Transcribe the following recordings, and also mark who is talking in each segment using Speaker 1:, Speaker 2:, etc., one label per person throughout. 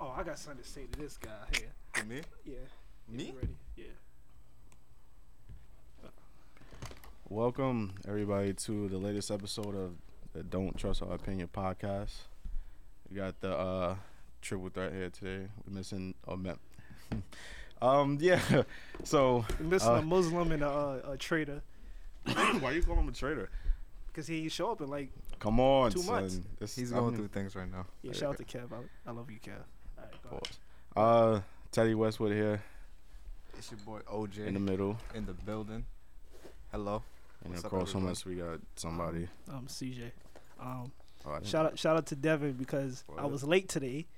Speaker 1: Oh, got something to say to this guy here.
Speaker 2: Who, me?
Speaker 1: Yeah.
Speaker 2: Me?
Speaker 1: You Ready? Yeah.
Speaker 3: Welcome everybody to the latest episode of the Don't Trust Our Opinion podcast. We got the uh triple threat here today. We're missing oh man. um yeah. So
Speaker 1: We missing
Speaker 3: Uh,
Speaker 1: a Muslim and a, uh, a traitor
Speaker 3: why you call him a traitor?
Speaker 1: because he ain't show up and like.
Speaker 3: Come on,
Speaker 1: Two months.
Speaker 3: son. This-
Speaker 2: He's
Speaker 3: I
Speaker 2: going
Speaker 3: mean-
Speaker 2: through things right now.
Speaker 1: Yeah, shout out to Kev. I, I love you, Kev. All right, go ahead.
Speaker 3: Pause. Uh Teddy Westwood here
Speaker 2: It's your boy OJ
Speaker 3: in the middle.
Speaker 2: in the building. Hello.
Speaker 3: And
Speaker 2: What's
Speaker 3: of
Speaker 2: up,
Speaker 3: course from
Speaker 2: everybody?
Speaker 3: us we got somebody.
Speaker 1: Um, CJ. Um,
Speaker 3: Oh, I didn't-
Speaker 1: shout out, shout out to Devin because I
Speaker 3: What?
Speaker 1: was late today.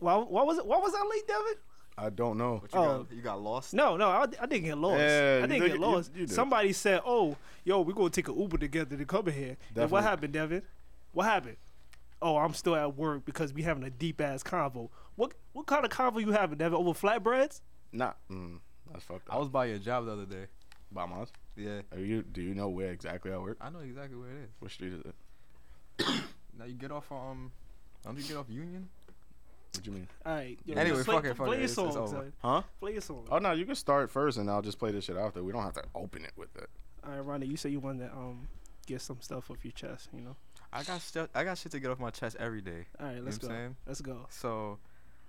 Speaker 1: Why, why was it? Why was I late, Devin?
Speaker 3: I don't know.
Speaker 2: What you,
Speaker 1: Oh.
Speaker 2: got, you got lost?
Speaker 1: No, no, I, I didn't get lost.
Speaker 3: Yeah,
Speaker 1: I
Speaker 3: you
Speaker 1: didn't
Speaker 3: did-
Speaker 1: get
Speaker 3: you-
Speaker 1: lost.
Speaker 3: you did.
Speaker 1: Somebody said, "Oh, yo, we're gonna take an Uber together to come in here." And what
Speaker 3: Definitely.
Speaker 1: happened, Devin? What happened? Oh, I'm still at work because we having a deep ass convo. What what kind of convo you having, Devin? Over flatbreads?
Speaker 3: Nah, mm, that's fucked up.
Speaker 2: I was by your job the other day.
Speaker 3: by my house.
Speaker 2: Yeah.
Speaker 3: Are you do you know where exactly I work?
Speaker 2: I know exactly where it is.
Speaker 3: What street is it?
Speaker 2: Now you get off um don't you get off Union?
Speaker 3: What do you mean?
Speaker 1: All right. Yo,
Speaker 2: Anyway,
Speaker 1: just play,
Speaker 2: fuck it, fuck
Speaker 1: play
Speaker 2: it,
Speaker 1: your
Speaker 2: it's-
Speaker 1: song,
Speaker 2: it's over.
Speaker 1: son.
Speaker 3: Huh?
Speaker 1: Play your song.
Speaker 3: Oh no, you can start first, and I'll just play this shit after. We don't have to open it with it.
Speaker 1: All right, Ronnie, you say you wanted to um get some stuff off your chest, you know?
Speaker 2: I got stuff I got shit to get off my chest every day.
Speaker 1: All right,
Speaker 2: You
Speaker 1: let's
Speaker 2: know
Speaker 1: go.
Speaker 2: what I'm saying?
Speaker 1: Let's go.
Speaker 2: So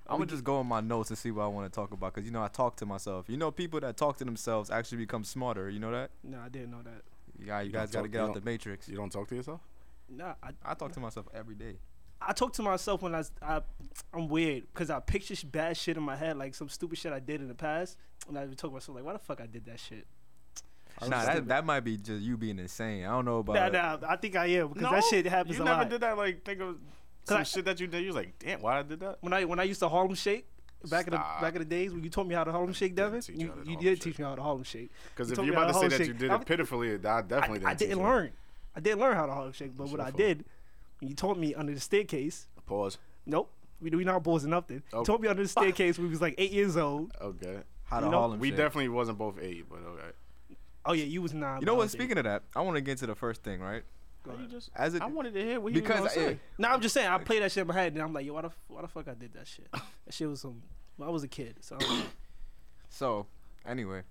Speaker 1: we
Speaker 2: I'm gonna just go on my notes and see what I want to talk about, cause you know I talk to myself. You know, people that talk to themselves actually become smarter. You know that?
Speaker 1: No, I didn't know that.
Speaker 2: Yeah, you,
Speaker 3: You don't
Speaker 2: guys gotta
Speaker 3: talk-
Speaker 2: get
Speaker 3: you
Speaker 2: out the
Speaker 3: don't-
Speaker 2: matrix.
Speaker 3: You don't talk to yourself?
Speaker 1: Nah, I,
Speaker 2: I talk to myself every day.
Speaker 1: I talk to myself when I, s- I am weird because I picture sh- bad shit in my head, like some stupid shit I did in the past, and I be talking to myself like, why the fuck I did that shit?
Speaker 2: Nah, that,
Speaker 1: stupid.
Speaker 2: that might be just you being insane. I don't know about.
Speaker 1: Nah, nah, I think I am because that shit happens
Speaker 3: You
Speaker 1: a
Speaker 3: never
Speaker 1: lot.
Speaker 3: did that. Like think of
Speaker 1: some
Speaker 3: some
Speaker 1: I-
Speaker 3: shit that you did. You was like, damn, why I did that?
Speaker 1: When I when I used to Harlem Shake. Back in the
Speaker 3: Stop.
Speaker 1: back in the days when you taught me how to Harlem Shake,
Speaker 3: didn't
Speaker 1: Devin,
Speaker 3: teach you
Speaker 1: you,
Speaker 3: how to
Speaker 1: you
Speaker 3: Harlem
Speaker 1: did
Speaker 3: Shake.
Speaker 1: teach me how to Harlem Shake.
Speaker 3: Because
Speaker 1: You
Speaker 3: if
Speaker 1: told
Speaker 3: you're
Speaker 1: me how
Speaker 3: about to say
Speaker 1: Harlem
Speaker 3: that
Speaker 1: Shake-
Speaker 3: you did
Speaker 1: I-
Speaker 3: it pitifully, I definitely didn't.
Speaker 1: I didn't
Speaker 3: teach you.
Speaker 1: learn. I didn't learn how to Harlem Shake, but
Speaker 3: It's
Speaker 1: what
Speaker 3: your
Speaker 1: I
Speaker 3: fault.
Speaker 1: did, when you taught me under the staircase.
Speaker 3: Pause.
Speaker 1: Nope, we we not boys enough then.
Speaker 3: Oh.
Speaker 1: You taught me under the staircase. when we was like eight years old.
Speaker 3: Okay.
Speaker 2: how to
Speaker 1: you know,
Speaker 2: Harlem
Speaker 3: We
Speaker 2: shake.
Speaker 3: definitely wasn't both eight, but okay.
Speaker 1: Oh yeah, you was nine.
Speaker 2: You know
Speaker 1: but I
Speaker 2: what?
Speaker 1: was eight.
Speaker 2: Speaking of that, I want to get into the first thing, right?
Speaker 1: Go ahead.
Speaker 2: As it
Speaker 3: I wanted to hear what he
Speaker 2: because
Speaker 3: was
Speaker 2: I-
Speaker 3: gonna say.
Speaker 1: No, I'm just saying I play that shit in my head and I'm like, yo, why the f- why the fuck I did that shit? That shit was some. Well, I was a kid, so I'm like,
Speaker 2: so anyway,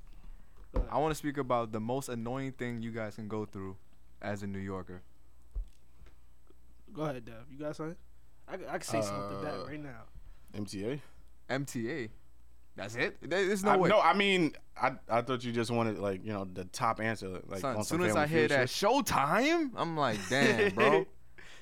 Speaker 1: Go ahead.
Speaker 2: I want to speak about the most annoying thing you guys can go through as a New Yorker.
Speaker 1: go ahead, Dev. You got something? I, c- I can say something back
Speaker 3: Uh,
Speaker 1: right now.
Speaker 3: MTA.
Speaker 2: MTA. That's it. There- There's no
Speaker 3: I,
Speaker 2: way.
Speaker 3: no, I mean, I I thought you just wanted like you know the top answer. Like
Speaker 2: Son,
Speaker 3: on
Speaker 2: as
Speaker 3: some
Speaker 2: soon as I
Speaker 3: Family
Speaker 2: hear
Speaker 3: Feud
Speaker 2: that
Speaker 3: shit.
Speaker 2: showtime, I'm like, damn, bro.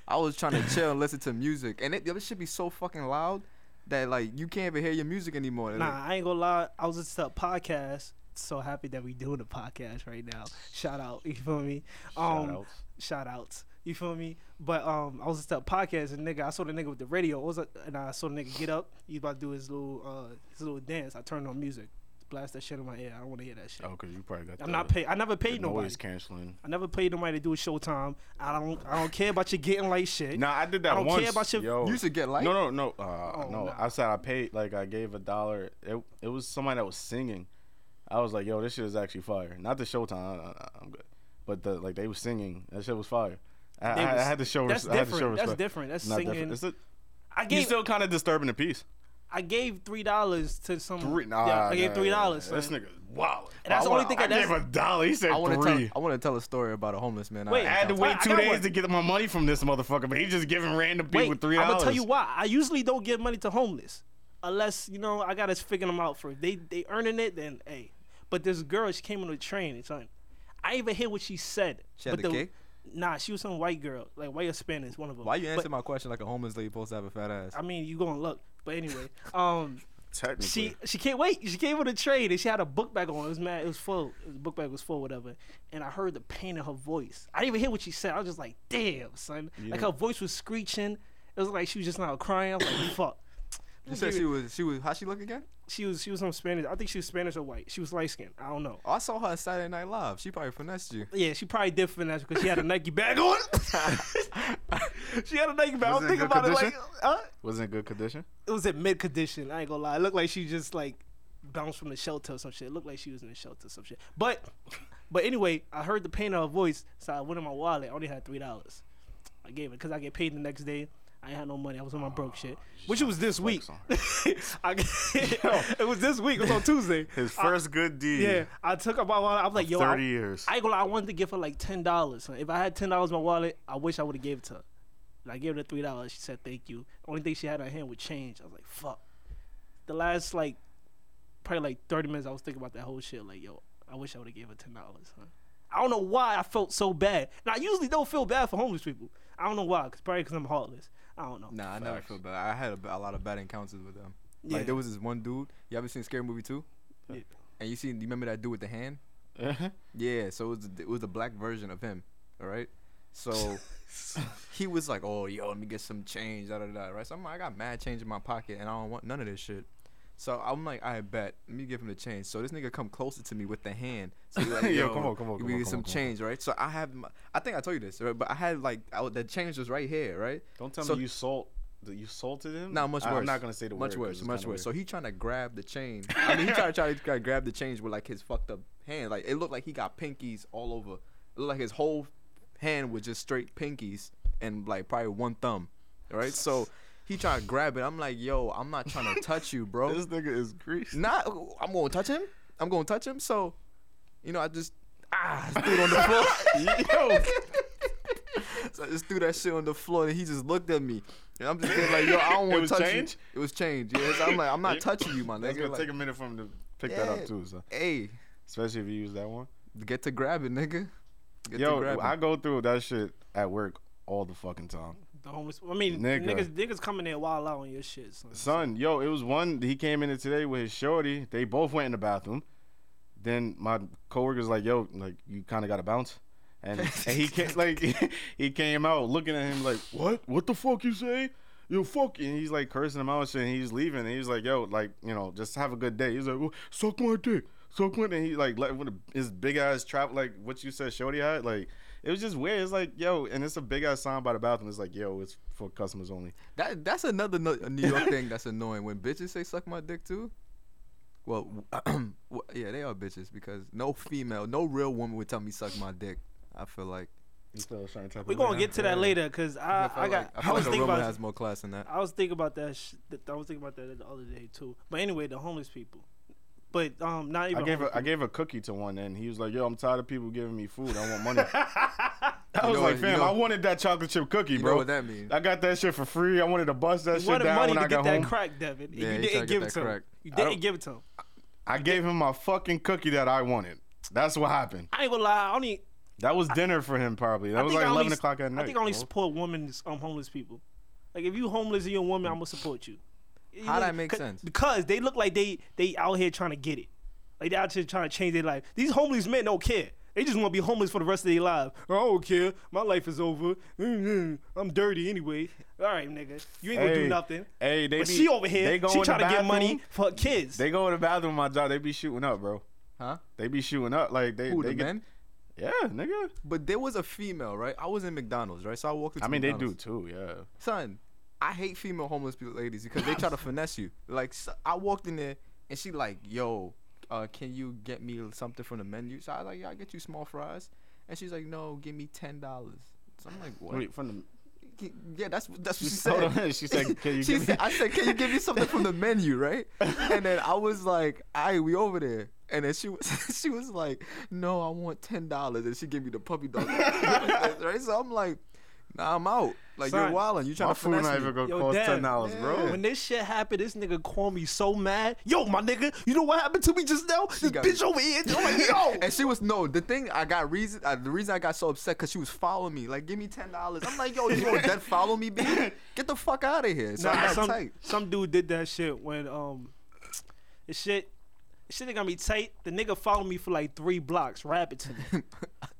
Speaker 2: I was trying to chill and listen to music, and it, it should be so fucking loud that like you can't even hear your music anymore.
Speaker 1: Nah, I ain't gonna lie. I was listening to a podcast. So happy that we doing a podcast right now. Shout out, you feel me? Um,
Speaker 3: Shout outs.
Speaker 1: shout outs. You feel me? But um, I was just at a podcast and nigga, I saw the nigga with the radio. I was like, and I saw the nigga get up. He about to do his little uh, his little dance. I turned on music, blast that shit in my ear. I don't want to hear that shit.
Speaker 3: Oh, cause you probably got.
Speaker 1: I'm
Speaker 3: the-
Speaker 1: not paid. I never
Speaker 3: the
Speaker 1: paid nobody.
Speaker 3: Noise canceling.
Speaker 1: I never paid nobody to do a Showtime. I don't. I don't care about you getting late shit.
Speaker 3: Nah, I did that
Speaker 1: I don't care
Speaker 3: once.
Speaker 1: about your-
Speaker 3: yo.
Speaker 2: you should get like
Speaker 3: no, no, no. Uh,
Speaker 1: Oh,
Speaker 3: no.
Speaker 1: nah.
Speaker 3: I said I paid. Like I gave a dollar. It it was somebody that was singing. I was like, yo, this shit is actually fire. Not the Showtime. I, I, I'm good. But the like they was singing. That shit was fire. I,
Speaker 1: They
Speaker 3: I, I
Speaker 1: was-
Speaker 3: had to show.
Speaker 1: That's
Speaker 3: res- I had to show
Speaker 1: different. That's
Speaker 3: respect.
Speaker 1: different. That's
Speaker 3: It's not
Speaker 1: singing.
Speaker 3: different. It's a,
Speaker 1: I
Speaker 3: you
Speaker 1: gave.
Speaker 3: still kind of disturbing the peace.
Speaker 1: I gave three dollars to some.
Speaker 3: Three, nah,
Speaker 1: yeah, I gave
Speaker 3: nah,
Speaker 1: three dollars.
Speaker 3: This nigga, wow.
Speaker 1: And that's
Speaker 2: I
Speaker 1: the only
Speaker 2: wanna-
Speaker 1: thing
Speaker 3: I
Speaker 1: I, that's,
Speaker 3: gave a dollar. He said
Speaker 2: I want to
Speaker 3: three.
Speaker 2: tell. I want to tell a story about a homeless man.
Speaker 1: Wait,
Speaker 3: I had to
Speaker 2: encountered.
Speaker 1: Wait,
Speaker 3: wait
Speaker 1: I
Speaker 3: two
Speaker 1: got
Speaker 3: days
Speaker 1: one.
Speaker 3: to get my money from this motherfucker, but he just giving random people
Speaker 1: Wait,
Speaker 3: three
Speaker 1: I'm
Speaker 3: dollars.
Speaker 1: gonna tell you why. I usually don't give money to homeless unless you know I gotta figure them out first. They they earning it, then hey. But this girl, she came on the train and something. I didn't even hear what she said.
Speaker 2: She had
Speaker 1: but
Speaker 2: the cake?
Speaker 1: Nah, she was some white girl, like white Hispanics, one of them.
Speaker 2: Why you
Speaker 1: But,
Speaker 2: answer my question like a homeless lady supposed to have a fat ass?
Speaker 1: I mean, you gonna look. But anyway, um,
Speaker 3: Technically,
Speaker 1: she she can't wait. She came on the train and she had a book bag on. It was mad. It was full. The book bag was full, whatever. And I heard the pain in her voice. I didn't even hear what she said. I was just like, damn, son. like her voice was screeching. It was like she was just now crying. I was like, fuck.
Speaker 2: You said she was. She was. How she look again?
Speaker 1: She was she was from Spanish. I think she was Spanish or white. She was light skinned. I don't know.
Speaker 2: Oh, I saw her on Saturday Night Live. She probably finessed you.
Speaker 1: Yeah, she probably did finesse because she had a Nike bag on. she had a Nike bag.
Speaker 3: Was
Speaker 1: I'm
Speaker 3: it
Speaker 1: thinking
Speaker 3: good
Speaker 1: about it
Speaker 3: condition?
Speaker 1: like, uh,
Speaker 3: was in good condition.
Speaker 1: it was in mid condition. I ain't gonna lie. It looked like she just like bounced from the shelter or some shit. It looked like she was in the shelter or some shit. But but anyway, I heard the pain of her voice, so I went in my wallet. I only had three dollars. I gave it because I get paid the next day. I ain't had no money. I was on my broke shit,
Speaker 3: just
Speaker 1: which it
Speaker 3: trying
Speaker 1: was
Speaker 3: to
Speaker 1: this week.
Speaker 3: flex
Speaker 1: I, it was this week. It was on Tuesday.
Speaker 4: His
Speaker 1: I-
Speaker 4: first good deed.
Speaker 1: yeah, I took up my wallet. I'm like, yo,
Speaker 4: Thirty
Speaker 1: I,
Speaker 4: years.
Speaker 1: I ain't gonna lie, I wanted to give her like ten dollars. If I had ten dollars in my wallet, I wish I would have gave it to her. And I gave her the three dollars. She said thank you. Only thing she had on hand was change. I was like, fuck. The last like probably like thirty minutes, I was thinking about that whole shit. Like, yo, I wish I would have gave her ten dollars. Huh? I don't know why I felt so bad. Now I usually don't feel bad for homeless people. I don't know why. Cause probably because I'm heartless. I don't know.
Speaker 2: Nah, I never
Speaker 3: Facts.
Speaker 2: feel bad. I had a, b- a lot of bad encounters with them.
Speaker 1: Yeah.
Speaker 2: Like there was this one dude. You ever seen Scary Movie Two?
Speaker 1: Yeah.
Speaker 2: And you seen? You remember that dude with the hand?
Speaker 3: on.
Speaker 2: Yeah. So it was the- it was the black version of him. All right. So he was like, "Oh, yo, let me get some change." Da da da. Right. So I'm like, I got mad change in my pocket, and I don't want none of this shit. So I'm like, I bet. Let me give him the change. So this nigga come closer to me with the hand. So he's like,
Speaker 3: Yo, come on, come on,
Speaker 2: give
Speaker 3: come
Speaker 2: me
Speaker 3: on,
Speaker 2: get
Speaker 3: come
Speaker 2: some
Speaker 3: on, come on.
Speaker 2: change, right? So I have, my, I think I told you this, right? but I had like, I, w- the change was right here, right?
Speaker 3: Don't tell
Speaker 2: So-
Speaker 3: me you salt. That you salted him?
Speaker 2: No, much
Speaker 3: I-
Speaker 2: worse.
Speaker 3: I'm not gonna say the
Speaker 2: much
Speaker 3: word.
Speaker 2: worse, much worse. So he trying to grab the chain. I mean, he trying to try to try to grab the change with like his fucked up hand. Like it looked like he got pinkies all over. It looked like his whole hand was just straight pinkies and like probably one thumb. Right. So he trying to grab it. I'm like, yo, I'm not trying to touch you, bro.
Speaker 3: this nigga is greased.
Speaker 2: Not. I'm gonna touch him. I'm gonna touch him. So, you know, I just ah just threw it on the floor. so I just threw that shit on the floor, and he just looked at me, and I'm just being like, yo, I don't
Speaker 3: It
Speaker 2: want
Speaker 3: was
Speaker 2: to touch
Speaker 3: change?
Speaker 2: you. It was change. Yeah. So I'm like, I'm not
Speaker 3: Yeah.
Speaker 2: touching you, my
Speaker 3: That's
Speaker 2: nigga.
Speaker 3: gonna take
Speaker 2: Like,
Speaker 3: a minute for him to pick that
Speaker 2: Yeah.
Speaker 3: up too. So.
Speaker 2: hey,
Speaker 3: Especially if you use that one.
Speaker 2: get to grab it, nigga. Get to
Speaker 3: Yo,
Speaker 2: grab
Speaker 3: I
Speaker 2: it.
Speaker 3: go through that shit at work all the fucking time.
Speaker 1: The homeless. I mean,
Speaker 3: Nigga.
Speaker 1: niggas, niggas coming there wild out on your shit. Son.
Speaker 3: Son, yo, it was one. He came in here today with his shorty. They both went in the bathroom. Then my coworker's like, "Yo, like you kind of got to bounce," and, and he came, like he came out looking at him like, "What? What the fuck you say? You fuck!" And he's like cursing him out and shit. And he's leaving. And he's like, "Yo, like you know, just have a good day." He's like, well, "Suck my dick, suck my." dick." And he like let with his big ass trap like what you said, shorty had like. It was just weird. It's like, yo, and it's a big ass sign by the bathroom. It's like, yo, it's for customers only.
Speaker 2: That that's another no- New York thing that's annoying. When bitches say suck my dick too. Well, w- yeah, they are bitches because no female, no real woman would tell me suck my dick. I feel like.
Speaker 1: We're gonna get to that later because I, I,
Speaker 2: feel
Speaker 1: got
Speaker 2: Like, I,
Speaker 1: I,
Speaker 2: feel like
Speaker 1: was
Speaker 2: a
Speaker 1: thinking
Speaker 2: woman
Speaker 1: about
Speaker 2: has more class than that.
Speaker 1: I was thinking about that, sh- that I was thinking about that the other day too. But anyway, the homeless people. But um, not even.
Speaker 3: I gave
Speaker 1: homeless
Speaker 3: a, I gave a cookie to one, and he was like, "Yo, I'm tired of people giving me food. I want money." I
Speaker 2: You
Speaker 3: was
Speaker 2: know
Speaker 3: like,
Speaker 2: what-
Speaker 3: "Fam,
Speaker 2: you know-
Speaker 3: I wanted that chocolate chip cookie,
Speaker 2: You
Speaker 3: bro.
Speaker 2: know what that means?
Speaker 3: I got that shit for free. I wanted to bust that
Speaker 1: people.
Speaker 3: shit
Speaker 1: wanted
Speaker 3: down
Speaker 1: money
Speaker 3: when
Speaker 1: to
Speaker 3: I
Speaker 1: get
Speaker 3: got
Speaker 1: that
Speaker 3: home.
Speaker 1: crack, Devin. and
Speaker 2: Yeah,
Speaker 1: you
Speaker 2: he
Speaker 1: didn't
Speaker 2: tried to
Speaker 1: give
Speaker 2: get
Speaker 1: it
Speaker 2: that
Speaker 1: to him.
Speaker 2: crack.
Speaker 1: You
Speaker 3: I
Speaker 1: didn't
Speaker 3: don't-
Speaker 1: give it to him.
Speaker 3: I gave him my fucking cookie that I wanted. That's what happened.
Speaker 1: I ain't gonna lie. I e only.
Speaker 3: That was dinner for him, probably. That
Speaker 1: I
Speaker 3: was
Speaker 1: think
Speaker 3: like
Speaker 1: I only,
Speaker 3: eleven o'clock at night.
Speaker 1: I think I only
Speaker 3: bro.
Speaker 1: support women's um homeless people. Like if you homeless and you're a woman, I'm gonna support you. You
Speaker 2: How
Speaker 1: know,
Speaker 2: that make
Speaker 1: c-
Speaker 2: sense?
Speaker 1: Because they look like they they out here trying to get it. Like they out here trying to change their life. These homeless men don't care. They just want to be homeless for the rest of their life. I don't care. My life is over. Mm-hmm. I'm dirty anyway. All right, nigga. You ain't gonna do
Speaker 3: Hey,
Speaker 1: nothing.
Speaker 3: Hey, they
Speaker 1: But
Speaker 3: be-
Speaker 1: she over
Speaker 3: They
Speaker 1: here.
Speaker 3: go
Speaker 1: She
Speaker 3: in the
Speaker 1: trying to get
Speaker 3: bathroom.
Speaker 1: money for her kids.
Speaker 3: They go in the bathroom. My job. They be shooting up, bro.
Speaker 2: Huh?
Speaker 3: They be shooting up. Like they.
Speaker 2: Who,
Speaker 3: they
Speaker 2: the
Speaker 3: get,
Speaker 2: men?
Speaker 3: Yeah, nigga.
Speaker 2: But there was a female, right? I was in McDonald's, right? So I walked into
Speaker 3: I mean, they do
Speaker 2: McDonald's.
Speaker 3: too. Yeah.
Speaker 2: Son, I hate female homeless people ladies because they try to finesse you. Like, so I walked in there and she like, yo, uh, can you get me something from the menu? So I was like, yeah, I'll get you small fries. And she's like, no, give me $10. So I'm like, what?
Speaker 3: Wait, from the
Speaker 2: Yeah, that's that's what she
Speaker 3: Hold
Speaker 2: said.
Speaker 3: on, she said, "Can you
Speaker 2: She
Speaker 3: give me-"
Speaker 2: said- I said, "Can you give me something from the menu, right?" And then I was like, "Aye, we over there." And then she was she was like, "No, I want ten dollars." And she gave me the puppy dog, right? So I'm like, "Nah, I'm out. Like you're
Speaker 1: Son,
Speaker 2: wilding. You trying
Speaker 3: my
Speaker 2: to
Speaker 3: food
Speaker 2: finesse
Speaker 3: not
Speaker 2: me."
Speaker 3: even gonna
Speaker 1: Yo,
Speaker 3: cost ten
Speaker 1: damn.
Speaker 3: dollars, bro.
Speaker 1: When this shit happened, this nigga called me so mad. Yo, my nigga, you know what happened to me just now? This
Speaker 2: got
Speaker 1: bitch over here. I'm like, yo.
Speaker 2: And she was no. The thing I got reason. Uh, the reason I got so upset because she was following me. Like, give me ten dollars. I'm like, yo, you gonna dead follow me, B? Get the fuck out of here. So I
Speaker 1: Nah,
Speaker 2: got
Speaker 1: some,
Speaker 2: tight.
Speaker 1: some dude did that shit when um the shit the shit that got me tight. The nigga followed me for like three blocks, rapid to me.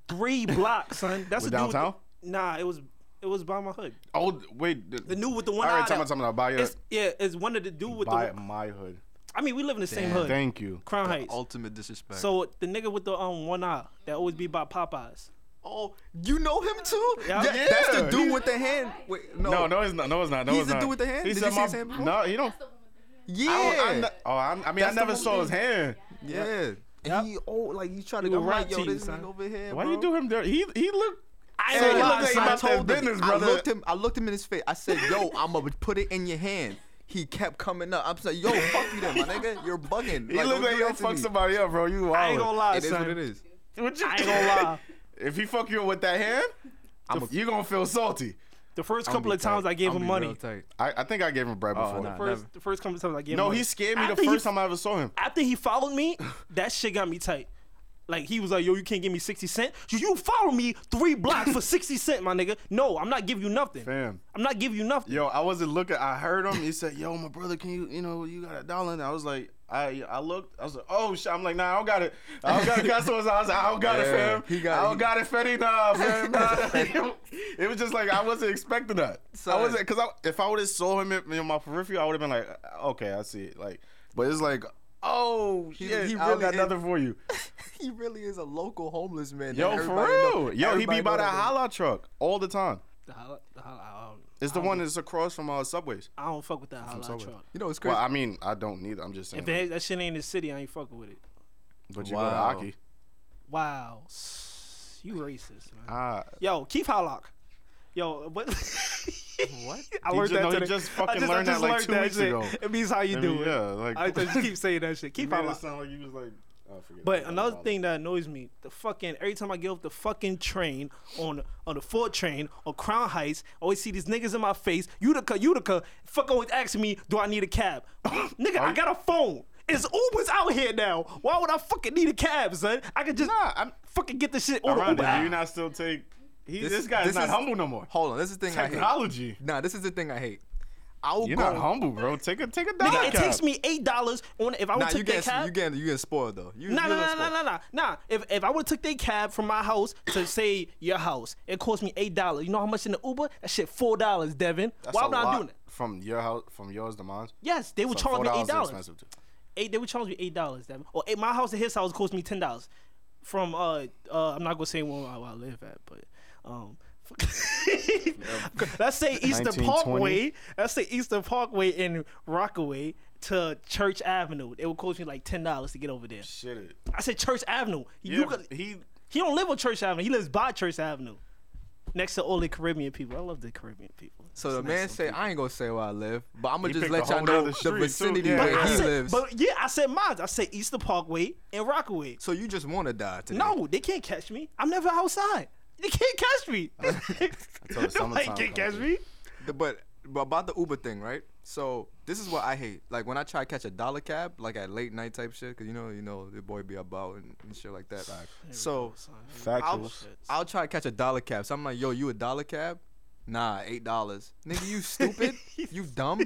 Speaker 1: three blocks, son. That's
Speaker 3: Was
Speaker 1: a dude with
Speaker 3: downtown?
Speaker 1: the- nah, it was it was by my hood.
Speaker 3: Oh wait,
Speaker 1: The new with the one
Speaker 3: All
Speaker 1: eye
Speaker 3: right, talking
Speaker 1: that-
Speaker 3: about talking about by your
Speaker 1: It's, yeah, it's one of the dude with
Speaker 3: by
Speaker 1: the.
Speaker 3: my hood.
Speaker 1: I mean, we live in the same hood,
Speaker 3: Thank you.
Speaker 1: Crown Heights.
Speaker 2: Ultimate disrespect.
Speaker 1: So the nigga with the um one eye that always be by Popeyes.
Speaker 2: Oh, you know him too?
Speaker 1: Yeah.
Speaker 2: That- that's the
Speaker 3: Yeah,
Speaker 2: dude
Speaker 3: he's-
Speaker 2: with the hand. Wait, no,
Speaker 3: No, no, it's not. No, it's not. No,
Speaker 2: He's
Speaker 3: it's
Speaker 2: the
Speaker 3: not.
Speaker 2: dude with the hand?
Speaker 3: He
Speaker 2: Did
Speaker 3: said
Speaker 2: you see
Speaker 3: my-
Speaker 2: his hand before?
Speaker 3: No, he don't.
Speaker 2: Yeah,
Speaker 3: I don't- I'm not- oh, I'm, I mean, I
Speaker 2: That's the
Speaker 3: never
Speaker 2: one
Speaker 3: saw
Speaker 2: with
Speaker 3: his
Speaker 2: the-
Speaker 3: hand.
Speaker 2: yeah. And he, oh, like you try to
Speaker 1: He
Speaker 2: go
Speaker 1: was
Speaker 2: right,
Speaker 1: right
Speaker 2: yo,
Speaker 1: to you,
Speaker 2: this
Speaker 1: son.
Speaker 2: nigga over here.
Speaker 3: Why
Speaker 2: bro.
Speaker 3: you do him dirty? He he looked.
Speaker 1: I ain't
Speaker 3: Hey,
Speaker 1: gonna
Speaker 3: you
Speaker 1: lie,
Speaker 3: look like you
Speaker 1: son.
Speaker 3: about to-
Speaker 2: told him.
Speaker 3: business,
Speaker 2: I
Speaker 3: brother.
Speaker 2: looked him. I looked him in his face. I said, "Yo, I'ma put it in your hand." He kept coming up. I'm saying, "Yo, fuck you, then, my nigga. You're bugging."
Speaker 3: He
Speaker 2: don't
Speaker 3: look like
Speaker 2: do
Speaker 3: you
Speaker 2: that to
Speaker 3: fuck
Speaker 2: me.
Speaker 3: somebody up, bro. You
Speaker 1: I ain't gonna
Speaker 3: wild.
Speaker 1: lie,
Speaker 2: It is
Speaker 1: son.
Speaker 2: what it is.
Speaker 1: I ain't gonna lie.
Speaker 3: If he fuck you up with that hand,
Speaker 2: I'm a-
Speaker 3: you gonna feel salty.
Speaker 1: The first
Speaker 2: I'ma
Speaker 1: couple
Speaker 2: be
Speaker 1: of times
Speaker 2: tight.
Speaker 1: I gave
Speaker 2: I'ma
Speaker 1: him
Speaker 2: be
Speaker 1: money.
Speaker 2: real tight.
Speaker 3: I, I think I gave him bread
Speaker 2: Oh,
Speaker 3: before.
Speaker 2: nah.
Speaker 1: First,
Speaker 2: never.
Speaker 1: the first couple of times I gave him
Speaker 3: No,
Speaker 1: money.
Speaker 3: he scared me the
Speaker 1: After he-
Speaker 3: first time I ever saw him.
Speaker 1: after he followed me, that shit got me tight. Like he was like, "Yo, you can't give me sixty cent. You, you follow me three blocks for sixty cent, my nigga. No, I'm not giving you nothing.
Speaker 3: Fam.
Speaker 1: I'm not giving you nothing.
Speaker 3: Yo, I wasn't looking. I heard him. He said, "Yo, my brother, can you, you know, you got a dollar?" And I was like, I, I looked. I was like, "Oh shit!" I'm like, "Nah, I don't got it. I don't got it." That's what I was- I was like, "I don't got it,
Speaker 2: Yeah,
Speaker 3: fam.
Speaker 2: he got-
Speaker 3: I don't
Speaker 2: he-
Speaker 3: got it, Fetty. Nah, fam. Nah." it was just like I wasn't expecting that. I
Speaker 2: Son.
Speaker 3: wasn't because I, if I would have saw him in, in my periphery, I would have been like, uh, "Okay, I see it." Like, but it's like, "Oh
Speaker 2: He-
Speaker 3: shit,
Speaker 2: he
Speaker 3: I don't
Speaker 2: really
Speaker 3: got
Speaker 2: is-
Speaker 3: nothing for you."
Speaker 2: He really is a local homeless man. that
Speaker 3: Yo, for
Speaker 2: everybody know-
Speaker 3: real. Yo, he
Speaker 2: everybody
Speaker 3: be by
Speaker 2: know
Speaker 3: that
Speaker 2: that.
Speaker 3: holla truck all the time.
Speaker 1: The holla- the holla- I,
Speaker 3: It's
Speaker 1: don't,
Speaker 3: the one that's across from uh, Subways.
Speaker 1: I don't fuck with that holla
Speaker 3: Subway.
Speaker 1: truck.
Speaker 2: You know, it's crazy.
Speaker 3: Well, I mean, I don't need it. I'm just saying.
Speaker 1: If that, that shit ain't in the city, I ain't fucking with it.
Speaker 3: But you
Speaker 2: Wow.
Speaker 3: go to Aki.
Speaker 1: Wow, S- you racist, man.
Speaker 3: Ah,
Speaker 1: Yo, Keith Hollock. Yo, what? what? I
Speaker 3: You
Speaker 1: learned that
Speaker 3: just- no, you
Speaker 1: today.
Speaker 3: just fucking
Speaker 1: I just,
Speaker 3: learned
Speaker 1: I just
Speaker 3: that, like,
Speaker 1: learned
Speaker 3: two
Speaker 1: that
Speaker 3: weeks
Speaker 1: shit.
Speaker 3: ago.
Speaker 1: It means how you
Speaker 3: I mean,
Speaker 1: do it.
Speaker 3: yeah, like
Speaker 1: I just keep saying that shit.
Speaker 3: you
Speaker 1: Keith
Speaker 3: made
Speaker 1: Hollock.
Speaker 3: it sound like you was like. Oh, forget
Speaker 1: But
Speaker 3: it.
Speaker 1: another thing that annoys me, the fucking every time I get off the fucking train on on the Ford train on Crown Heights, I always see these niggas in my face. Utica, Utica, fuck always asking me, do I need a cab? Nigga, I got a phone. It's Uber's out here now. Why would I fucking need a cab, son? I could just
Speaker 3: Nah, I'm-
Speaker 1: fucking get this shit on the
Speaker 3: Around
Speaker 1: Uber
Speaker 3: it, do you
Speaker 1: app.
Speaker 3: not still take? He, this,
Speaker 2: This-
Speaker 3: guy's
Speaker 2: this
Speaker 3: not
Speaker 2: is-
Speaker 3: humble no more.
Speaker 2: Hold on, this is the thing I hate.
Speaker 3: Technology.
Speaker 2: Nah, this is the thing I hate. I'll
Speaker 3: You're
Speaker 2: go.
Speaker 3: not humble, bro. Take a take a dollar.
Speaker 1: Nigga, it
Speaker 3: cap.
Speaker 1: takes me eight dollars on if I would
Speaker 2: Nah,
Speaker 1: take
Speaker 2: you
Speaker 1: that
Speaker 2: getting
Speaker 1: cab.
Speaker 2: you getting you getting spoiled though. You,
Speaker 1: No,
Speaker 2: you
Speaker 1: no,
Speaker 2: getting
Speaker 1: no, no,
Speaker 2: spoiled.
Speaker 1: no, no, nah. If if I would have took their cab from my house to say your house, it cost me eight dollars. You know how much in the Uber? That shit four dollars, Devin.
Speaker 3: That's
Speaker 1: Why
Speaker 3: a
Speaker 1: am I
Speaker 3: lot
Speaker 1: doing it?
Speaker 3: From your house, from yours to mine.
Speaker 1: Yes, they would
Speaker 3: So
Speaker 1: charge me
Speaker 3: $4
Speaker 1: eight
Speaker 3: is
Speaker 1: dollars.
Speaker 3: expensive, too.
Speaker 1: Eight, they would charge me eight dollars, Devin. Or at my house to his house cost me ten dollars. From uh, uh, I'm not gonna say where I, where I live at, but um. let's say Eastern
Speaker 3: 1920.
Speaker 1: Parkway. Let's say Eastern Parkway in Rockaway to Church Avenue. It would cost me like ten dollars to get over there.
Speaker 3: Shit. It.
Speaker 1: I said Church Avenue.
Speaker 3: Yeah,
Speaker 1: You could,
Speaker 3: he.
Speaker 1: he don't live on Church Avenue. He lives by Church Avenue, next to all the Caribbean people. I love the Caribbean people.
Speaker 2: So the
Speaker 1: It's
Speaker 2: man
Speaker 1: nice.
Speaker 2: say, I ain't gonna say where I live, but I'm
Speaker 3: He
Speaker 2: gonna just
Speaker 3: picked a
Speaker 2: let y'all
Speaker 3: whole
Speaker 2: know
Speaker 3: nother
Speaker 2: the
Speaker 3: street, too.
Speaker 2: vicinity
Speaker 3: Yeah.
Speaker 1: But
Speaker 2: where
Speaker 1: I
Speaker 2: he
Speaker 1: said-
Speaker 2: lives.
Speaker 1: But yeah, I said mine. I said Eastern Parkway and Rockaway.
Speaker 2: So you just want to die today?
Speaker 1: No, they can't catch me. I'm never outside. They can't catch me.
Speaker 3: Until the
Speaker 1: Nobody
Speaker 3: summertime
Speaker 1: can't catch
Speaker 3: comes in.
Speaker 1: me.
Speaker 2: The- but, but about the Uber thing, right? So this is what I hate. Like when I try to catch a dollar cab, like at late night type shit, cause you know, you know, the boy be about and, and shit like that. So I'll,
Speaker 3: Factuals.
Speaker 2: I'll try to catch a dollar cab. So I'm like, yo, you a dollar cab? Nah, eight dollars. Nigga, you stupid. you dumb.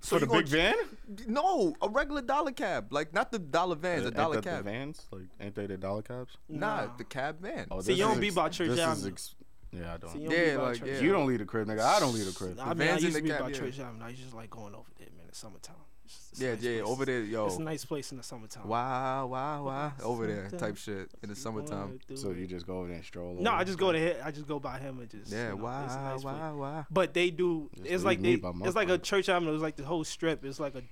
Speaker 2: So
Speaker 3: For the
Speaker 2: you gonna
Speaker 3: big van?
Speaker 2: ch- No, a regular dollar cab. Like not the dollar vans, a
Speaker 3: Ain't
Speaker 2: dollar
Speaker 3: that
Speaker 2: cab.
Speaker 3: The vans? Like, ain't they the dollar cabs?
Speaker 2: Nah,
Speaker 1: Nah.
Speaker 2: the cab van.
Speaker 3: Oh,
Speaker 1: See,
Speaker 3: this
Speaker 1: you
Speaker 3: is
Speaker 1: don't be by Church
Speaker 3: this is
Speaker 1: Avenue.
Speaker 3: ex- yeah, I don't.
Speaker 1: See, you don't be
Speaker 2: yeah,
Speaker 1: by
Speaker 2: like
Speaker 1: Church
Speaker 2: yeah.
Speaker 3: You don't leave the crib, nigga. I don't leave the crib.
Speaker 1: I mean, I
Speaker 2: vans in
Speaker 1: used
Speaker 2: the
Speaker 1: to be
Speaker 2: cab,
Speaker 1: by
Speaker 2: yeah.
Speaker 1: Church Avenue. I just like going over there, man. In the summertime. It's just- it's a
Speaker 2: yeah,
Speaker 1: nice
Speaker 2: yeah,
Speaker 1: place.
Speaker 2: over there, oh.
Speaker 1: It's a
Speaker 2: yo.
Speaker 1: nice place in the summertime.
Speaker 2: Wow, wow, wow. Over there,
Speaker 1: Something
Speaker 2: type shit in the
Speaker 1: You wanna
Speaker 2: summertime.
Speaker 1: do
Speaker 3: So
Speaker 1: it.
Speaker 3: you just go over there and stroll.
Speaker 1: No,
Speaker 3: over?
Speaker 1: I just go to hit. I just go by him and just
Speaker 2: Yeah,
Speaker 1: You know, it's a
Speaker 2: wow,
Speaker 1: nice place.
Speaker 2: wow, wow.
Speaker 1: But they do.
Speaker 3: Just
Speaker 1: It's
Speaker 3: leave
Speaker 1: like
Speaker 3: me
Speaker 1: they.
Speaker 3: by my
Speaker 1: It's like a
Speaker 3: crib.
Speaker 1: church avenue. It's like the whole strip. It's like a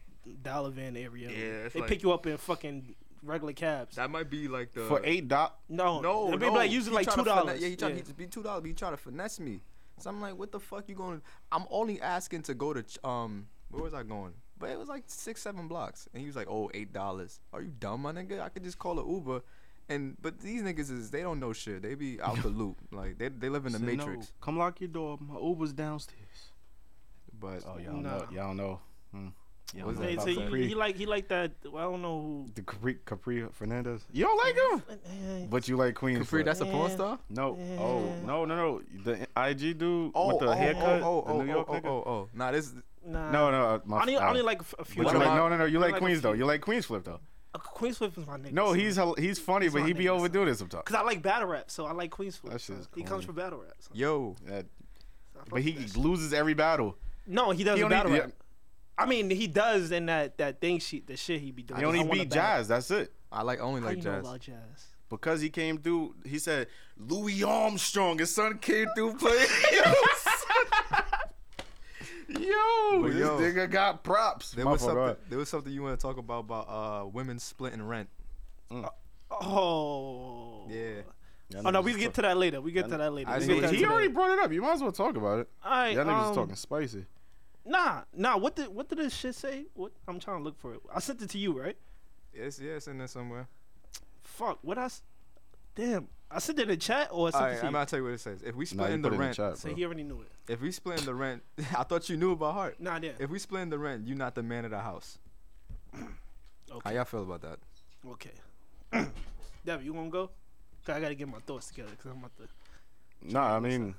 Speaker 1: dollar van area.
Speaker 2: Yeah, it's
Speaker 1: they
Speaker 2: like-
Speaker 1: pick you up in fucking regular cabs.
Speaker 2: That might be like the
Speaker 3: for eight dollars.
Speaker 1: No,
Speaker 2: No,
Speaker 1: they be
Speaker 2: no.
Speaker 1: like usually
Speaker 2: He
Speaker 1: like
Speaker 2: tried
Speaker 1: two
Speaker 2: to finesse-
Speaker 1: dollars.
Speaker 2: Yeah, he tried to be two dollars. He tried to finesse me. So I'm like, what the fuck you going? to I'm only asking to go to ch- um. Where was I going? But it was like six, seven blocks, and he was like, oh, eight dollars. Are you dumb, my nigga? I could just call an Uber. And but these niggas is they don't know shit. They be out the loop. Like they they live in the matrix.
Speaker 3: Come lock your door. My Uber's downstairs.
Speaker 2: But
Speaker 3: Oh, y'all know.
Speaker 1: Nah.
Speaker 3: Y'all know. Hmm. Y'all
Speaker 2: What's
Speaker 3: know
Speaker 2: that?
Speaker 1: Hey,
Speaker 3: about
Speaker 1: so you,
Speaker 3: Capri,
Speaker 1: he like he like that. well, I don't know.
Speaker 3: the Capri, Capri Fernandez. You don't like him,
Speaker 1: Who, eh,
Speaker 3: but you like Queens.
Speaker 2: Capri,
Speaker 3: though.
Speaker 2: that's a porn
Speaker 1: Yeah.
Speaker 2: star.
Speaker 3: no.
Speaker 1: Yeah.
Speaker 3: Oh no no no. The IG dude with the
Speaker 2: oh,
Speaker 3: haircut,
Speaker 2: oh, oh,
Speaker 3: the New York
Speaker 2: oh, oh,
Speaker 3: nigga.
Speaker 2: oh, oh. Nah, this
Speaker 1: nah.
Speaker 3: No no. uh, My,
Speaker 1: I only, I
Speaker 3: uh,
Speaker 1: only like a f- a few.
Speaker 3: But you
Speaker 2: What
Speaker 3: like,
Speaker 2: about-
Speaker 3: no no no. You like
Speaker 1: like a
Speaker 3: Queens though.
Speaker 1: few.
Speaker 3: You like Queens Flip though.
Speaker 1: Uh, Queensflip is my nigga.
Speaker 3: No, he's hel- he's funny, but
Speaker 1: my
Speaker 3: he be
Speaker 1: nigga,
Speaker 3: over
Speaker 1: son.
Speaker 3: doing it sometimes.
Speaker 1: because I like battle rap, so I like Queensflip.
Speaker 3: That shit is
Speaker 1: he
Speaker 3: corny.
Speaker 1: comes from battle rap. So
Speaker 2: yo.
Speaker 3: That-
Speaker 1: I fuck
Speaker 3: but
Speaker 1: with
Speaker 3: he
Speaker 1: that shit.
Speaker 3: loses every battle.
Speaker 1: No, he doesn't
Speaker 3: He only-
Speaker 1: battle
Speaker 3: yeah.
Speaker 1: rap. I mean, he does in that that thing sheet, the shit he be doing.
Speaker 3: He only
Speaker 1: I wanna
Speaker 3: beat
Speaker 1: battle.
Speaker 3: Jazz. That's it.
Speaker 2: I like only
Speaker 1: How
Speaker 2: like
Speaker 1: you know
Speaker 2: jazz.
Speaker 1: about jazz?
Speaker 3: Because he came through, he said Louis Armstrong. His son came through playing. yo,
Speaker 2: But
Speaker 3: this
Speaker 2: yo,
Speaker 3: nigga got props.
Speaker 2: There
Speaker 3: My
Speaker 2: was
Speaker 3: fault, go
Speaker 2: something.
Speaker 3: ahead.
Speaker 2: There was something you want to talk about about uh women splitting rent.
Speaker 1: Oh.
Speaker 2: Yeah.
Speaker 3: Y'all
Speaker 1: Oh no,
Speaker 3: niggas
Speaker 1: we
Speaker 3: is
Speaker 1: get
Speaker 3: talk-
Speaker 1: to that later. We get
Speaker 3: I
Speaker 1: to that later.
Speaker 2: I
Speaker 1: We
Speaker 2: see
Speaker 1: get
Speaker 2: what
Speaker 1: to that
Speaker 3: He
Speaker 1: later.
Speaker 3: already brought it up. You might as well talk about it.
Speaker 1: All right,
Speaker 3: Y'all niggas is
Speaker 1: um,
Speaker 3: talking spicy.
Speaker 1: Nah, nah. What did what did this shit say? What I'm trying to look for it. I sent it to you, right?
Speaker 2: Yes, yes, in there somewhere.
Speaker 1: Fuck. What I? s- Damn. I sent it in the chat or I
Speaker 2: All
Speaker 1: sent
Speaker 2: right,
Speaker 1: it to
Speaker 2: I'm
Speaker 1: you.
Speaker 2: gonna tell you what it says. If we
Speaker 3: Nah, you
Speaker 2: splitting
Speaker 3: put
Speaker 2: the
Speaker 3: it in the
Speaker 2: rent,
Speaker 3: chat,
Speaker 1: So
Speaker 3: bro.
Speaker 1: he already knew it.
Speaker 2: if we splitting the rent, I thought you knew about heart.
Speaker 1: Nah, yeah.
Speaker 2: If we splitting the rent, you not the man of the house. How
Speaker 1: Okay.
Speaker 2: y'all feel about that?
Speaker 1: Okay. Debbie, you wanna go? 'Cause I gotta get my thoughts together. Cause I'm about to.
Speaker 3: Nah, I mean,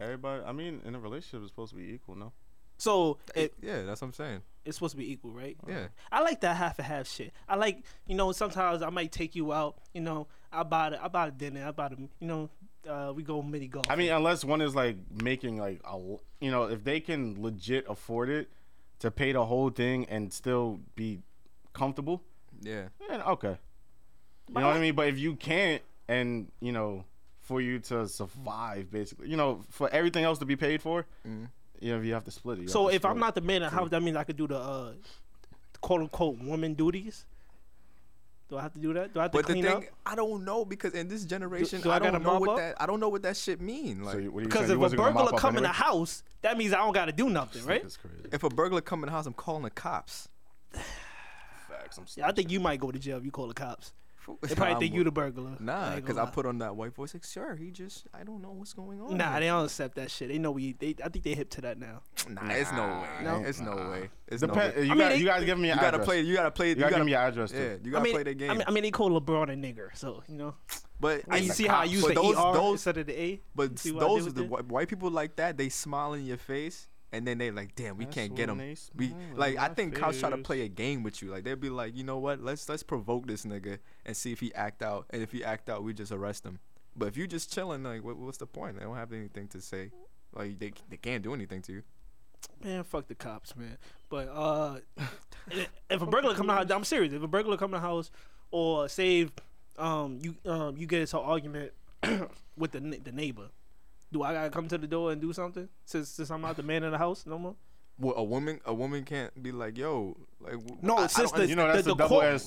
Speaker 3: everybody. I mean, in a relationship, it's supposed to be equal, no?
Speaker 1: So it,
Speaker 2: yeah, that's what I'm saying.
Speaker 1: it's supposed to be equal, right?
Speaker 2: Yeah.
Speaker 1: I like that half and half shit. I like, you know, sometimes I might take you out. You know, I buy the, I buy the dinner. I buy the, you know, uh, we go mini golf.
Speaker 3: I mean, unless one is like making like a, l- you know, if they can legit afford it to pay the whole thing and still be comfortable,
Speaker 2: Yeah.
Speaker 3: then Eh, okay. You know what I mean? But if you can't, and you know, for you to survive, basically, you know, for everything else to be paid for, you know, you have to split it. you
Speaker 1: So
Speaker 3: have to
Speaker 1: if I'm
Speaker 3: split it.
Speaker 1: not the man at the house, that means I could do the uh, quote unquote woman duties. Do I have to do that? Do I have to
Speaker 2: But the
Speaker 1: clean
Speaker 2: thing,
Speaker 1: up?
Speaker 2: I don't know because in this generation,
Speaker 1: do I
Speaker 2: I
Speaker 1: gotta
Speaker 2: don't know
Speaker 1: mop
Speaker 2: what
Speaker 1: up?
Speaker 2: that. I don't know what that shit mean. Like,
Speaker 3: So you- what are you
Speaker 1: Because
Speaker 3: saying? You
Speaker 1: if a
Speaker 3: wasn't gonna mop
Speaker 1: burglar
Speaker 3: up
Speaker 1: come in the
Speaker 3: anyway?
Speaker 1: house, that means I don't got to do nothing, right?
Speaker 3: That's crazy.
Speaker 2: if a burglar come in the house, I'm calling the cops.
Speaker 3: Facts. I'm
Speaker 1: Yeah, I think you might go to jail if you call the cops. They probably
Speaker 2: I'm-
Speaker 1: think you the burglar.
Speaker 2: Nah,
Speaker 1: ain't
Speaker 2: because
Speaker 1: gonna
Speaker 2: I
Speaker 1: lie.
Speaker 2: put on that white voice. Like, sure, he just. I don't know what's going on.
Speaker 1: Nah,
Speaker 2: here."
Speaker 1: they don't accept that shit. They know we. They, I think they hip to that now.
Speaker 2: nah, it's no way.
Speaker 3: No.
Speaker 2: It's no
Speaker 3: Nah.
Speaker 2: way. It's
Speaker 3: Depend-
Speaker 2: no way.
Speaker 3: you,
Speaker 1: I mean,
Speaker 3: got,
Speaker 1: they-
Speaker 3: you gotta give me
Speaker 2: You
Speaker 3: your
Speaker 2: gotta
Speaker 3: address.
Speaker 2: play. You gotta play. You,
Speaker 3: gotta
Speaker 2: gotta
Speaker 3: give me your address, too.
Speaker 2: Yeah, you
Speaker 1: I
Speaker 2: gotta
Speaker 1: mean,
Speaker 2: play the game.
Speaker 1: I mean, I mean, they call LeBron a nigger. So you know,
Speaker 2: but
Speaker 1: and you
Speaker 2: the
Speaker 1: see how I
Speaker 2: cops-
Speaker 1: use
Speaker 2: but
Speaker 1: the
Speaker 2: those,
Speaker 1: er
Speaker 2: those,
Speaker 1: instead of the a. You
Speaker 2: But
Speaker 1: see what I
Speaker 2: those
Speaker 1: did
Speaker 2: are the
Speaker 1: with
Speaker 2: whi- white people like that. They smile in your face, and then they like, damn, we
Speaker 3: That's
Speaker 2: can't get
Speaker 3: when
Speaker 2: them.
Speaker 3: they
Speaker 2: We
Speaker 3: smile in
Speaker 2: like, I
Speaker 3: my
Speaker 2: think cops try to
Speaker 3: face.
Speaker 2: play a game with you. Like they'd be like, you know what? Let's let's provoke this nigga and see if he act out. And if he act out, we just arrest him. But if you just chilling, like, what, what's the point? They don't have anything to say. Like they they can't do anything to you.
Speaker 1: Man, fuck the cops, man. But uh, if a burglar come to the house, I'm serious. If a burglar come to the house, or save, um, you um, you get into an argument with the ne- the neighbor. Do I gotta come to the door and do something since since I'm not the man in the house no more?
Speaker 2: Well, a woman a woman can't be like, yo, like w-
Speaker 1: No,
Speaker 2: I- I
Speaker 1: it's since
Speaker 2: don't
Speaker 1: the,
Speaker 2: under-
Speaker 3: you know,
Speaker 1: the,
Speaker 3: that's
Speaker 1: the,
Speaker 3: a double-edged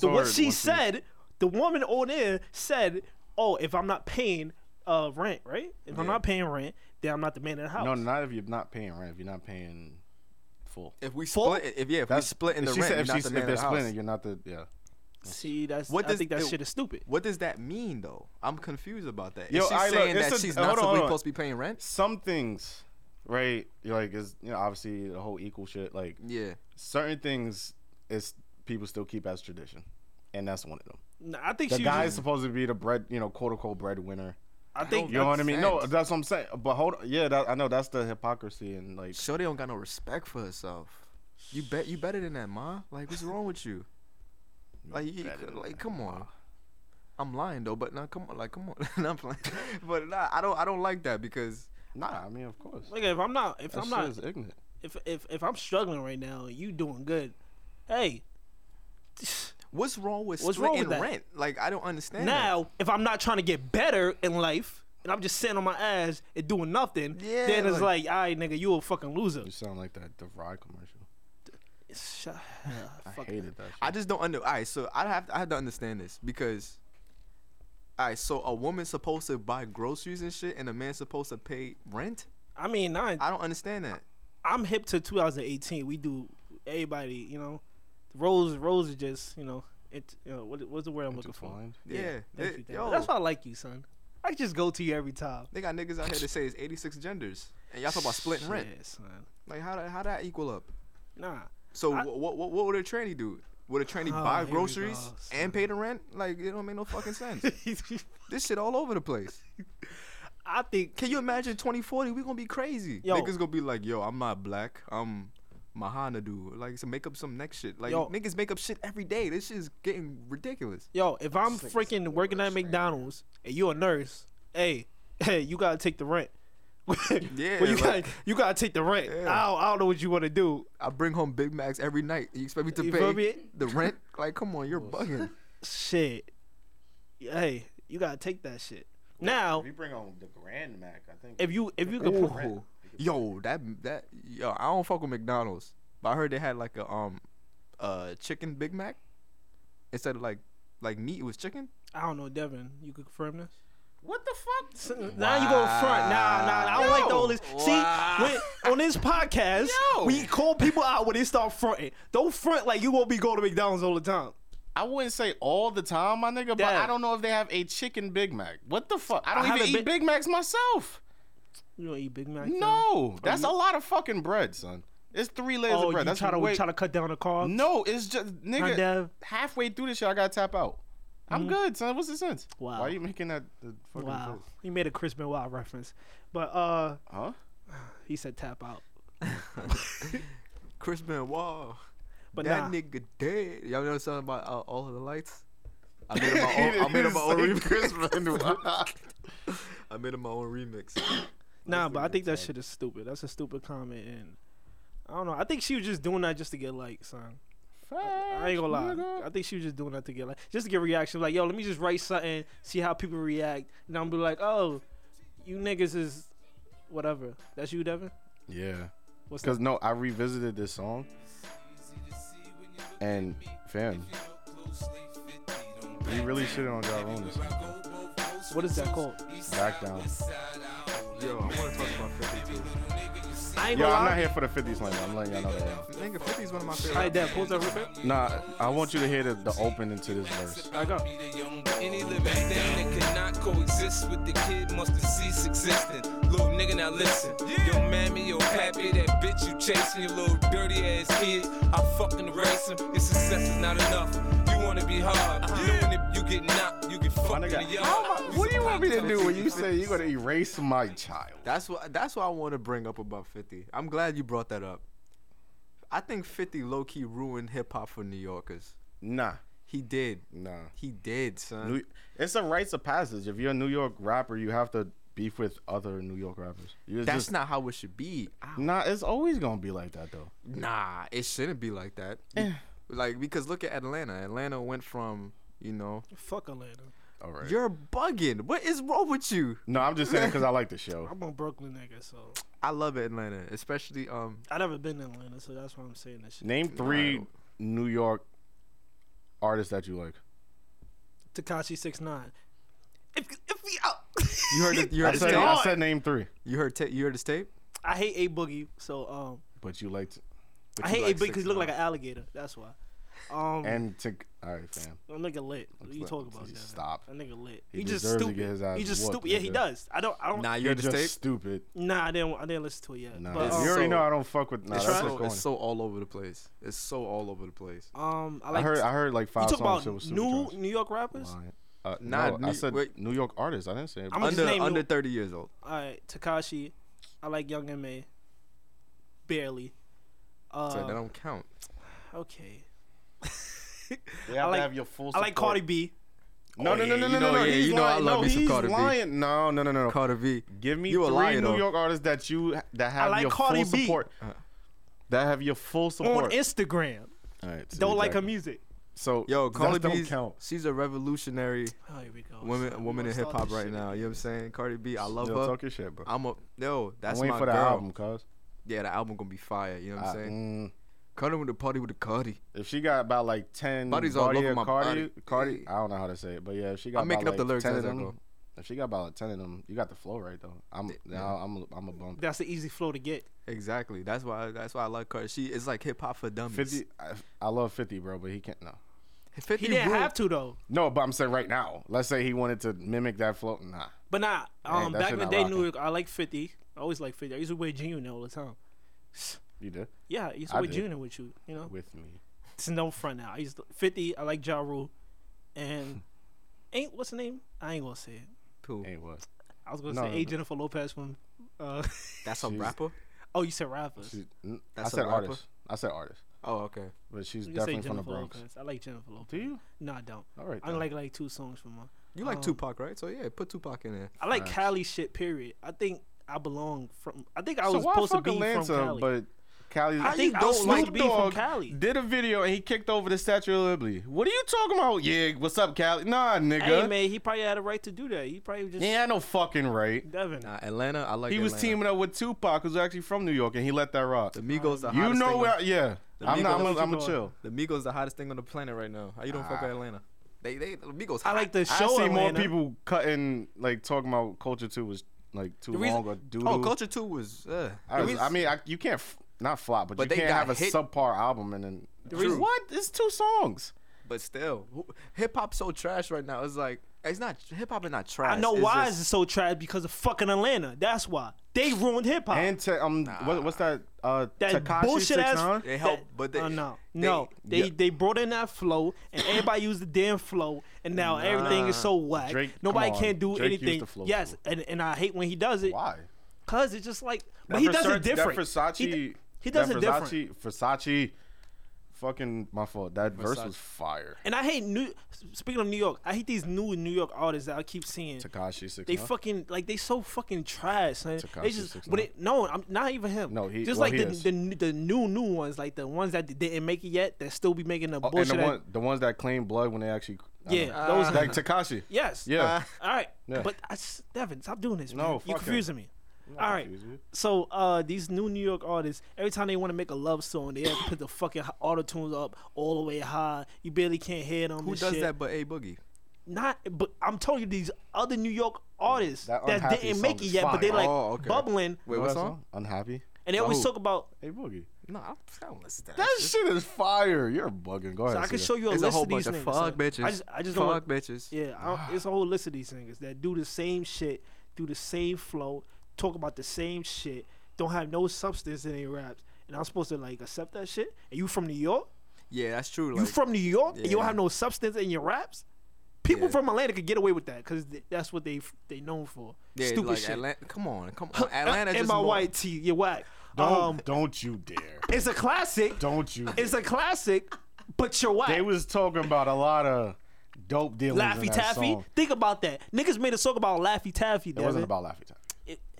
Speaker 1: quote- the- what
Speaker 3: sword
Speaker 1: she
Speaker 3: once you-
Speaker 1: said, the woman on there said, "Oh, if I'm not paying uh rent, right? If I'm
Speaker 2: Yeah.
Speaker 1: not paying rent, then I'm not the man in the house."
Speaker 3: No, not if you're not paying rent. If you're not paying full.
Speaker 2: if we
Speaker 1: Full-
Speaker 2: split if yeah if we
Speaker 3: That's-
Speaker 2: split in
Speaker 3: if
Speaker 2: the
Speaker 3: she
Speaker 2: rent,
Speaker 3: said
Speaker 2: you're
Speaker 3: if,
Speaker 2: not
Speaker 3: she's,
Speaker 2: the
Speaker 3: if
Speaker 2: man
Speaker 3: they're
Speaker 2: of the house.
Speaker 3: splitting, you're not the yeah.
Speaker 1: See, that's
Speaker 2: What
Speaker 1: I
Speaker 2: does-
Speaker 1: think that
Speaker 2: it-
Speaker 1: shit is stupid.
Speaker 2: What does that mean though? I'm confused about that.
Speaker 3: Yo,
Speaker 2: is she
Speaker 3: I- look,
Speaker 2: saying
Speaker 3: it's
Speaker 2: that
Speaker 3: a-
Speaker 2: she's
Speaker 3: hold
Speaker 2: not
Speaker 3: on, hold on.
Speaker 2: supposed to be paying rent?
Speaker 3: Some things, right? You're like is you know obviously the whole equal shit. Like
Speaker 2: Yeah.
Speaker 3: certain things is people still keep as tradition, and that's one of them.
Speaker 1: Nah, I think
Speaker 3: The
Speaker 1: she.
Speaker 3: guy's
Speaker 1: was,
Speaker 3: supposed to be the bread, you know, quote unquote breadwinner.
Speaker 1: I think
Speaker 3: You know what I mean? No,
Speaker 2: sense.
Speaker 3: Oh, that's what I'm saying. But hold, on. yeah, that, I know that's the hypocrisy and like
Speaker 2: Shorty don't got no respect for herself. You bet you better than that, ma. Like what's wrong with you? Like you,
Speaker 3: better than
Speaker 2: like
Speaker 3: that,
Speaker 2: come on. I'm lying though, but now come on, like come on. Not playing. But nah, I don't I don't like that because
Speaker 3: nah. I mean, of course,
Speaker 1: Like if I'm not, if
Speaker 3: that
Speaker 1: I'm
Speaker 3: shit
Speaker 1: not,
Speaker 3: is ignorant.
Speaker 1: if if if I'm struggling right now, and you doing good. Hey,
Speaker 2: what's wrong with
Speaker 1: What's wrong
Speaker 2: splitting
Speaker 1: with that?
Speaker 2: rent? Like I don't understand. that.
Speaker 1: now if I'm not trying to get better in life. And I'm just sitting on my ass and doing nothing.
Speaker 2: Yeah,
Speaker 1: then it's
Speaker 2: like-
Speaker 1: like, all right, nigga, you a fucking loser.
Speaker 3: You sound like that DeVry commercial.
Speaker 1: Shut
Speaker 3: I
Speaker 1: up. fuck
Speaker 3: hated that. Shit.
Speaker 2: I just don't under. All right, so I have I have to understand this because. All right, so a woman's supposed to buy groceries and shit, and a man's supposed to pay rent.
Speaker 1: I mean, I,
Speaker 2: I don't understand that.
Speaker 1: I'm hip to 2018. We do everybody, you know. Rose, Rose is just, you know, it. You know, what, what's the word I'm looking for?
Speaker 3: Intertwined.
Speaker 2: Yeah,
Speaker 1: Thank
Speaker 2: they-
Speaker 1: you, thank
Speaker 2: yo,
Speaker 1: you. That's why I like you, son. I just go to you every time.
Speaker 2: they got niggas out here that say it's 86 genders, and y'all talk about splitting rent.
Speaker 1: Yeah, son.
Speaker 2: Like how that- how that equal up?
Speaker 1: Nah.
Speaker 2: So
Speaker 1: I-
Speaker 2: what what what would a tranny do? Would a tranny
Speaker 1: Oh,
Speaker 2: buy
Speaker 1: here we
Speaker 2: groceries
Speaker 1: go, son.
Speaker 2: and pay the rent? Like it don't make no fucking sense. this shit all over the place.
Speaker 1: I think
Speaker 2: Can you imagine 2040? We gonna be crazy.
Speaker 1: Yo.
Speaker 2: Niggas gonna be like, yo, I'm not black. I'm Mahana dude. Like so make up some next shit. Like
Speaker 1: Yo.
Speaker 2: niggas make up shit every day. This shit is getting ridiculous.
Speaker 1: Yo, if I'm
Speaker 3: Sick as
Speaker 1: freaking
Speaker 3: the
Speaker 1: working at
Speaker 3: worst, man.
Speaker 1: McDonald's and you're a nurse, hey, hey, you gotta take the rent.
Speaker 2: Yeah,
Speaker 1: well, you
Speaker 2: like-
Speaker 1: gotta you gotta take the rent.
Speaker 2: Yeah.
Speaker 1: I, don't, I don't know what you want to do.
Speaker 2: I bring home Big Macs every night. You expect me to
Speaker 1: You feel
Speaker 2: pay
Speaker 1: me?
Speaker 2: the rent? Like come on, you're bugging.
Speaker 1: Shit, hey, you gotta take that shit. Now,
Speaker 3: If you bring on the Grand Mac, I think.
Speaker 1: Oh. if you if you could, put-
Speaker 2: Ooh. Yo, that that yo, I don't fuck with McDonald's, but I heard they had like a um, uh, chicken Big Mac instead of like like meat. It was chicken.
Speaker 1: I don't know, Devin, you could confirm this. What the fuck? So, Now you go in front. Nah, nah, nah, I don't like the
Speaker 2: Yo.
Speaker 1: whole this.
Speaker 2: Wow.
Speaker 1: See, when, on this podcast,
Speaker 2: Yo.
Speaker 1: we call people out when they start fronting. Don't front like you gonna be going to McDonald's all the time.
Speaker 3: I wouldn't say all the time, my nigga, but
Speaker 1: Yeah.
Speaker 3: I don't know if they have a chicken Big Mac. What the fuck? I
Speaker 1: I
Speaker 3: don't even
Speaker 1: haven't been-
Speaker 3: eat Big Macs myself.
Speaker 1: You don't eat Big Mac? fam?
Speaker 3: No, that's a lot of fucking bread, son. It's three layers
Speaker 1: Oh,
Speaker 3: of bread.
Speaker 1: you
Speaker 3: That's
Speaker 1: try to
Speaker 3: way...
Speaker 1: try to cut down the carbs?
Speaker 3: No, it's just nigga.
Speaker 1: Dev.
Speaker 3: Halfway through this shit, I gotta tap out. I'm good, son. What's the sense?
Speaker 1: Mm-hmm. Wow.
Speaker 3: Why are you making that the fucking
Speaker 1: Wow,
Speaker 3: face?
Speaker 1: he made a Chris Benoit reference, but uh,
Speaker 3: Huh?
Speaker 1: he said tap out.
Speaker 2: Chris Benoit.
Speaker 1: But
Speaker 2: that
Speaker 1: nah,
Speaker 2: nigga dead. Y'all know something about uh, all of the lights? I made him my own. I made him my own
Speaker 3: Say
Speaker 2: remix.
Speaker 3: Chris Benoit.
Speaker 2: I made him my own remix.
Speaker 1: nah, but I think that shit is stupid. That's a stupid comment, and I don't know. I think she was just doing that just to get likes, son. I ain't gonna lie. I think she was just doing that to get like just to get reaction. Like, yo, let me just write something, see how people react, and I'm be like, oh, you niggas is whatever. That's you, Devin.
Speaker 3: Yeah.
Speaker 1: What's
Speaker 3: Cause no, I revisited this song, and fam, we really shit on John Lewis.
Speaker 1: What is that called?
Speaker 3: Back down.
Speaker 2: Yo, I want to talk about 50 too.
Speaker 1: I ain't
Speaker 3: Yo,
Speaker 1: gonna
Speaker 3: I'm not
Speaker 1: lie.
Speaker 3: here for the 50s line. I'm letting y'all know that.
Speaker 2: Nigga, 50 is one of my favorite.
Speaker 1: All right, Dev, pause that real quick.
Speaker 3: Nah, I want you to hear the, the opening to this verse.
Speaker 1: I go.
Speaker 4: Any living thing that cannot coexist with the kid must have ceased existing. Little nigga, now listen. Yo, mammy, yo, pappy, that bitch you chasing, your little dirty ass kid. I fucking erase him. Your success is not enough. You wanna be hard. Knowing if you get knocked, you get
Speaker 3: Uh-huh. My
Speaker 4: fucked in the
Speaker 3: nigga,
Speaker 4: yard.
Speaker 3: how am I- what do you want me to
Speaker 4: You's a
Speaker 3: do when you say you're gonna erase my child?
Speaker 2: That's what that's what I want to bring up about 50. I'm glad you brought that up. I think 50 low key ruined hip hop for New Yorkers.
Speaker 3: Nah,
Speaker 2: He did.
Speaker 3: nah.
Speaker 2: He did, son.
Speaker 3: New, it's a rites of passage. If you're a New York rapper, you have to beef with other New York rappers. You're
Speaker 2: that's
Speaker 3: just-
Speaker 2: not how it should be.
Speaker 3: Nah, it's always gonna be like that though.
Speaker 2: Nah, it shouldn't be like that.
Speaker 3: Eh.
Speaker 2: like because look at Atlanta. Atlanta went from you know
Speaker 1: Fuck Atlanta.
Speaker 3: All right.
Speaker 2: you're bugging. What is wrong with you?
Speaker 3: no, I'm just saying because I like the show.
Speaker 1: I'm a Brooklyn nigga, so
Speaker 2: I love Atlanta, especially um.
Speaker 1: I never been to Atlanta, so that's why I'm saying that shit.
Speaker 3: Name three
Speaker 2: Alright.
Speaker 3: New York artists that you like.
Speaker 1: Takashi six nine. If if we out.
Speaker 2: You heard it. You
Speaker 3: I
Speaker 2: heard this
Speaker 3: said,
Speaker 2: tape.
Speaker 3: I said name three,
Speaker 2: You heard ta- You heard this tape.
Speaker 1: I hate a boogie, so um,
Speaker 3: but you liked
Speaker 2: But
Speaker 1: I
Speaker 2: you
Speaker 1: hate
Speaker 2: like
Speaker 1: a boogie because he look like
Speaker 2: 6ix9ine.
Speaker 1: an alligator. That's why. Um,
Speaker 3: and to. All right, fam.
Speaker 1: That nigga lit. What you
Speaker 3: Let's
Speaker 1: talking
Speaker 3: let-
Speaker 1: about?
Speaker 3: please
Speaker 1: Devin?
Speaker 3: stop.
Speaker 1: That nigga lit.
Speaker 3: He
Speaker 1: He, just
Speaker 3: deserves to
Speaker 1: stupid.
Speaker 3: get his ass
Speaker 1: he just
Speaker 3: whooped,
Speaker 1: stupid. Yeah, he
Speaker 3: nigga.
Speaker 1: does. I don't. I don't.
Speaker 2: Nah,
Speaker 1: Nah,
Speaker 2: you
Speaker 3: You're
Speaker 2: heard this
Speaker 3: just
Speaker 2: tape.
Speaker 3: stupid.
Speaker 1: I didn't. I didn't listen to it yet.
Speaker 3: Nah,
Speaker 1: but,
Speaker 2: It's
Speaker 1: um,
Speaker 3: you already
Speaker 2: so-
Speaker 3: know I don't fuck with. Nah,
Speaker 2: it's,
Speaker 3: that's
Speaker 2: so,
Speaker 3: just going.
Speaker 2: it's so all over the place. It's so all over the place.
Speaker 1: um, I
Speaker 3: I
Speaker 1: like.
Speaker 3: heard. I heard like
Speaker 1: you
Speaker 3: five
Speaker 1: talk
Speaker 3: songs.
Speaker 1: about
Speaker 3: It was super
Speaker 1: new
Speaker 3: trash.
Speaker 1: New York rappers.
Speaker 3: Lying. Uh,
Speaker 2: Nah,
Speaker 3: no, I
Speaker 2: New-
Speaker 3: said
Speaker 2: wait.
Speaker 3: New York artists. I didn't say.
Speaker 1: I'm gonna
Speaker 2: Under
Speaker 1: just name
Speaker 2: under
Speaker 1: under.
Speaker 2: thirty years old.
Speaker 1: All right, Takashi. I like Young and May. Barely.
Speaker 2: So that
Speaker 1: Uh,
Speaker 2: don't count.
Speaker 1: okay.
Speaker 3: They have
Speaker 1: I like-
Speaker 3: to have your full.
Speaker 1: I like
Speaker 3: support.
Speaker 1: Cardi B.
Speaker 3: No,
Speaker 2: Oh,
Speaker 3: no, no,
Speaker 2: yeah,
Speaker 3: no,
Speaker 2: you
Speaker 3: no,
Speaker 2: know-
Speaker 3: no, no.
Speaker 2: yeah,
Speaker 3: He's
Speaker 2: you know I
Speaker 3: lying.
Speaker 2: love
Speaker 3: No,
Speaker 2: me some
Speaker 3: he's
Speaker 2: Cardi B.
Speaker 3: lying. No, no, no, no, no.
Speaker 2: Carter V.
Speaker 3: Give me
Speaker 2: You a
Speaker 3: three
Speaker 2: liar,
Speaker 3: New
Speaker 2: though. Uh,
Speaker 3: York artists that you that have
Speaker 1: like
Speaker 3: your
Speaker 1: Cardi
Speaker 3: full
Speaker 1: B.
Speaker 3: support. That have your full support.
Speaker 1: On Instagram.
Speaker 3: All right, so
Speaker 1: Don't like her
Speaker 3: exactly.
Speaker 1: music.
Speaker 3: So
Speaker 2: Yo, Cardi
Speaker 3: that
Speaker 2: B.
Speaker 3: don't count.
Speaker 2: She's a revolutionary
Speaker 1: Oh, here we go.
Speaker 2: woman,
Speaker 1: Son, we
Speaker 2: woman
Speaker 1: gonna
Speaker 2: in hip
Speaker 1: start
Speaker 2: hop
Speaker 1: this
Speaker 2: right
Speaker 1: shit.
Speaker 2: now. You know what I'm saying? Cardi B. I love
Speaker 3: Yo,
Speaker 2: her.
Speaker 3: talk your shit, bro.
Speaker 2: I'm a yo.
Speaker 3: I'm
Speaker 2: That's
Speaker 3: waiting
Speaker 2: my
Speaker 3: for the
Speaker 2: girl.
Speaker 3: album, cuz.
Speaker 2: Yeah, the album gonna be fire. You know what
Speaker 3: I-
Speaker 2: I'm saying?
Speaker 3: mm,
Speaker 2: Cardi with the party with the Cardi.
Speaker 3: If she got about like ten
Speaker 2: Body's all
Speaker 3: body
Speaker 2: over
Speaker 3: hair
Speaker 2: my
Speaker 3: Cardi,
Speaker 2: body.
Speaker 3: Cardi, I don't know how to say it, but yeah, if she got
Speaker 2: I'm making
Speaker 3: about
Speaker 2: up the
Speaker 3: like
Speaker 2: lyrics
Speaker 3: 10
Speaker 2: as
Speaker 3: of
Speaker 2: I
Speaker 3: them-
Speaker 2: go.
Speaker 3: If she got about like ten of them, you got the flow right though. I'm now I'm I'm a bump.
Speaker 1: That's the easy flow to get.
Speaker 2: Exactly. That's why. That's why I like Cardi. She is like hip hop for dummies.
Speaker 3: Fifty, I, I love Fifty, bro, but he can't. No,
Speaker 2: 50
Speaker 1: He didn't
Speaker 2: ruined-
Speaker 1: have to though.
Speaker 3: no, but I'm saying right now. Let's say he wanted to mimic that flow. Nah,
Speaker 1: But nah, um,
Speaker 3: that
Speaker 1: back
Speaker 3: shit
Speaker 1: in the
Speaker 3: not
Speaker 1: day,
Speaker 3: rocking.
Speaker 1: New York, I like 50. I always like 50. I used to wear jean all the time.
Speaker 3: you did
Speaker 1: Yeah, I used to
Speaker 3: I
Speaker 1: wear
Speaker 3: did.
Speaker 1: jean with you, you know?
Speaker 3: with me.
Speaker 1: It's no front now. I used to, 50, I like Ja Rule. And ain't, what's the name? I ain't gonna say it.
Speaker 2: Cool.
Speaker 3: Ain't what?
Speaker 1: I was gonna
Speaker 3: No,
Speaker 1: say
Speaker 3: no,
Speaker 1: A.
Speaker 3: no.
Speaker 1: Jennifer Lopez from, uh,
Speaker 2: That's a
Speaker 3: She's-
Speaker 2: rapper.
Speaker 1: oh, you said rappers.
Speaker 3: She- n- I
Speaker 2: That's a
Speaker 3: said
Speaker 2: rapper?
Speaker 3: artist. I said artist,
Speaker 2: Oh, okay.
Speaker 3: but she's
Speaker 1: You can say
Speaker 3: definitely from the
Speaker 1: Jennifer
Speaker 3: Bronx.
Speaker 1: Lopez. I like Jennifer Lopez.
Speaker 3: Do you?
Speaker 1: No, I don't.
Speaker 3: All right.
Speaker 1: I
Speaker 3: then.
Speaker 1: like like two songs from her.
Speaker 2: You like
Speaker 1: Um,
Speaker 2: Tupac, right? So yeah, put Tupac in there.
Speaker 1: I like
Speaker 3: Facts.
Speaker 1: Cali shit. Period. I think I belong from. I think I
Speaker 3: so
Speaker 1: was
Speaker 3: why
Speaker 1: supposed to
Speaker 3: fuck
Speaker 1: be
Speaker 3: Atlanta,
Speaker 1: from Cali.
Speaker 3: but Cali.
Speaker 1: I think I was supposed to be from Cali.
Speaker 3: did a video and he kicked over the Statue of Liberty. What are you talking about? Yeah, what's up, Cali? Nah, nigga.
Speaker 1: Hey man, he probably had a right to do that. He probably just
Speaker 3: Yeah, I know fucking right.
Speaker 1: Devin.
Speaker 2: Nah, Atlanta. I like.
Speaker 3: He was
Speaker 2: Atlanta.
Speaker 3: teaming up with Tupac, who's actually from New York, and he let that rock.
Speaker 2: The Migos. The
Speaker 3: You
Speaker 2: hottest
Speaker 3: know
Speaker 2: thing
Speaker 3: where?
Speaker 2: On,
Speaker 3: yeah,
Speaker 2: Migos-
Speaker 3: I'm not. I'm
Speaker 1: What you
Speaker 3: gonna I'm gonna
Speaker 1: doing?
Speaker 3: chill.
Speaker 2: the Migos the hottest thing on the planet right now. How you don't fuck with Atlanta? They they Migos.
Speaker 1: I like the
Speaker 3: I
Speaker 1: show.
Speaker 3: see more
Speaker 1: Atlanta.
Speaker 3: people cutting like talking about culture too was like too
Speaker 2: The reason-
Speaker 3: long or doo
Speaker 2: Oh, Culture Two was. Uh,
Speaker 3: I,
Speaker 2: the
Speaker 3: was-
Speaker 2: reason-
Speaker 3: I mean, I, you can't f- not flop, but,
Speaker 2: But
Speaker 3: you
Speaker 2: they
Speaker 3: can't
Speaker 2: got
Speaker 3: have a
Speaker 2: hit.
Speaker 3: subpar album and then
Speaker 1: reason-
Speaker 3: what? It's two songs.
Speaker 2: but still, hip hop's so trash right now. It's like it's not hip hop is not trash.
Speaker 1: I know
Speaker 2: it's
Speaker 1: why
Speaker 2: just-
Speaker 1: is it so trash because of fucking Atlanta. That's why they ruined hip hop.
Speaker 3: And te- um, what, what's that? Uh,
Speaker 1: Uh, that
Speaker 3: Tekashi
Speaker 1: bullshit ass.
Speaker 3: 69?
Speaker 2: They help, but they-
Speaker 1: oh, no,
Speaker 2: they-
Speaker 1: no, they
Speaker 3: yeah.
Speaker 1: they brought in that flow, and everybody used the damn flow, and now everything is so whack.
Speaker 3: Drake- come
Speaker 1: Nobody
Speaker 3: on,
Speaker 1: can't do
Speaker 3: Drake used
Speaker 1: anything.
Speaker 3: the flow
Speaker 1: yes,
Speaker 3: too.
Speaker 1: and, and I hate when he does it
Speaker 3: Why?
Speaker 1: because it's just like, but
Speaker 3: That
Speaker 1: he does
Speaker 3: Versace-
Speaker 1: it different.
Speaker 3: That Versace.
Speaker 1: He d- he does
Speaker 3: that
Speaker 1: it different.
Speaker 3: Versace, Versace. Fucking my fault. That verse was fire.
Speaker 1: And I hate New. Speaking of New York, I hate these new New York artists that I keep seeing.
Speaker 3: Takashi six.
Speaker 1: They fucking like they so fucking trash. Son. They
Speaker 3: Tekashi
Speaker 1: just
Speaker 3: 6ix9ine.
Speaker 1: but it, no, I'm not even him.
Speaker 3: No, he-
Speaker 1: just
Speaker 3: well,
Speaker 1: like
Speaker 3: he
Speaker 1: the,
Speaker 3: is.
Speaker 1: the n- the new new ones, like the ones that didn't make it yet, that still be making the
Speaker 3: Oh, and
Speaker 1: bullshit.
Speaker 3: the,
Speaker 1: that-
Speaker 3: one, the ones that claim blood when they actually. I
Speaker 1: Yeah,
Speaker 3: don't know.
Speaker 1: those.
Speaker 3: like Takashi.
Speaker 1: yes. Uh,
Speaker 3: Yeah.
Speaker 1: All right.
Speaker 3: Yeah.
Speaker 1: But I, s- Devin, stop doing this. Man.
Speaker 3: No,
Speaker 1: you're
Speaker 3: fuck him.
Speaker 1: confusing me. All right.
Speaker 3: confusing you.
Speaker 1: So uh, these new New York artists, every time they want to make a love song, they have to put the fucking auto tunes up all the way high. You barely can't hear them.
Speaker 2: Who
Speaker 1: and
Speaker 2: does
Speaker 1: shit.
Speaker 2: that? But A Boogie.
Speaker 1: not but I'm telling you these other New York artists
Speaker 3: That
Speaker 1: that,
Speaker 3: Unhappy
Speaker 1: didn't
Speaker 3: song
Speaker 1: make it
Speaker 3: is
Speaker 1: yet, but they
Speaker 3: fire.
Speaker 1: like
Speaker 2: Oh, okay.
Speaker 1: bubbling
Speaker 2: Wait,
Speaker 3: What
Speaker 2: what
Speaker 3: that
Speaker 2: song?
Speaker 3: Unhappy.
Speaker 1: and they always
Speaker 3: who?
Speaker 1: talk about
Speaker 3: Hey boogie.
Speaker 2: No, I I don't listen to that.
Speaker 3: That shit is fire. You're bugging. Go
Speaker 1: so
Speaker 3: ahead.
Speaker 1: I
Speaker 3: say
Speaker 1: can
Speaker 3: that.
Speaker 1: show you a
Speaker 2: It's
Speaker 1: list
Speaker 2: a whole
Speaker 1: of these
Speaker 2: bunch of
Speaker 1: niggas.
Speaker 2: fuck bitches.
Speaker 1: I just I just
Speaker 2: fuck
Speaker 1: don't want,
Speaker 2: bitches.
Speaker 1: Yeah, I don't- it's a whole list of these niggas that do the same shit, do the same flow, talk about the same shit, don't have no substance in their raps. And I'm supposed to like accept that shit? And you from New York?
Speaker 2: Yeah, that's true.
Speaker 1: You
Speaker 2: Like,
Speaker 1: from New York and you don't
Speaker 2: Yeah.
Speaker 1: have no substance in your raps? People
Speaker 2: Yeah.
Speaker 1: from Atlanta could get away with that because that's what they they known for.
Speaker 2: yeah,
Speaker 1: Stupid
Speaker 2: like
Speaker 1: shit.
Speaker 2: Atlanta, come on, come on. Atlanta
Speaker 1: and
Speaker 2: just
Speaker 1: my
Speaker 2: more-
Speaker 1: white tee, you're whack.
Speaker 3: Don't
Speaker 1: Um,
Speaker 3: don't you dare.
Speaker 1: It's a classic.
Speaker 3: Don't you.
Speaker 1: It's a classic, but you're whack.
Speaker 3: They was talking about a lot of dope dealers. in
Speaker 1: Laffy
Speaker 3: that
Speaker 1: Taffy.
Speaker 3: song.
Speaker 1: Think about that. Niggas made a song about Laffy Taffy.
Speaker 3: It wasn't about Laffy Taffy.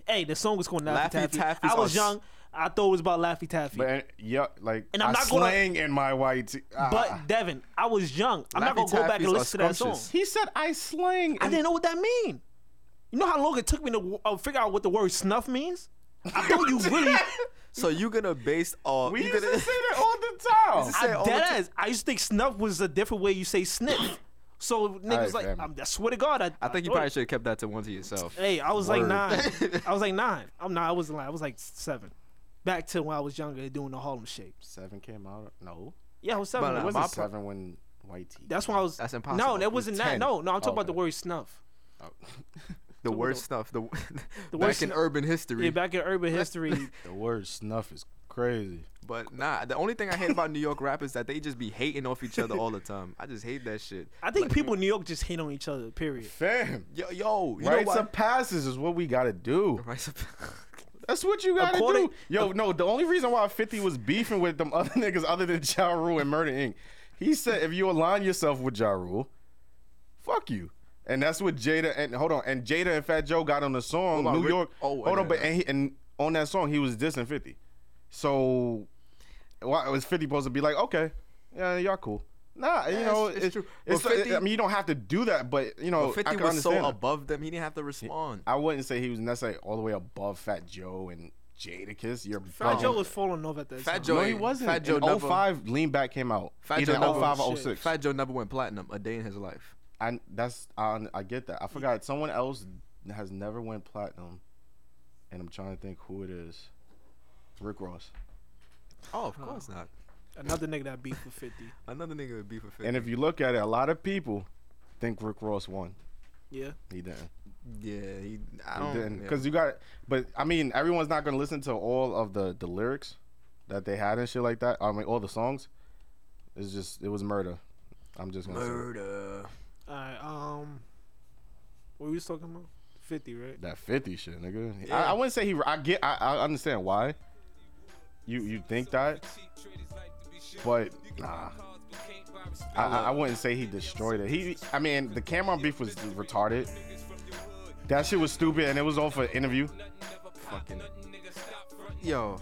Speaker 1: hey, the song was called Laffy,
Speaker 2: Laffy
Speaker 1: Taffy.
Speaker 2: Taffy's
Speaker 1: I was
Speaker 2: us.
Speaker 1: young. I thought it was about Laffy Taffy.
Speaker 3: But
Speaker 1: But,
Speaker 3: uh, yeah, like
Speaker 1: And I'm
Speaker 3: I
Speaker 1: not gonna-
Speaker 3: slang in my white. T- ah.
Speaker 1: Devin, I was young. I'm not
Speaker 2: Laffy
Speaker 1: gonna go back and
Speaker 2: Taffys are
Speaker 1: listen to that song.
Speaker 2: scrumptious.
Speaker 3: he said I slang.
Speaker 1: I
Speaker 3: in-
Speaker 1: didn't know what that mean. You know how long it took me to uh, figure out what the word snuff means? I thought you really.
Speaker 2: So you gonna base all?
Speaker 3: We
Speaker 2: you
Speaker 3: used
Speaker 2: gonna,
Speaker 3: to say that all the time.
Speaker 2: say it
Speaker 1: I
Speaker 2: all the
Speaker 1: dead
Speaker 2: time.
Speaker 1: ass. I used to think snuff was a different way you say sniff. So niggas
Speaker 3: right,
Speaker 1: like,
Speaker 3: fam.
Speaker 1: I'm, I swear to God, I,
Speaker 2: I think you
Speaker 1: thought-
Speaker 2: probably should have kept that to one to yourself.
Speaker 1: Hey, I was
Speaker 3: Word.
Speaker 1: like nine. I was like nine. I'm not. I wasn't like. I was like seven. Back to when I was younger, doing the Harlem Shake.
Speaker 3: Seven came out. No,
Speaker 1: Yeah, I was seven.
Speaker 2: But,
Speaker 3: it
Speaker 2: uh,
Speaker 1: It wasn't
Speaker 2: my
Speaker 3: wasn't
Speaker 2: pro-
Speaker 3: seven when white T.
Speaker 1: that's when I was.
Speaker 2: That's
Speaker 1: No,
Speaker 2: impossible.
Speaker 1: that
Speaker 2: It was
Speaker 1: wasn't
Speaker 2: 10.
Speaker 1: that. No, no. I'm talking
Speaker 3: Oh,
Speaker 1: about the
Speaker 3: okay.
Speaker 1: word snuff.
Speaker 3: Oh.
Speaker 2: The word snuff. The, back
Speaker 1: word
Speaker 2: in
Speaker 1: snuff-
Speaker 2: urban history.
Speaker 1: Yeah, back in urban history.
Speaker 3: the word snuff is crazy.
Speaker 2: But nah, the only thing I hate about New York rap is that they just be hating off each other all the time. I just hate that shit.
Speaker 1: I think people in New York just hate on each other. Period.
Speaker 3: Fam,
Speaker 2: Yo, yo, you know
Speaker 3: rites
Speaker 2: what?
Speaker 3: of passage is what we gotta do.
Speaker 2: Rites of-
Speaker 3: That's what you gotta
Speaker 1: According-
Speaker 3: do. Yo, no, the only reason why 50 was beefing with them other niggas other than Ja Rule and Murder Inc. He said if you align yourself with Ja Rule, fuck you. And that's what Jada and hold on, and Jada and Fat Joe got on the song
Speaker 2: Hold on,
Speaker 3: New
Speaker 2: Rick-
Speaker 3: York.
Speaker 2: oh,
Speaker 3: hold on,
Speaker 2: yeah.
Speaker 3: but and, he, and on that song he was dissing 50. So why was 50 supposed to be like, okay, yeah, y'all cool. Nah, you know,
Speaker 2: it's- it's
Speaker 3: it's, it's
Speaker 2: true.
Speaker 3: It's,
Speaker 2: But 50
Speaker 3: I mean, you don't have to do that, but you know, Oh, I
Speaker 2: Fifty
Speaker 3: can
Speaker 2: was so
Speaker 3: understand that.
Speaker 2: above them, he didn't have to respond.
Speaker 3: I wouldn't say he was necessarily all the way above Fat Joe and Jadakiss. You're
Speaker 1: Fat
Speaker 3: bugging.
Speaker 1: Joe was falling off at that
Speaker 2: Fat
Speaker 1: time.
Speaker 2: Joe
Speaker 3: no, he
Speaker 2: ain't-
Speaker 3: wasn't.
Speaker 2: Fat Joe
Speaker 3: in
Speaker 2: never-
Speaker 3: 05, Lean Back came out.
Speaker 2: Fat
Speaker 3: Either
Speaker 2: Joe never-
Speaker 3: 05 or
Speaker 1: Shit.
Speaker 3: 06.
Speaker 2: Fat Joe never went platinum a day in his life.
Speaker 3: I, that's, I, I get that. I forgot. Someone else has never went platinum, and I'm trying to think who it is. Rick Ross.
Speaker 2: Oh, of course not.
Speaker 1: Another nigga that beef with Fifty.
Speaker 2: Another nigga would be for fifty.
Speaker 3: And if you look at it, a lot of people think Rick Ross won.
Speaker 1: Yeah.
Speaker 3: He didn't.
Speaker 2: yeah, he. I
Speaker 3: He
Speaker 2: don't.
Speaker 3: didn't.
Speaker 2: yeah.
Speaker 3: Because you got, but I mean, everyone's not going to listen to all of the, the lyrics that they had and shit like that. I mean, all the songs. It's just, it was murder. I'm just going to say it.
Speaker 2: murder.
Speaker 1: All right. Um. What we was talking about? Fifty, right?
Speaker 3: That fifty shit, nigga. I,
Speaker 2: Yeah.
Speaker 3: I wouldn't say he. I get. I, I understand why. You you think that, but nah. I, I I wouldn't say he destroyed it. He. I mean, the Cameron beef was retarded. That shit was stupid, and it was all for interview. Fucking.
Speaker 2: Yo,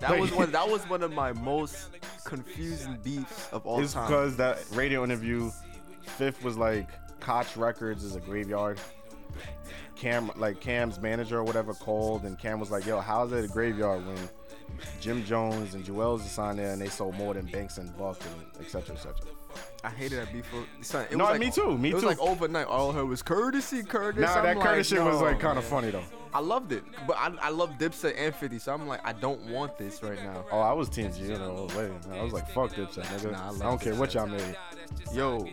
Speaker 2: that
Speaker 3: Wait.
Speaker 2: was one. That was one of my most confusing beefs of all
Speaker 3: It's
Speaker 2: time.
Speaker 3: because that radio interview, Fifth was like, Koch Records is a graveyard. Cam, like Cam's manager or whatever, called and Cam was like, "Yo, how's it a graveyard when Jim Jones and Joel's is signed there and they sold more than Banks and Buck and etc. Cetera, etc." Cetera.
Speaker 2: I hated that beef. for- Son, it
Speaker 3: No,
Speaker 2: was like,
Speaker 3: me too, me
Speaker 2: it was
Speaker 3: too.
Speaker 2: like overnight. All I heard was courtesy, Curtis.
Speaker 3: Nah,
Speaker 2: I'm
Speaker 3: that
Speaker 2: like,
Speaker 3: Curtis shit was
Speaker 2: no,
Speaker 3: like kind
Speaker 2: man.
Speaker 3: of funny though.
Speaker 2: I loved it, but I, I love Dipset and 50, so I'm like, I don't want this right now.
Speaker 3: Oh, I was Team Giano all the way. man. I was like, fuck Dipset, nigga.
Speaker 2: Nah, I
Speaker 3: I,
Speaker 2: love
Speaker 3: don't care what
Speaker 2: Dipset.
Speaker 3: y'all
Speaker 2: Yo,
Speaker 3: made.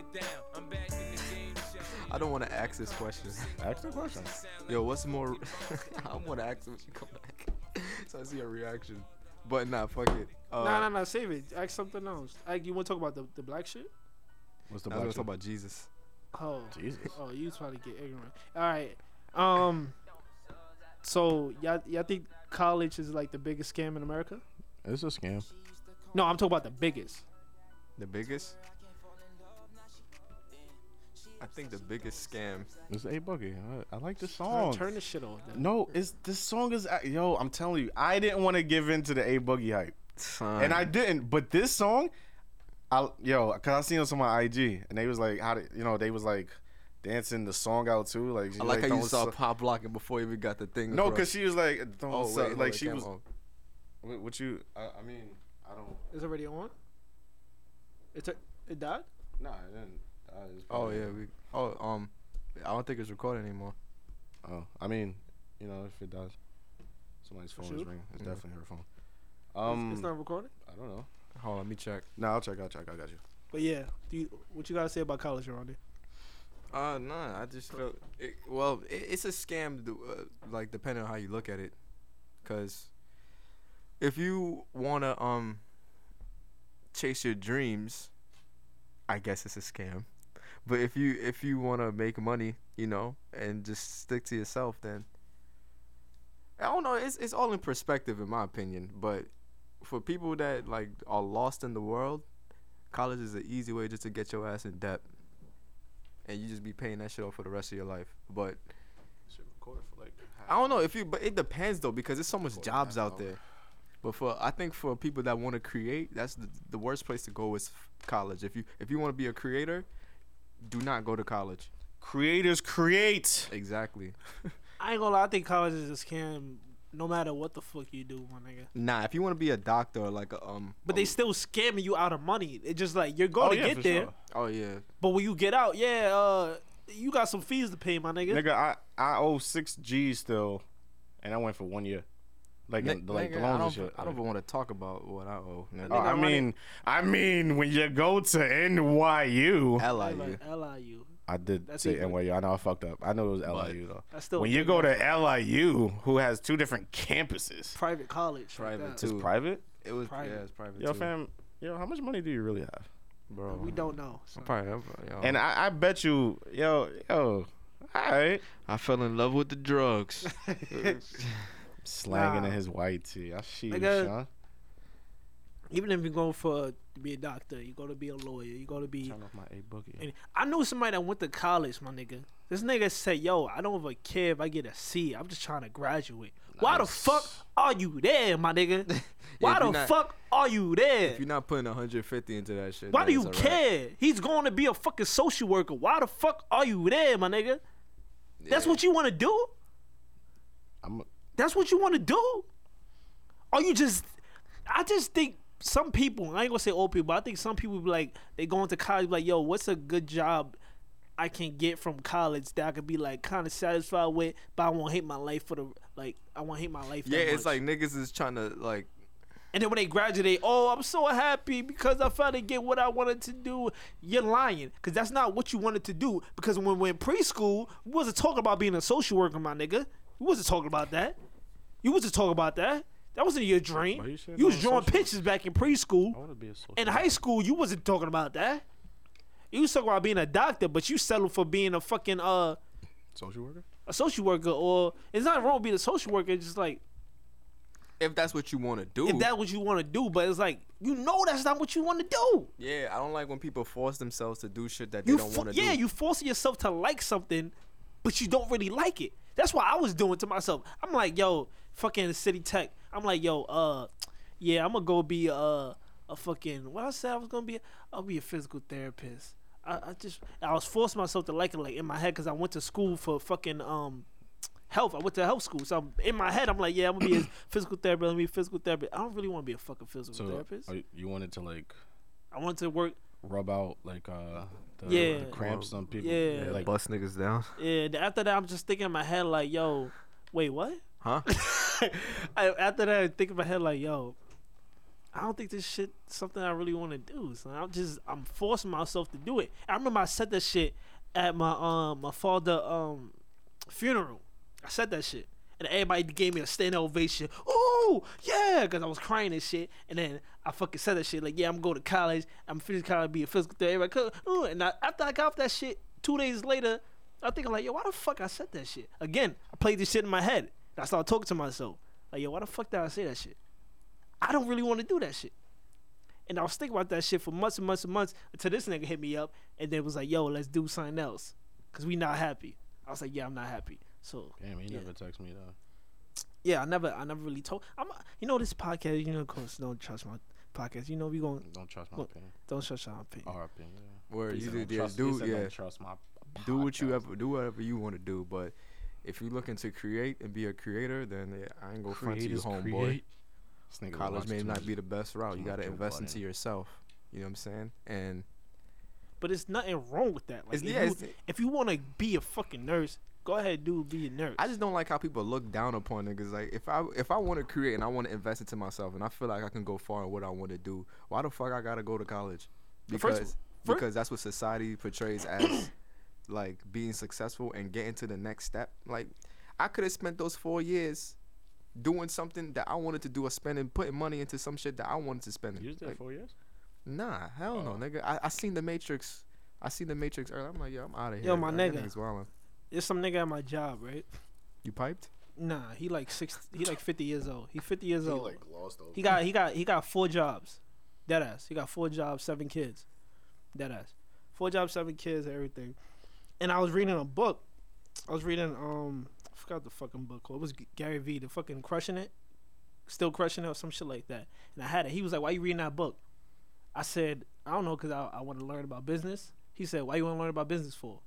Speaker 2: I don't want to ask this question.
Speaker 3: Ask the question.
Speaker 2: Yo, what's more? I want to ask when you come back, so I see a reaction. But nah, fuck it. Uh,
Speaker 1: Nah, nah, nah. Save it. Ask something else. Like, you want to talk about the, the black shit?
Speaker 3: What's the
Speaker 2: I was gonna
Speaker 3: black
Speaker 2: talk about Jesus.
Speaker 1: Oh,
Speaker 3: Jesus.
Speaker 1: oh, you trying to get ignorant? All right. Um. So y'all, y'all think college is like the biggest scam in America?
Speaker 3: It's a scam.
Speaker 1: No, I'm talking about the biggest.
Speaker 2: The biggest? I think the biggest scam.
Speaker 3: It's A Boogie. I, I like this
Speaker 1: Man,
Speaker 3: song.
Speaker 1: turn this shit off. Then.
Speaker 3: Oh. No, it's this song is yo. I'm telling you, I didn't want to give in to the A Boogie hype, and I didn't. But this song, I yo, cause I seen this on my IG, and they was like, how did you know? They was like dancing the song out too. Like, she
Speaker 2: I like how you
Speaker 3: don't
Speaker 2: saw
Speaker 3: suck-
Speaker 2: pop blocking before you even got the thing.
Speaker 3: No,
Speaker 2: across.
Speaker 3: cause she was like, don't
Speaker 2: Oh,
Speaker 3: suck-
Speaker 2: wait,
Speaker 3: like
Speaker 2: wait,
Speaker 3: she
Speaker 2: damn,
Speaker 3: was.
Speaker 2: oh.
Speaker 3: What, what you? I, I mean, I don't.
Speaker 1: Is it already on? It took. It died.
Speaker 3: Nah, I didn't. I just
Speaker 2: Oh
Speaker 3: probably-
Speaker 2: yeah. We, oh um, I don't think it's recorded anymore.
Speaker 3: Oh, I mean, you know, if it does, somebody's phone is
Speaker 1: sure?
Speaker 3: ringing. It's
Speaker 2: Yeah.
Speaker 3: definitely her phone.
Speaker 1: It's-
Speaker 3: Um,
Speaker 1: it's not recorded.
Speaker 3: I don't know.
Speaker 2: Hold on, let me check.
Speaker 3: No, I'll check. I'll check. I got you.
Speaker 1: But yeah, do you, what you gotta say about college, Ronda?
Speaker 2: Uh, nah, I just felt. It, well, it, it's a scam. d- Uh, like depending on how you look at it, cause if you wanna um chase your dreams, I guess it's a scam. But if you if you wanna make money, you know, and just stick to yourself, then I don't know. It's it's all in perspective, in my opinion. But for people that like are lost in the world, college is an easy way just to get your ass in debt and you just be paying that shit off for the rest of your life. But
Speaker 3: Should record for like.
Speaker 2: I don't know if you, but it depends though because there's so much
Speaker 3: Well,
Speaker 2: jobs
Speaker 3: half
Speaker 2: out
Speaker 3: hour.
Speaker 2: there. But for I think for people that want to create, that's the, the worst place to go is college. If you if you want to be a creator, do not go to college.
Speaker 3: Creators create.
Speaker 2: Exactly.
Speaker 1: I ain't gonna lie. I think college is a scam. No matter what the fuck you do, my nigga.
Speaker 2: Nah, if you want to be a doctor, like a, um.
Speaker 1: But
Speaker 2: a-
Speaker 1: they still scamming you out of money. It's just like you're going to get there,
Speaker 2: Oh yeah.
Speaker 1: but when you get out, yeah, uh, you got some fees to pay, my nigga.
Speaker 3: Nigga, I, I owe six G's still, and I went for one year. Like,
Speaker 2: Ni-
Speaker 3: in- like the
Speaker 2: nigga, I
Speaker 3: loans
Speaker 2: don't,
Speaker 3: and shit.
Speaker 2: I don't even want to talk about what I owe.
Speaker 3: Oh, I mean, I mean, when you go to NYU,
Speaker 1: I
Speaker 2: Ally you.
Speaker 1: like LIU.
Speaker 3: I did
Speaker 1: That's
Speaker 3: say
Speaker 1: even-
Speaker 3: NYU. I know I fucked up. I know it was
Speaker 2: But-
Speaker 3: LIU though.
Speaker 1: That's still
Speaker 3: when you go to LIU, who has two different campuses,
Speaker 1: private college. like
Speaker 2: Private
Speaker 1: that.
Speaker 2: too.
Speaker 3: private.
Speaker 2: It was
Speaker 1: Private.
Speaker 2: yeah, it's private.
Speaker 3: Yo,
Speaker 2: too.
Speaker 3: fam, yo, how much money do you really have?
Speaker 2: bro.
Speaker 1: We don't know. so.
Speaker 2: I'm probably, I'm, yo,
Speaker 3: And I, I bet you, yo, yo, all right,
Speaker 2: I fell in love with the drugs.
Speaker 3: slanging in
Speaker 1: Nah.
Speaker 3: his white tee. I see you,
Speaker 1: Nigga,
Speaker 3: son.
Speaker 1: Even if you're going for to be a doctor, you're going to be a lawyer, you're going to be.
Speaker 3: Turn off my A boogie.
Speaker 1: And I know somebody that went to college, my nigga. This nigga said, "Yo, I don't even care if I get a C. I'm just trying to graduate. Why the
Speaker 3: Nice.
Speaker 1: fuck are you there, my nigga? Why
Speaker 2: if
Speaker 1: the
Speaker 2: you're not-
Speaker 1: fuck are you there?
Speaker 2: If you're not putting 150 into that shit,
Speaker 1: Why
Speaker 2: then
Speaker 1: do
Speaker 2: it's
Speaker 1: you
Speaker 2: a wrap.
Speaker 1: care? He's going to be a fucking social worker. Why the fuck are you there, my nigga? That's what you want to do?
Speaker 3: I'm,
Speaker 1: That's what you want to do? Or you just, I just think some people, I ain't gonna say old people, but I think some people be like, they go into college, be like, yo, what's a good job I can get from college that I could be like kind of satisfied with, but I won't hate my life for the, like, I won't hate my life. that
Speaker 2: Yeah, it's
Speaker 1: much."
Speaker 2: like niggas is trying to like.
Speaker 1: And then when they graduate, oh, I'm so happy because I finally get what I wanted to do. You're lying because that's not what you wanted to do. Because when we are in preschool, we wasn't talking about being a social worker, my nigga. We wasn't talking about that. You wasn't talking about that. That wasn't your dream.
Speaker 3: Why you saying
Speaker 1: You was
Speaker 3: I'm a
Speaker 1: drawing
Speaker 3: social
Speaker 1: pictures back in preschool.
Speaker 3: I want to be a social.
Speaker 1: In high school, you wasn't talking about that. You was talking about being a doctor, but you settled for being a fucking uh
Speaker 3: social worker.
Speaker 1: a social worker. Or it's not wrong being a social worker. It's just like
Speaker 2: If that's what you want to do,
Speaker 1: if that's what you want to do, but it's like you know that's not what you want to do.
Speaker 2: yeah, I don't like when people force themselves to do shit that they
Speaker 1: you
Speaker 2: don't
Speaker 1: fo-
Speaker 2: want to
Speaker 1: yeah,
Speaker 2: do.
Speaker 1: you forcing yourself to like something, but you don't really like it. That's what I was doing to myself. I'm like, yo, fucking City Tech. I'm like, yo, uh, yeah, I'm gonna go be uh a fucking what I said I was gonna be. I'll be a physical therapist. I, I just I was forcing myself to like it like in my head because I went to school for fucking um health. I went to health school, so I'm, in my head I'm like, yeah, I'm gonna be a physical therapist. I'm gonna be a physical therapist. I don't really want to be a fucking physical
Speaker 3: So
Speaker 1: therapist.
Speaker 3: are you, you wanted to like
Speaker 1: I wanted to work
Speaker 3: rub out like uh the,
Speaker 1: Yeah.
Speaker 3: the cramps on people.
Speaker 2: Yeah,
Speaker 1: Yeah.
Speaker 3: like
Speaker 2: bust niggas down.
Speaker 1: Yeah. th- After that, I'm just thinking in my head like, yo, wait, what?
Speaker 2: Huh?
Speaker 1: I, after that, I think in my head like, yo, I don't think this shit something I really want to do. So I'm just I'm forcing myself to do it. I remember I said that shit at my um my father um funeral. I said that shit. And everybody gave me a standing ovation. Ooh, yeah, because I was crying and shit. And then I fucking said that shit. Like, yeah, I'm going to college. I'm finished college, be a physical therapist. Everybody, "Cool." Ooh, and I, after I got off that shit, two days later, I think I'm like, yo, why the fuck I said that shit? Again, I played this shit in my head. And I started talking to myself. Like, yo, why the fuck did I say that shit? I don't really want to do that shit. And I was thinking about that shit for months and months and months until this nigga hit me up and then was like, yo, let's do something else. Cause we not happy. I was like, yeah, I'm not happy. So
Speaker 3: damn, he
Speaker 1: yeah.
Speaker 3: never text me though.
Speaker 1: yeah, I never I never really told I'm you know this podcast, you know, of course, don't trust my podcast. You know we going
Speaker 3: Don't trust my
Speaker 1: Look.
Speaker 3: opinion.
Speaker 1: don't trust our opinion.
Speaker 2: Oh.
Speaker 3: Our opinion. yeah.
Speaker 2: Where
Speaker 3: He
Speaker 2: you
Speaker 3: said
Speaker 2: did,
Speaker 3: don't
Speaker 2: yeah,
Speaker 3: trust- he
Speaker 2: do
Speaker 3: said
Speaker 2: yeah,
Speaker 3: Don't trust my.
Speaker 2: do what you
Speaker 3: podcast.
Speaker 2: ever do whatever you want to do, but if you're looking to create and be a creator, then yeah, I ain't gonna front to you,
Speaker 3: Creators
Speaker 2: homeboy.
Speaker 3: create. This nigga was
Speaker 2: College
Speaker 3: watching
Speaker 2: may
Speaker 3: too
Speaker 2: not
Speaker 3: much-
Speaker 2: be the best route. You
Speaker 3: too much
Speaker 2: gotta
Speaker 3: Joe
Speaker 2: invest
Speaker 3: Budden.
Speaker 2: into yourself. You know what I'm saying? And
Speaker 1: But it's nothing wrong with that. Like
Speaker 2: It's-
Speaker 1: if,
Speaker 2: yeah,
Speaker 1: you,
Speaker 2: it's-
Speaker 1: if you wanna be a fucking nurse, go ahead dude be a nurse.
Speaker 2: I just don't like how people look down upon niggas. Like if I if I want to create and I want to invest into myself and I feel like I can go far in what I want to do, why the fuck I gotta go to college?
Speaker 1: But first-
Speaker 2: Because
Speaker 1: fir-
Speaker 2: because that's what society portrays as like being successful and getting to the next step. Like I could have spent those four years doing something that I wanted to do or spending putting money into some shit that I wanted to spend.
Speaker 3: You was there
Speaker 2: Like,
Speaker 3: four years.
Speaker 2: nah, hell no,
Speaker 3: Oh.
Speaker 2: nigga. I, I seen the Matrix. I seen the Matrix earlier. I'm like, yo, I'm out of here.
Speaker 1: Yo, my
Speaker 2: Like, that
Speaker 1: nigga.
Speaker 2: nigga's wildin'.
Speaker 1: There's some nigga at my job, right?
Speaker 2: You piped?
Speaker 1: Nah, he like six. He like fifty years old. He fifty years
Speaker 5: He
Speaker 1: old.
Speaker 5: like lost over.
Speaker 1: He got he got he got four jobs. Dead ass. He got four jobs, seven kids. Dead ass. Four jobs, seven kids, everything. And I was reading a book. I was reading um I forgot the fucking book called. It was G- Gary Vee, the fucking crushing it. Still crushing it or some shit like that. And I had it. He was like, Why you reading that book? I said, I don't know, cause I, I want to learn about business. He said, Why you want to learn about business for?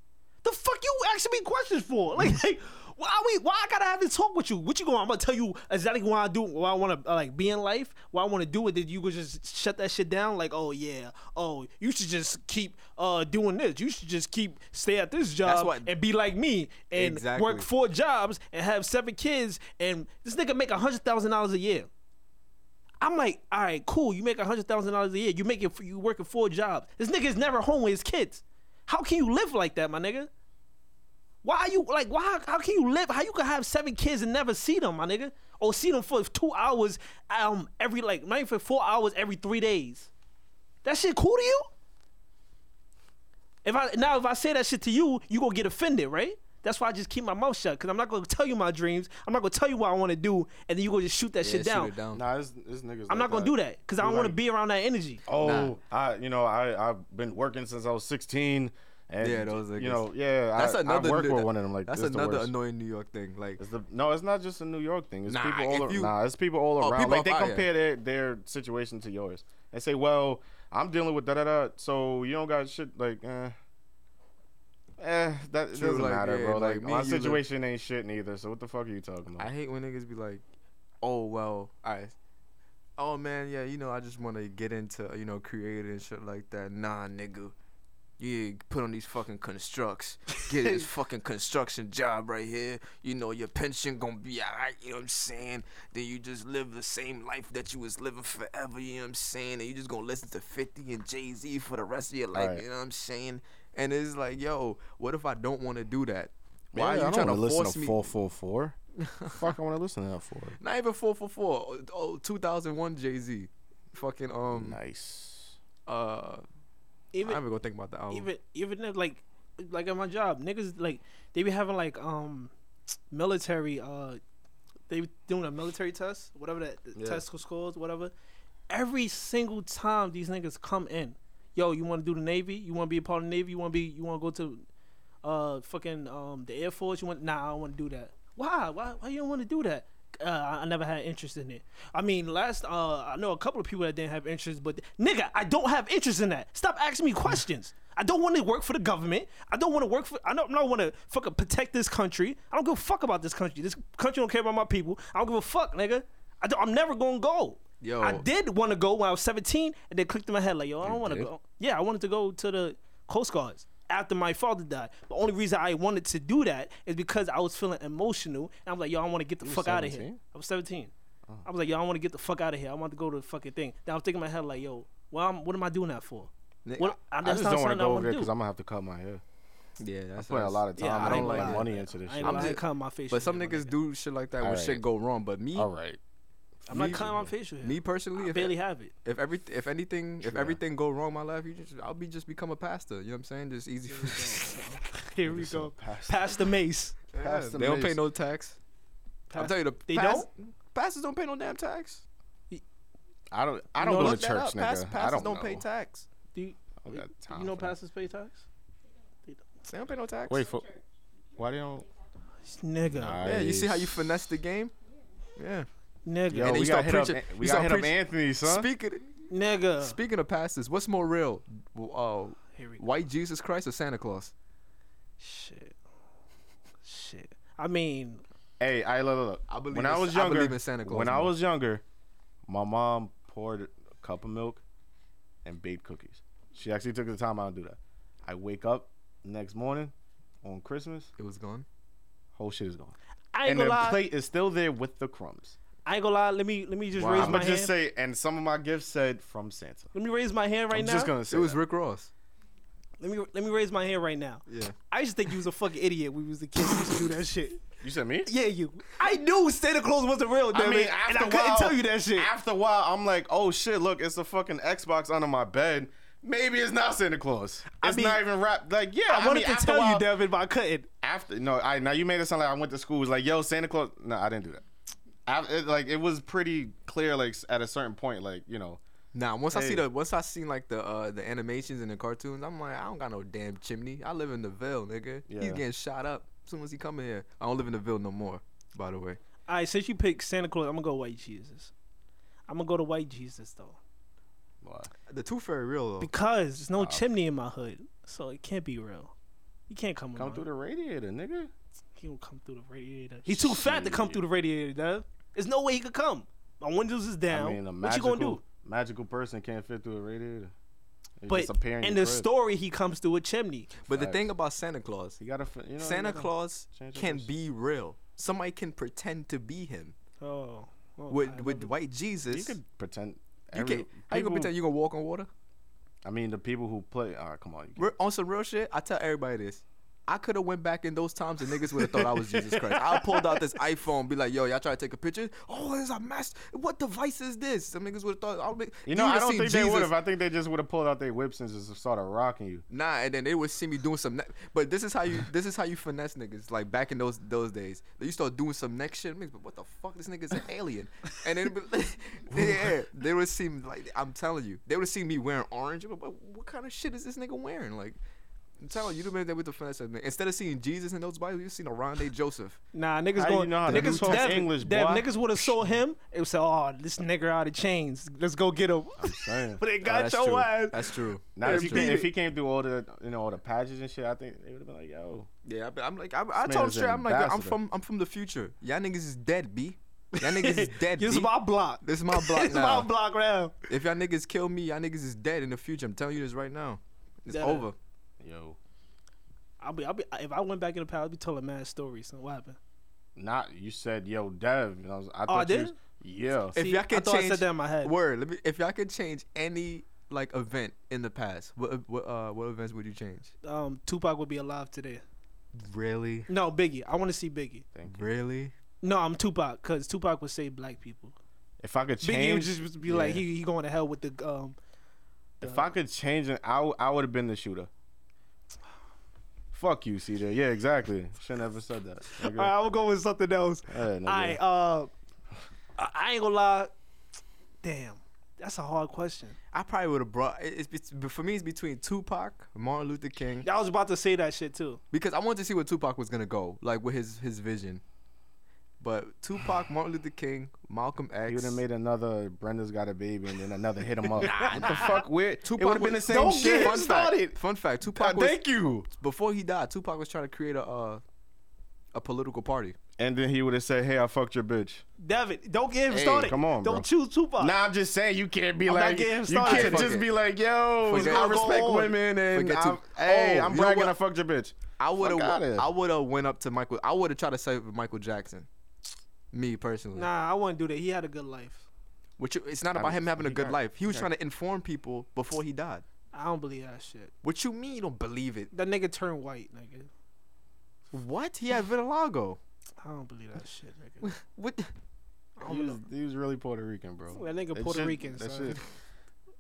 Speaker 1: The fuck you asking me questions for? Like, like why we? Why I gotta have this talk with you? What you going? I'm gonna tell you exactly what I do, what I want to like be in life, what I want to do. It that you could just shut that shit down. Like, oh yeah, oh you should just keep uh doing this. You should just keep stay at this job
Speaker 2: what-
Speaker 1: and be like me and
Speaker 2: Exactly.
Speaker 1: work four jobs and have seven kids. And this nigga make a hundred thousand dollars a year. I'm like, all right, cool. You make a hundred thousand dollars a year. You make it. You working four jobs. This nigga's never home with his kids. How can you live like that, my nigga? Why are you like? Why? How can you live? How you can have seven kids and never see them, my nigga? Or see them for two hours, um, every like not even for four hours every three days. That shit cool to you? If I now if I say that shit to you, you gonna get offended, right? That's why I just keep my mouth shut because I'm not gonna tell you my dreams. I'm not gonna tell you what I want to do, and then you gonna just shoot that
Speaker 2: Yeah,
Speaker 1: shit
Speaker 2: shoot
Speaker 1: down.
Speaker 2: it down.
Speaker 3: Nah, this, this nigga's.
Speaker 1: I'm not
Speaker 3: like
Speaker 1: gonna do that because I don't want to
Speaker 3: like-
Speaker 1: be around that energy.
Speaker 3: Oh, I you know I I've been working since I was 16. And,
Speaker 2: Yeah, those
Speaker 3: You
Speaker 2: niggas.
Speaker 3: know, yeah.
Speaker 2: That's
Speaker 3: I,
Speaker 2: another.
Speaker 3: I work
Speaker 2: new-
Speaker 3: with one of them. Like
Speaker 2: that's
Speaker 3: this the
Speaker 2: another
Speaker 3: worst.
Speaker 2: annoying New York thing. Like
Speaker 3: It's the, no, it's not just a New York thing. It's
Speaker 2: Nah,
Speaker 3: people all
Speaker 2: if
Speaker 3: around.
Speaker 2: you-
Speaker 3: nah, it's people all
Speaker 2: Oh,
Speaker 3: around.
Speaker 2: people
Speaker 3: like they
Speaker 2: up out
Speaker 3: compare their their situation to yours. They say, "Well, I'm dealing with da da da, so you don't got shit." Like, eh, eh, that it
Speaker 2: True,
Speaker 3: doesn't
Speaker 2: like,
Speaker 3: matter,
Speaker 2: yeah,
Speaker 3: bro.
Speaker 2: like,
Speaker 3: Like,
Speaker 2: me
Speaker 3: my
Speaker 2: and you live-
Speaker 3: situation ain't shit neither. So what the fuck are you talking about?
Speaker 2: I hate when niggas be like, "Oh well, I, oh man, yeah, you know, I just want to get into you know creating and shit like that." Nah, nigga, you put on these fucking constructs, get this fucking construction job right here. You know your pension gonna be alright. You know what I'm saying? Then you just live the same life that you was living forever. You know what I'm saying? And you just gonna listen to 50 and Jay Z for the rest of your life.
Speaker 3: Right.
Speaker 2: You know what I'm saying? And it's like, yo, what if I don't want to do that? Why
Speaker 3: Yeah,
Speaker 2: are
Speaker 3: I
Speaker 2: you
Speaker 3: don't
Speaker 2: trying to
Speaker 3: wanna listen
Speaker 2: force
Speaker 3: to
Speaker 2: me?
Speaker 3: four four four? Fuck, I want to listen to that for.
Speaker 2: Not even 444. Oh, 2001 Jay Z. Fucking, um,
Speaker 3: Nice.
Speaker 2: uh,
Speaker 1: Even
Speaker 2: I even gonna think about the album.
Speaker 1: even even if like like at my job, niggas like they be having like um military uh they be doing a military test, whatever that the
Speaker 2: Yeah.
Speaker 1: test was called, whatever. Every single time these niggas come in, yo, you want to do the navy? You want to be a part of the navy? You want to be? You want to go to uh fucking um the air force? You want? Nah, I don't want to do that. Why? Why? Why you don't want to do that? Uh, I I never had interest in it. I mean, last uh, I know a couple of people that didn't have interest, but nigga, I don't have interest in that. Stop asking me questions. I don't want to work for the government. I don't want to work for. I don't, I don't want to fucking protect this country. I don't give a fuck about this country. This country don't care about my people. I don't give a fuck, nigga. I don't, I'm never gonna go.
Speaker 2: Yo.
Speaker 1: I did want to go when I was 17, and then clicked in my head like, yo, I don't want to
Speaker 2: did?
Speaker 1: go. Yeah, I wanted to go to the Coast Guards after my father died. The only reason I wanted to do that is because I was feeling emotional, and I'm like, yo, I want to get the fuck out of here.
Speaker 2: 17?
Speaker 1: I was 17. I was like, yo, I want to get the fuck out of here. I want to go to the fucking thing. Then I was thinking in my head like, yo, well, I'm, what am I doing that for?
Speaker 2: Nick,
Speaker 1: What, I,
Speaker 3: I
Speaker 1: that's
Speaker 3: just
Speaker 1: not
Speaker 3: don't want
Speaker 1: something I
Speaker 3: to go over
Speaker 1: wanna
Speaker 3: there
Speaker 1: do.
Speaker 3: because I'm gonna have to cut my hair.
Speaker 2: Yeah, that's
Speaker 3: Put a lot of time.
Speaker 1: Yeah, I
Speaker 3: I don't
Speaker 1: ain't
Speaker 3: like
Speaker 1: lying.
Speaker 3: money into this
Speaker 1: I
Speaker 3: shit.
Speaker 1: ain't gonna
Speaker 2: I'm
Speaker 1: lie, I
Speaker 2: just-
Speaker 1: cut my facial.
Speaker 2: But some
Speaker 1: hair, my
Speaker 2: niggas
Speaker 1: nigga.
Speaker 2: do shit like that where
Speaker 3: Alright.
Speaker 2: shit go wrong. But me,
Speaker 3: All right.
Speaker 1: I'm not
Speaker 2: me-
Speaker 1: cutting my facial hair.
Speaker 2: me personally,
Speaker 1: I
Speaker 2: if,
Speaker 1: barely have it.
Speaker 2: if every if anything if
Speaker 3: True.
Speaker 2: everything go wrong in my life, you just I'll be just become a pastor. You know what I'm saying? Just easy.
Speaker 1: Here we
Speaker 3: So
Speaker 1: go.
Speaker 3: pass-
Speaker 1: Pass the mace.
Speaker 2: yeah,
Speaker 3: Pastor
Speaker 2: they don't pay
Speaker 3: Mace.
Speaker 2: no tax. I'll
Speaker 1: Pas-
Speaker 2: tell you the
Speaker 1: they
Speaker 2: don't. Pastors don't pay no damn tax.
Speaker 3: I don't. I don't
Speaker 1: No,
Speaker 3: go to
Speaker 2: Look that
Speaker 3: church,
Speaker 2: up.
Speaker 3: nigga.
Speaker 2: Pas-
Speaker 3: I
Speaker 2: pastors
Speaker 3: don't,
Speaker 2: don't
Speaker 3: know.
Speaker 2: pay tax.
Speaker 1: Do you,
Speaker 3: I don't got time
Speaker 1: you know
Speaker 3: for that.
Speaker 1: pastors pay tax?
Speaker 2: They don't pay no tax.
Speaker 3: Wait for. Why they don't?
Speaker 1: Nigga.
Speaker 2: yeah, you see how you
Speaker 3: Nice.
Speaker 2: finesse the game? Yeah.
Speaker 1: Nigga.
Speaker 3: Yo,
Speaker 2: And then
Speaker 3: we
Speaker 2: you
Speaker 3: got
Speaker 2: start
Speaker 3: hit up.
Speaker 2: preaching-
Speaker 3: We
Speaker 2: you
Speaker 3: got
Speaker 2: start
Speaker 3: hit up
Speaker 2: preaching.
Speaker 3: Anthony, son.
Speaker 2: Speaking
Speaker 1: Nigga.
Speaker 2: speaking of pastors, what's more real? Uh,
Speaker 1: Here we go.
Speaker 2: white Jesus Christ or Santa Claus?
Speaker 1: Shit. Shit. I mean,
Speaker 3: Hey, I look, look, look.
Speaker 2: I believe
Speaker 3: when I
Speaker 2: in-
Speaker 3: was
Speaker 2: I
Speaker 3: younger,
Speaker 2: believe in Santa Claus
Speaker 3: when I
Speaker 2: more.
Speaker 3: was younger, my mom poured a cup of milk and baked cookies. She actually took the time out to do that. I wake up next morning on Christmas,
Speaker 2: It was gone.
Speaker 3: whole shit is gone,
Speaker 1: I ain't
Speaker 3: and
Speaker 1: gonna
Speaker 3: the
Speaker 1: lie.
Speaker 3: plate is still there with the crumbs.
Speaker 1: I ain't gonna lie. Let me let me just
Speaker 2: Wow.
Speaker 1: raise
Speaker 3: I'm
Speaker 1: my
Speaker 3: gonna
Speaker 1: hand.
Speaker 3: just say, and some of my gifts said from Santa.
Speaker 1: let me raise my hand right
Speaker 3: I'm
Speaker 1: now.
Speaker 3: just gonna say
Speaker 2: it was
Speaker 3: that.
Speaker 2: Rick Ross.
Speaker 1: Let me let me raise my hand right now.
Speaker 2: Yeah.
Speaker 1: I used to think you was a fucking idiot. when We was the kids who used to do that shit.
Speaker 3: You said me?
Speaker 1: Yeah, you. I knew Santa Claus wasn't real. Damn
Speaker 3: I mean,
Speaker 1: it,
Speaker 3: after
Speaker 1: and I
Speaker 3: a
Speaker 1: couldn't
Speaker 3: while,
Speaker 1: tell you that shit.
Speaker 3: After a while, I'm like, oh shit, look, it's a fucking Xbox under my bed. Maybe it's not Santa Claus. It's
Speaker 1: I mean-
Speaker 3: not even wrapped. Like, yeah,
Speaker 1: I, wanted
Speaker 3: mean,
Speaker 1: to
Speaker 3: after a
Speaker 1: tell
Speaker 3: while-
Speaker 1: you, Devin, but I couldn't.
Speaker 3: after no, I now you made it sound like I went to school. It was like, yo, Santa Claus. No, I didn't do that. I, it, like it was pretty clear. Like s- at a certain point, like you know,
Speaker 2: Nah, once I
Speaker 3: Hey.
Speaker 2: see the once I seen like the uh, the animations and the cartoons, I'm like, I don't got no damn chimney. I live in the Ville, nigga.
Speaker 3: Yeah.
Speaker 2: He's getting shot up as soon as he come in here. I don't live in the Ville no more, by the way.
Speaker 1: All right, since you picked Santa Claus, I'm gonna go White Jesus. I'm gonna go to White Jesus though,
Speaker 2: The Tooth Fairy real though.
Speaker 1: because there's no chimney in my hood, so it can't be real. He can't come. in
Speaker 3: come
Speaker 1: my
Speaker 3: through the radiator, nigga.
Speaker 1: He don't come through the radiator. He's too fat to come through the radiator, Dev. There's no way he could come. My windows is down.
Speaker 3: I mean, a
Speaker 1: what you
Speaker 3: magical,
Speaker 1: gonna do?
Speaker 3: magical person can't fit through a radiator. They
Speaker 1: But
Speaker 3: just appear
Speaker 1: in
Speaker 3: your
Speaker 1: the
Speaker 3: crib.
Speaker 1: story, he comes through a chimney.
Speaker 2: But the
Speaker 3: Facts.
Speaker 2: thing about Santa Claus,
Speaker 3: you gotta, fi- you know,
Speaker 2: Santa
Speaker 3: you gotta-
Speaker 2: Claus
Speaker 3: change up
Speaker 2: can
Speaker 3: this-
Speaker 2: be real. Somebody can pretend to be him.
Speaker 1: Oh, oh, I
Speaker 2: With with
Speaker 1: love
Speaker 2: white Jesus,
Speaker 3: You could pretend.
Speaker 2: You
Speaker 3: every-
Speaker 2: can, how you gonna
Speaker 3: people-
Speaker 2: pretend you gonna walk on water?
Speaker 3: I mean, the people who play. All right, come on. You
Speaker 2: We're on some real shit. I tell everybody this. I could have went back in those times and niggas would have thought I was Jesus Christ. I pulled out this iPhone, be like, "Yo, y'all try to take a picture? Oh, it's a mess. What device is this?" Some niggas would have thought. I'll be,
Speaker 3: You know, I
Speaker 2: would've
Speaker 3: don't
Speaker 2: seen
Speaker 3: think they
Speaker 2: Jesus.
Speaker 3: would have. I think they just would have pulled out their whips and just started rocking you.
Speaker 2: Nah, and then they would see me doing some. Ne- but this is how you. This is how you finesse niggas. Like back in those those days, you start doing some next shit. Niggas, but what the fuck? This nigga's an alien. And then, yeah, they would see me like I'm telling you, they would see me wearing orange. But, but what kind of shit is this nigga wearing? Like. I'm telling you, you made that with the finesse. of nigga. Instead of seeing Jesus in those Bibles, you seen a Rondé Joseph.
Speaker 1: it. Nah, niggas
Speaker 3: How
Speaker 1: going.
Speaker 3: you know how to
Speaker 1: niggas
Speaker 3: do talk
Speaker 1: Dev-
Speaker 3: English,
Speaker 1: Dev,
Speaker 3: boy?
Speaker 1: niggas would have saw him. It would say, "Oh, this nigga out of chains. Let's go get him."
Speaker 3: saying.
Speaker 1: but they
Speaker 2: Oh,
Speaker 1: got
Speaker 2: that's
Speaker 1: your
Speaker 2: true.
Speaker 1: ass.
Speaker 2: That's true.
Speaker 3: Now, if,
Speaker 2: That's
Speaker 3: you
Speaker 2: true.
Speaker 3: came, if he came through all the you know all the patches and shit, I think they would have been like, "Yo,
Speaker 2: Yeah, I be- I'm like, I, I
Speaker 3: man
Speaker 2: told him
Speaker 3: is
Speaker 2: straight.
Speaker 3: an
Speaker 2: I'm like, yo, I'm
Speaker 3: ambassador.
Speaker 2: from, I'm from the future. Y'all niggas is dead, b. Y'all niggas is dead.
Speaker 1: This is
Speaker 2: B.
Speaker 1: my block.
Speaker 2: This is my block
Speaker 1: this is
Speaker 2: now.
Speaker 1: my block now.
Speaker 2: If y'all niggas kill me, y'all niggas is dead in the future. I'm telling you this right now. It's
Speaker 1: Dead.
Speaker 2: over.
Speaker 3: yo,
Speaker 1: I'll be, I'll be. If I went back in the past, I'd be telling mad stories. So what happened?
Speaker 3: not you said yo, Dev." And I was, I thought
Speaker 1: I
Speaker 3: you
Speaker 1: did?
Speaker 3: was- yeah.
Speaker 1: If- See, I thought I said that in my head.
Speaker 2: Word. Let me, if y'all could change any like event in the past, what what uh, what events would you change?
Speaker 1: Um, Tupac would be alive today.
Speaker 2: Really,
Speaker 1: No, Biggie. I want to see Biggie.
Speaker 2: really.
Speaker 1: No, I'm Tupac because Tupac would save black people.
Speaker 3: if I could
Speaker 1: Biggie would
Speaker 3: change,
Speaker 1: just be like
Speaker 2: Yeah.
Speaker 1: he, he going to hell with the um.
Speaker 3: if I could change, it, I w- I would have been the shooter. Fuck you, see there. Yeah, exactly. Shouldn't have said that. nigga.
Speaker 1: All right, I'm going with something else.
Speaker 3: Yeah,
Speaker 1: Uh,
Speaker 3: nigga.
Speaker 1: I uh, I I ain't gonna lie. Damn, that's a hard question.
Speaker 2: I probably would have brought. it- It's, bet- but for me, it's between Tupac, Martin Luther King,
Speaker 1: I was about to say that shit too.
Speaker 2: because I wanted to see where Tupac was gonna go, like with his his vision. But Tupac, Martin Luther King, Malcolm X.
Speaker 3: You would have made another Brenda's got a baby and then another hit him up. what the fuck? Weird. It
Speaker 2: Tupac
Speaker 3: would have been the
Speaker 2: was-
Speaker 3: same
Speaker 2: Don't
Speaker 3: shit.
Speaker 2: get him
Speaker 3: Fun fact.
Speaker 2: started. Fun fact: Tupac was
Speaker 3: Thank you.
Speaker 2: before he died. Tupac was trying to create a uh, a political party.
Speaker 3: and then he would have said, "Hey, I fucked your bitch."
Speaker 1: Devin, don't get him started.
Speaker 3: come on,
Speaker 1: Don't
Speaker 3: bro.
Speaker 1: choose Tupac.
Speaker 3: Nah, I'm just saying you can't be
Speaker 1: I'm not
Speaker 3: like
Speaker 1: getting
Speaker 3: you
Speaker 1: started.
Speaker 3: can't
Speaker 2: Fuck
Speaker 3: just
Speaker 2: it.
Speaker 3: be like, "Yo,
Speaker 2: Forget-
Speaker 3: I
Speaker 2: I'll go
Speaker 3: respect
Speaker 2: on.
Speaker 3: women and
Speaker 2: Forget
Speaker 3: I'm,
Speaker 2: to-
Speaker 3: hey,
Speaker 2: Oh,
Speaker 3: I'm
Speaker 2: you know
Speaker 3: bragging
Speaker 2: what?
Speaker 3: I fucked your bitch."
Speaker 2: I would have.
Speaker 3: Fuck outta here.
Speaker 2: I would have went up to Michael. I would have tried to say it with Michael Jackson. Me personally,
Speaker 1: Nah, I wouldn't do that. He had a good life.
Speaker 2: which it's not about him having a
Speaker 3: he
Speaker 2: good
Speaker 3: got-
Speaker 2: life. He was trying to inform people before he died.
Speaker 1: I don't believe that shit.
Speaker 2: What you mean you don't believe it?
Speaker 1: That nigga turned white, nigga.
Speaker 2: What? He had vitiligo.
Speaker 1: I don't believe that shit, nigga.
Speaker 2: What? the-
Speaker 1: I
Speaker 3: He
Speaker 1: don't
Speaker 3: was,
Speaker 1: know.
Speaker 3: he was really Puerto Rican, bro.
Speaker 1: That nigga Puerto Rican, son.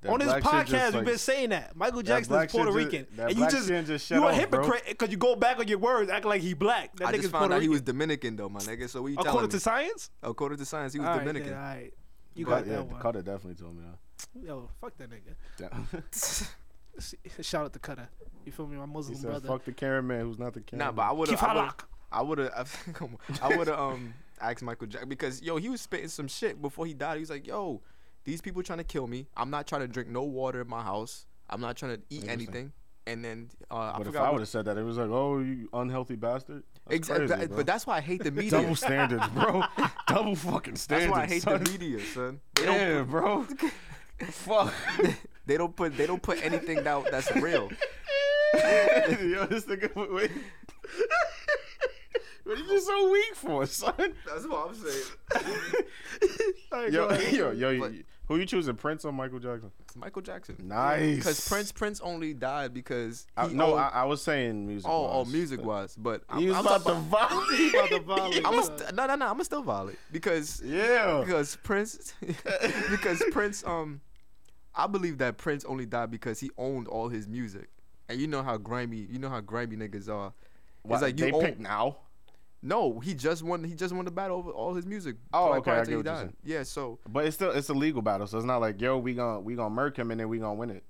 Speaker 3: that
Speaker 1: On this
Speaker 3: black shit
Speaker 1: podcast,
Speaker 3: just,
Speaker 1: we've
Speaker 3: like-
Speaker 1: been saying that Michael
Speaker 3: that
Speaker 1: Jackson
Speaker 3: black
Speaker 1: is Puerto
Speaker 3: shit just-
Speaker 1: Rican,
Speaker 3: that
Speaker 1: and you
Speaker 3: black
Speaker 1: just
Speaker 3: shit just shut
Speaker 1: you a
Speaker 3: off, bro.
Speaker 1: hypocrite because you go back on your words, acting like he black. That
Speaker 2: I
Speaker 1: nigga's
Speaker 2: just
Speaker 1: Puerto
Speaker 2: found out
Speaker 1: Rican.
Speaker 2: he was Dominican though, my nigga. So what you telling
Speaker 1: According
Speaker 2: me?
Speaker 1: to science,
Speaker 2: According to science, he was
Speaker 1: all right,
Speaker 2: Dominican.
Speaker 1: then, all right. You
Speaker 3: Cut-
Speaker 1: got
Speaker 3: yeah,
Speaker 1: that one.
Speaker 3: Cutter definitely told me
Speaker 1: Yo, fuck that nigga.
Speaker 3: that.
Speaker 1: Shout out to Cutter. You feel me, my
Speaker 3: he
Speaker 1: Muslim
Speaker 3: said,
Speaker 1: brother.
Speaker 3: "Fuck the Karen man, who's not the Karen."
Speaker 2: Nah, but I would
Speaker 1: Keep
Speaker 2: have.
Speaker 1: her
Speaker 2: I
Speaker 1: lock.
Speaker 2: would have. Come on. I would have um asked Michael Jackson because yo, he was spitting some shit before he died. He was like, yo, these people trying to kill me. I'm not trying to drink no water in my house. I'm not trying to eat
Speaker 3: Interesting.
Speaker 2: anything. And then uh, I
Speaker 3: But if
Speaker 2: forgot.
Speaker 3: I
Speaker 2: what-
Speaker 3: would have said that, it was like, "Oh, you unhealthy bastard." That's
Speaker 2: Exa-
Speaker 3: crazy,
Speaker 2: that-
Speaker 3: bro.
Speaker 2: but that's why I hate the media.
Speaker 3: double standards, bro. double fucking
Speaker 2: That's
Speaker 3: standards.
Speaker 2: why I hate the
Speaker 3: son.
Speaker 2: media, son. They don't
Speaker 3: Yeah, bro. Fuck.
Speaker 2: They don't put they don't put anything that that's real.
Speaker 3: Yo, this nigga, wait. What are you so weak for, son?
Speaker 2: That's what I'm saying.
Speaker 3: Yo, yo, yo,
Speaker 2: But-
Speaker 3: you- who you choosing, Prince or Michael Jackson?
Speaker 2: Michael Jackson.
Speaker 3: Nice.
Speaker 2: Because Prince Prince only died because he
Speaker 3: I, no,
Speaker 2: owned-
Speaker 3: I, I was saying music.
Speaker 2: oh oh music wise, but
Speaker 3: He was
Speaker 2: I'm,
Speaker 3: about
Speaker 2: I'm
Speaker 3: to volley.
Speaker 1: About the violence,
Speaker 2: I'm a
Speaker 1: uh,
Speaker 2: st- no no no I'm gonna still violate because
Speaker 3: yeah.
Speaker 2: because Prince because Prince um I believe that Prince only died because he owned all his music and you know how grimy you know how grimy niggas are. It's
Speaker 3: What,
Speaker 2: like you
Speaker 3: they
Speaker 2: own,
Speaker 3: pick now.
Speaker 2: no he just won he just won the battle over all his music.
Speaker 3: Oh,
Speaker 2: like,
Speaker 3: okay,
Speaker 2: prior
Speaker 3: I
Speaker 2: to
Speaker 3: get
Speaker 2: he
Speaker 3: what you're
Speaker 2: died.
Speaker 3: saying.
Speaker 2: Yeah so
Speaker 3: But it's still it's a legal battle, so it's not like yo we gonna we gonna murk him and then we gonna win it.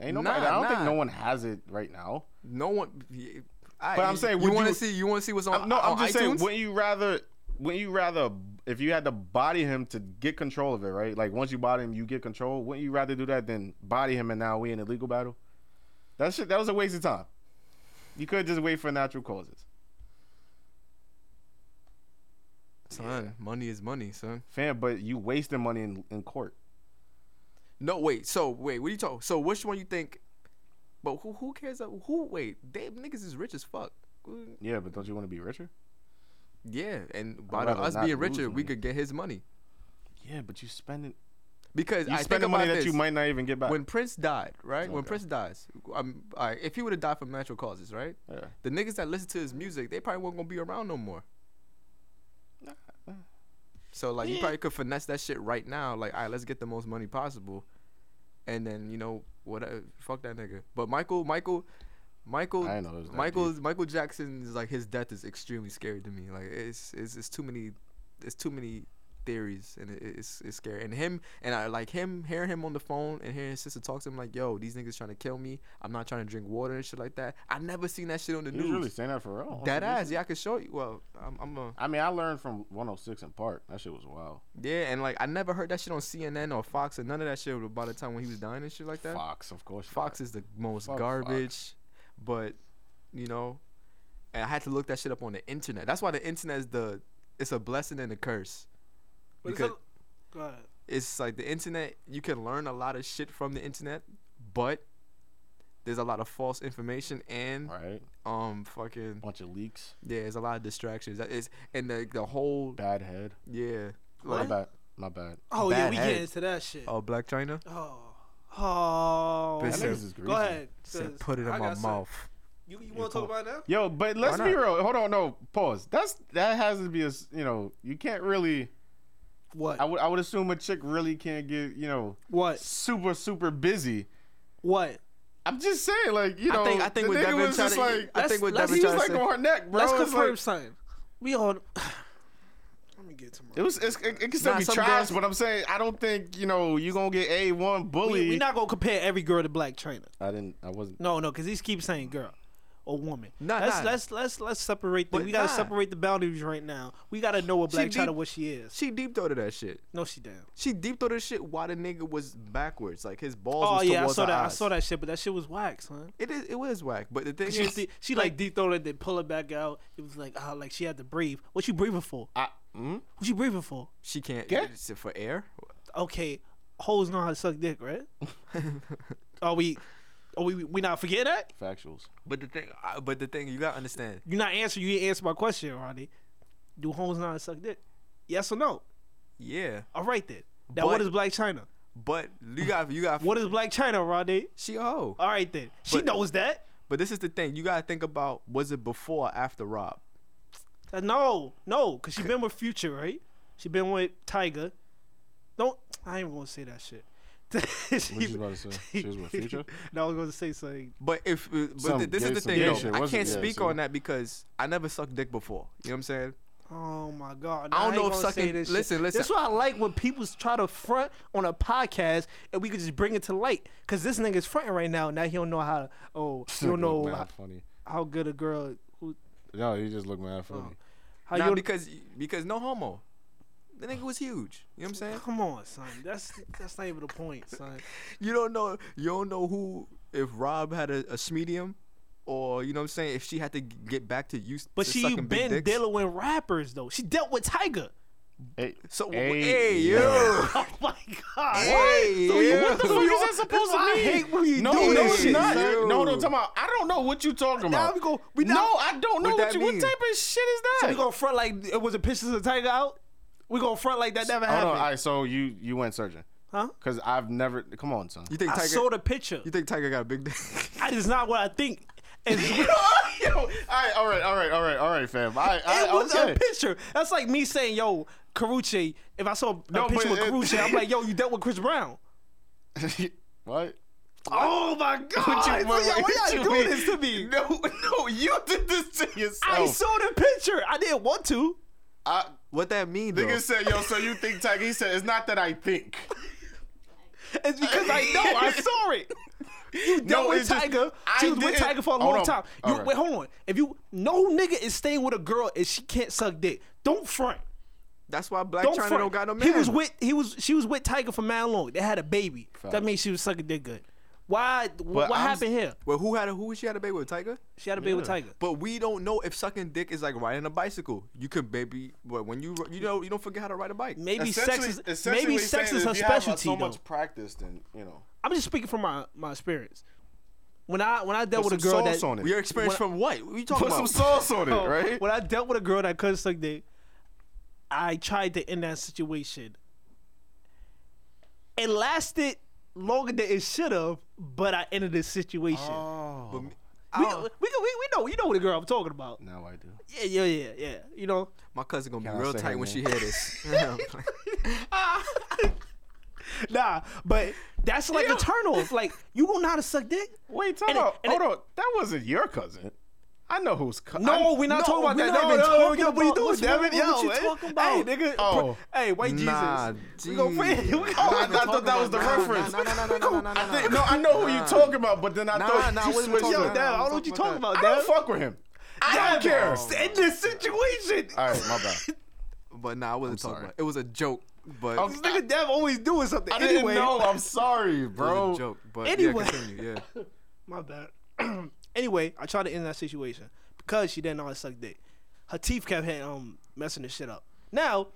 Speaker 3: Ain't nobody.
Speaker 2: Nah,
Speaker 3: I don't think
Speaker 2: nah.
Speaker 3: no one has it right now.
Speaker 2: No one. y- I,
Speaker 3: But I'm saying,
Speaker 2: you
Speaker 3: would
Speaker 2: want to
Speaker 3: you-
Speaker 2: see you want to see what's on.
Speaker 3: I'm, no, I'm
Speaker 2: on
Speaker 3: just saying.
Speaker 2: iTunes?
Speaker 3: Wouldn't you rather? Wouldn't you rather if you had to body him to get control of it, right? Like once you body him, you get control. Wouldn't you rather do that than body him and now we in a legal battle? That shit. That was a waste of time. You could just wait for natural causes.
Speaker 2: son, money is money, son.
Speaker 3: Fam, but you wasting money in, in court.
Speaker 2: No, wait. So wait, what are you talking? So which one you think? But who who cares? ab- Who wait? They niggas is rich as fuck. Mm,
Speaker 3: Yeah, but don't you want to be richer?
Speaker 2: Yeah, and by the,
Speaker 3: rather
Speaker 2: us
Speaker 3: not
Speaker 2: being
Speaker 3: lose
Speaker 2: richer, we
Speaker 3: money.
Speaker 2: could get his money
Speaker 3: Yeah, but you spending
Speaker 2: because
Speaker 3: you
Speaker 2: I think
Speaker 3: spending
Speaker 2: about
Speaker 3: money that
Speaker 2: this.
Speaker 3: you might not even get back.
Speaker 2: when Prince died, right? When
Speaker 3: Okay.
Speaker 2: Prince dies, um, all right, if he would have died from natural causes, right?
Speaker 3: yeah.
Speaker 2: The niggas that listen to his music, they probably weren't gonna be around no more. So like you probably could finesse that shit right now. Like, all right, let's get the most money possible, and then you know what? uh, Fuck that nigga. But Michael, Michael, Michael,
Speaker 3: I know it was that
Speaker 2: Michael's Michael Jackson's like his death is extremely scary to me. Like it's it's, it's too many, it's too many theories and it, it's it's scary. And him and I like him hearing him on the phone and hearing his sister talk to him like, yo, these niggas trying to kill me. I'm not trying to drink water and shit like that. I never seen that shit on the
Speaker 3: You
Speaker 2: news.
Speaker 3: was really saying that for real?
Speaker 2: That ass, yeah, I could show you. Well, I'm, I'm a
Speaker 3: I mean, I learned from 106 in Park. That shit was wild.
Speaker 2: yeah, and like I never heard that shit on CNN or Fox or none of that shit. By the time when he was dying and shit like that, Fox,
Speaker 3: Fox, of course.
Speaker 2: is the most
Speaker 3: Fuck
Speaker 2: garbage. But you know, and I had to look that shit up on the internet. That's why the internet is the it's a blessing and a curse.
Speaker 1: but it's
Speaker 2: Because
Speaker 1: a- Go ahead.
Speaker 2: it's like the internet, you can learn a lot of shit from the internet, but there's a lot of false information and
Speaker 3: right.
Speaker 2: um fucking
Speaker 3: Bunch of leaks.
Speaker 2: yeah, there's a lot of distractions. That is and the the whole
Speaker 3: Bad head.
Speaker 2: yeah.
Speaker 3: My
Speaker 2: Like,
Speaker 3: bad. My bad.
Speaker 1: Oh yeah,
Speaker 2: Bad
Speaker 1: we
Speaker 2: head.
Speaker 1: get into that shit. Oh,
Speaker 2: Oh, Black China?
Speaker 1: oh.
Speaker 2: That
Speaker 3: That
Speaker 2: Said-
Speaker 3: nigga's is greasy.
Speaker 1: Go ahead.
Speaker 2: Said,
Speaker 1: 'cause
Speaker 2: put it in
Speaker 1: I
Speaker 2: my
Speaker 1: got some-
Speaker 2: mouth.
Speaker 1: You, you want to talk about it now?
Speaker 3: Yo, but let's
Speaker 2: Why
Speaker 3: be
Speaker 2: not?
Speaker 3: real. Hold on, no pause. That's that has to be a s- you know you can't really.
Speaker 1: What?
Speaker 3: I would I would assume a chick really can't get you know
Speaker 1: what?
Speaker 3: super super busy.
Speaker 1: What?
Speaker 3: I'm just saying, like you know,
Speaker 2: I think I think
Speaker 3: the
Speaker 2: with
Speaker 3: nigga
Speaker 2: Devin
Speaker 3: was just
Speaker 2: China,
Speaker 3: like
Speaker 2: I think with
Speaker 1: let's-
Speaker 2: Devin
Speaker 3: he was
Speaker 2: China,
Speaker 3: like on her neck, bro.
Speaker 1: Let's
Speaker 3: It's
Speaker 1: confirm
Speaker 3: like-
Speaker 1: something. We all. Let me get to my.
Speaker 3: it was it's, it, it can still
Speaker 2: Nah,
Speaker 3: be
Speaker 2: some
Speaker 3: trash,
Speaker 2: girls-
Speaker 3: but I'm saying I don't think you know you gonna get a one bully.
Speaker 1: we, we not gonna compare every girl to Black China.
Speaker 3: I didn't. I wasn't.
Speaker 1: No, no, because he keeps saying girl. or woman.
Speaker 2: Nah,
Speaker 1: let's,
Speaker 2: nah.
Speaker 1: let's let's let's separate. The,
Speaker 2: But
Speaker 1: we gotta
Speaker 2: nah.
Speaker 1: separate the boundaries right now. We gotta know what
Speaker 2: She
Speaker 1: Black
Speaker 2: deep-
Speaker 1: China what she is.
Speaker 2: She deep throated that shit.
Speaker 1: no, she down.
Speaker 2: She deep throated shit while the nigga was backwards. Like his balls
Speaker 1: Oh
Speaker 2: was
Speaker 1: yeah, I
Speaker 2: towards
Speaker 1: saw
Speaker 2: her
Speaker 1: that. I
Speaker 2: eyes.
Speaker 1: saw that shit, but that shit was wax, huh?
Speaker 2: It is it was whack. But the thing
Speaker 1: She,
Speaker 2: is
Speaker 1: was deep- she like deep throated, then pull it back out. It was like ah, like she had to breathe. What you breathing for?
Speaker 3: I, mm?
Speaker 1: What you breathing for?
Speaker 2: she can't
Speaker 3: Yeah.
Speaker 2: is it for air?
Speaker 1: Okay, hoes know how to suck dick, right? are we? Are we? We not forget that?
Speaker 3: Factuals.
Speaker 2: But the thing I- but the thing you gotta understand.
Speaker 1: You not answer. You didn't answer my question, Ronnie. Do hoes know how to suck dick? Yes or no?
Speaker 2: Yeah.
Speaker 1: All right then. Now
Speaker 2: But-
Speaker 1: what is Black China?
Speaker 2: But you got you got
Speaker 1: What is Black China, Ronnie?
Speaker 2: she a hoe.
Speaker 1: All right then. She
Speaker 2: But-
Speaker 1: knows that.
Speaker 2: But this is the thing, you gotta think about was it before or after Rob?
Speaker 1: Uh, No, no, because she been with Future, right? She been with Tiger. Don't. I ain't gonna say that shit. she,
Speaker 3: you about to say? She was with Future?
Speaker 1: no, I was gonna say something.
Speaker 2: But if uh, but
Speaker 3: Some
Speaker 2: th- this is
Speaker 3: gay-
Speaker 2: the
Speaker 3: some
Speaker 2: thing
Speaker 3: gay
Speaker 2: though,
Speaker 3: shit,
Speaker 2: I
Speaker 3: wasn't
Speaker 2: can't
Speaker 3: it? Yeah,
Speaker 2: speak
Speaker 3: so-
Speaker 2: on that because I never sucked dick before. You know what I'm saying?
Speaker 1: Oh my god!
Speaker 2: I don't
Speaker 1: ain't
Speaker 2: know if
Speaker 1: gonna say
Speaker 2: sucking-
Speaker 1: This
Speaker 2: listen,
Speaker 1: shit.
Speaker 2: listen.
Speaker 1: That's why I like when people try to front on a podcast and we could just bring it to light. Cause this nigga's fronting right now. Now he don't know how. To, oh, he don't know
Speaker 3: Look
Speaker 1: how,
Speaker 3: mad funny.
Speaker 1: how good a girl. Who,
Speaker 3: No, you just look mad funny.
Speaker 1: how
Speaker 2: nah,
Speaker 1: you?
Speaker 2: because because no homo. The nigga was huge. You know what I'm saying?
Speaker 1: Come on, son. That's that's not even the point, son.
Speaker 2: You don't know you don't know who if Rob had a, a medium or you know what I'm saying, if she had to g- get back to used
Speaker 1: But
Speaker 2: to
Speaker 1: she
Speaker 2: sucking big
Speaker 1: been
Speaker 2: dicks.
Speaker 1: dealing with rappers though. She dealt with Tiger.
Speaker 3: Hey,
Speaker 2: so
Speaker 3: Hey,
Speaker 2: hey, yo.
Speaker 3: yo.
Speaker 1: Oh my god!
Speaker 2: Hey,
Speaker 1: So you-
Speaker 2: yo.
Speaker 1: what the
Speaker 2: So
Speaker 1: fuck
Speaker 3: you-
Speaker 1: is that supposed to
Speaker 2: I
Speaker 1: mean?
Speaker 2: hate when you
Speaker 3: no,
Speaker 2: do
Speaker 3: no,
Speaker 2: this
Speaker 3: it's
Speaker 2: shit.
Speaker 3: not.
Speaker 2: yo.
Speaker 3: No, no, I'm talking about. I don't know what you talking
Speaker 1: Now
Speaker 3: about.
Speaker 1: we go- we
Speaker 3: no,
Speaker 1: now-
Speaker 3: I don't know
Speaker 2: What
Speaker 3: what,
Speaker 2: that
Speaker 3: you.
Speaker 2: mean?
Speaker 3: What type of shit is that?
Speaker 1: So we gonna front like it was a pictures of Tiger out. We gonna front like that never
Speaker 3: Hold on. All
Speaker 1: happened,
Speaker 3: right, so you you went surgeon.
Speaker 1: huh?
Speaker 3: Cause I've never. Come on, son.
Speaker 2: You think
Speaker 1: I
Speaker 2: Tiger
Speaker 1: saw the picture.
Speaker 2: You think Tiger got a big dick?
Speaker 1: That is not what I think. It's, it
Speaker 3: Yo, all right, all right, all right, all right, all right, fam. I, I
Speaker 1: was
Speaker 3: okay.
Speaker 1: a picture. That's like me saying, "Yo, Carucci." If I saw a
Speaker 3: No,
Speaker 1: picture
Speaker 3: but
Speaker 1: with
Speaker 3: it-
Speaker 1: Carucci, I'm like, "Yo, you dealt with Chris Brown."
Speaker 3: what?
Speaker 1: Oh my god!
Speaker 3: What you-
Speaker 1: why
Speaker 3: what-
Speaker 1: y'all- why
Speaker 3: what
Speaker 1: y'all
Speaker 3: you
Speaker 1: doing
Speaker 3: mean?
Speaker 1: this to me?
Speaker 3: No, no, you did this to yourself.
Speaker 1: I saw the picture. I didn't want to.
Speaker 3: I-
Speaker 2: What that mean, though?
Speaker 3: nigga said, yo, so you think Tiger? He said, it's not that I think.
Speaker 1: It's because I know I saw it. You dealt
Speaker 3: No,
Speaker 1: with
Speaker 3: it's just-
Speaker 1: Tiger.
Speaker 3: I
Speaker 1: She was with
Speaker 3: didn't-
Speaker 1: Tiger for a
Speaker 3: Hold
Speaker 1: long
Speaker 3: on.
Speaker 1: time. You,
Speaker 3: All right.
Speaker 1: Wait, hold on. If you no nigga is staying with a girl and she can't suck dick, don't front.
Speaker 2: That's why Black
Speaker 1: Don't
Speaker 2: China
Speaker 1: front.
Speaker 2: don't got no man.
Speaker 1: he was with he was she was with Tiger for man long. They had a baby. That
Speaker 3: Facts.
Speaker 1: means she was sucking dick good. Why? what
Speaker 3: I'm-
Speaker 1: happened here?
Speaker 2: Well, who had a, who she had a baby with Tiger?
Speaker 1: She had a baby with Tiger.
Speaker 2: But we don't know if sucking dick is like riding a bicycle. You could maybe, but when you you know you don't forget how to ride a bike.
Speaker 1: Maybe sex
Speaker 3: Essentially-
Speaker 1: is
Speaker 3: essentially
Speaker 1: maybe
Speaker 3: saying
Speaker 1: sex is
Speaker 3: that
Speaker 1: her
Speaker 3: if you have, uh,
Speaker 1: specialty
Speaker 3: so
Speaker 1: though.
Speaker 3: much practice, then you know.
Speaker 1: I'm just speaking from my my experience. When I when I dealt
Speaker 3: Put
Speaker 1: with a
Speaker 3: some
Speaker 1: girl
Speaker 3: sauce
Speaker 1: that
Speaker 3: on it.
Speaker 2: Your experience
Speaker 1: When-
Speaker 2: from what? What you talking
Speaker 3: Put some
Speaker 2: about?
Speaker 3: sauce on it,
Speaker 1: Oh,
Speaker 3: right?
Speaker 1: When I dealt with a girl that couldn't suck dick, I tried to end that situation. It lasted longer than it should have, but I ended the situation.
Speaker 3: Oh,
Speaker 1: we, we, we, we know you know what the girl I'm talking about.
Speaker 3: now I do.
Speaker 1: Yeah, yeah, yeah, yeah. You know,
Speaker 2: My cousin gonna
Speaker 3: Can
Speaker 2: be
Speaker 3: I
Speaker 2: real
Speaker 3: say
Speaker 2: tight
Speaker 3: her
Speaker 2: when she
Speaker 3: name?
Speaker 2: hear this.
Speaker 1: nah, but that's like a turn off. Like you don't know how to suck dick.
Speaker 3: Wait, time
Speaker 1: And it-
Speaker 3: out.
Speaker 1: and
Speaker 3: Hold on. That wasn't your cousin. I know who's cousin.
Speaker 1: No, we're not talking about
Speaker 2: we're
Speaker 1: that.
Speaker 2: not
Speaker 1: No,
Speaker 2: even
Speaker 1: no,
Speaker 2: talking
Speaker 1: yo, what are you
Speaker 2: about-
Speaker 1: doing,
Speaker 2: what's-
Speaker 1: Devin?
Speaker 2: what-
Speaker 1: Yo, eh?
Speaker 2: what you
Speaker 1: hey,
Speaker 2: talking about?
Speaker 1: Hey, nigga.
Speaker 3: Oh.
Speaker 1: Hey, white
Speaker 2: Nah,
Speaker 1: Jesus. We gonna
Speaker 2: geez.
Speaker 1: we gonna-
Speaker 3: Oh, I
Speaker 2: Nah,
Speaker 3: thought that was the
Speaker 2: nah, nah,
Speaker 3: reference.
Speaker 2: nah, nah, nah, nah, nah, nah, nah,
Speaker 3: I think-
Speaker 2: nah.
Speaker 3: no, I know who you
Speaker 2: Nah.
Speaker 3: talking about, but then I
Speaker 2: Nah,
Speaker 3: thought
Speaker 2: nah,
Speaker 3: you
Speaker 2: what we
Speaker 3: switched.
Speaker 2: talking
Speaker 1: Yo,
Speaker 3: it.
Speaker 2: about?
Speaker 1: Dev, I don't know what you talking about,
Speaker 3: I
Speaker 1: Dev.
Speaker 3: don't fuck with him. I don't care.
Speaker 1: In this situation.
Speaker 3: All right, my bad.
Speaker 2: But nah, I wasn't talking
Speaker 3: sorry.
Speaker 2: about. It It was a joke, but
Speaker 3: I'm-
Speaker 1: This nigga Dev always doing something.
Speaker 3: I didn't
Speaker 1: anyway,
Speaker 3: know. I'm sorry,
Speaker 2: it was a
Speaker 3: bro.
Speaker 2: joke. But
Speaker 1: Anyway.
Speaker 2: yeah, continue. Yeah.
Speaker 1: my bad. anyway, I tried to end that situation because she didn't know how to suck dick. Her teeth kept hitting, um messing this shit up. Now,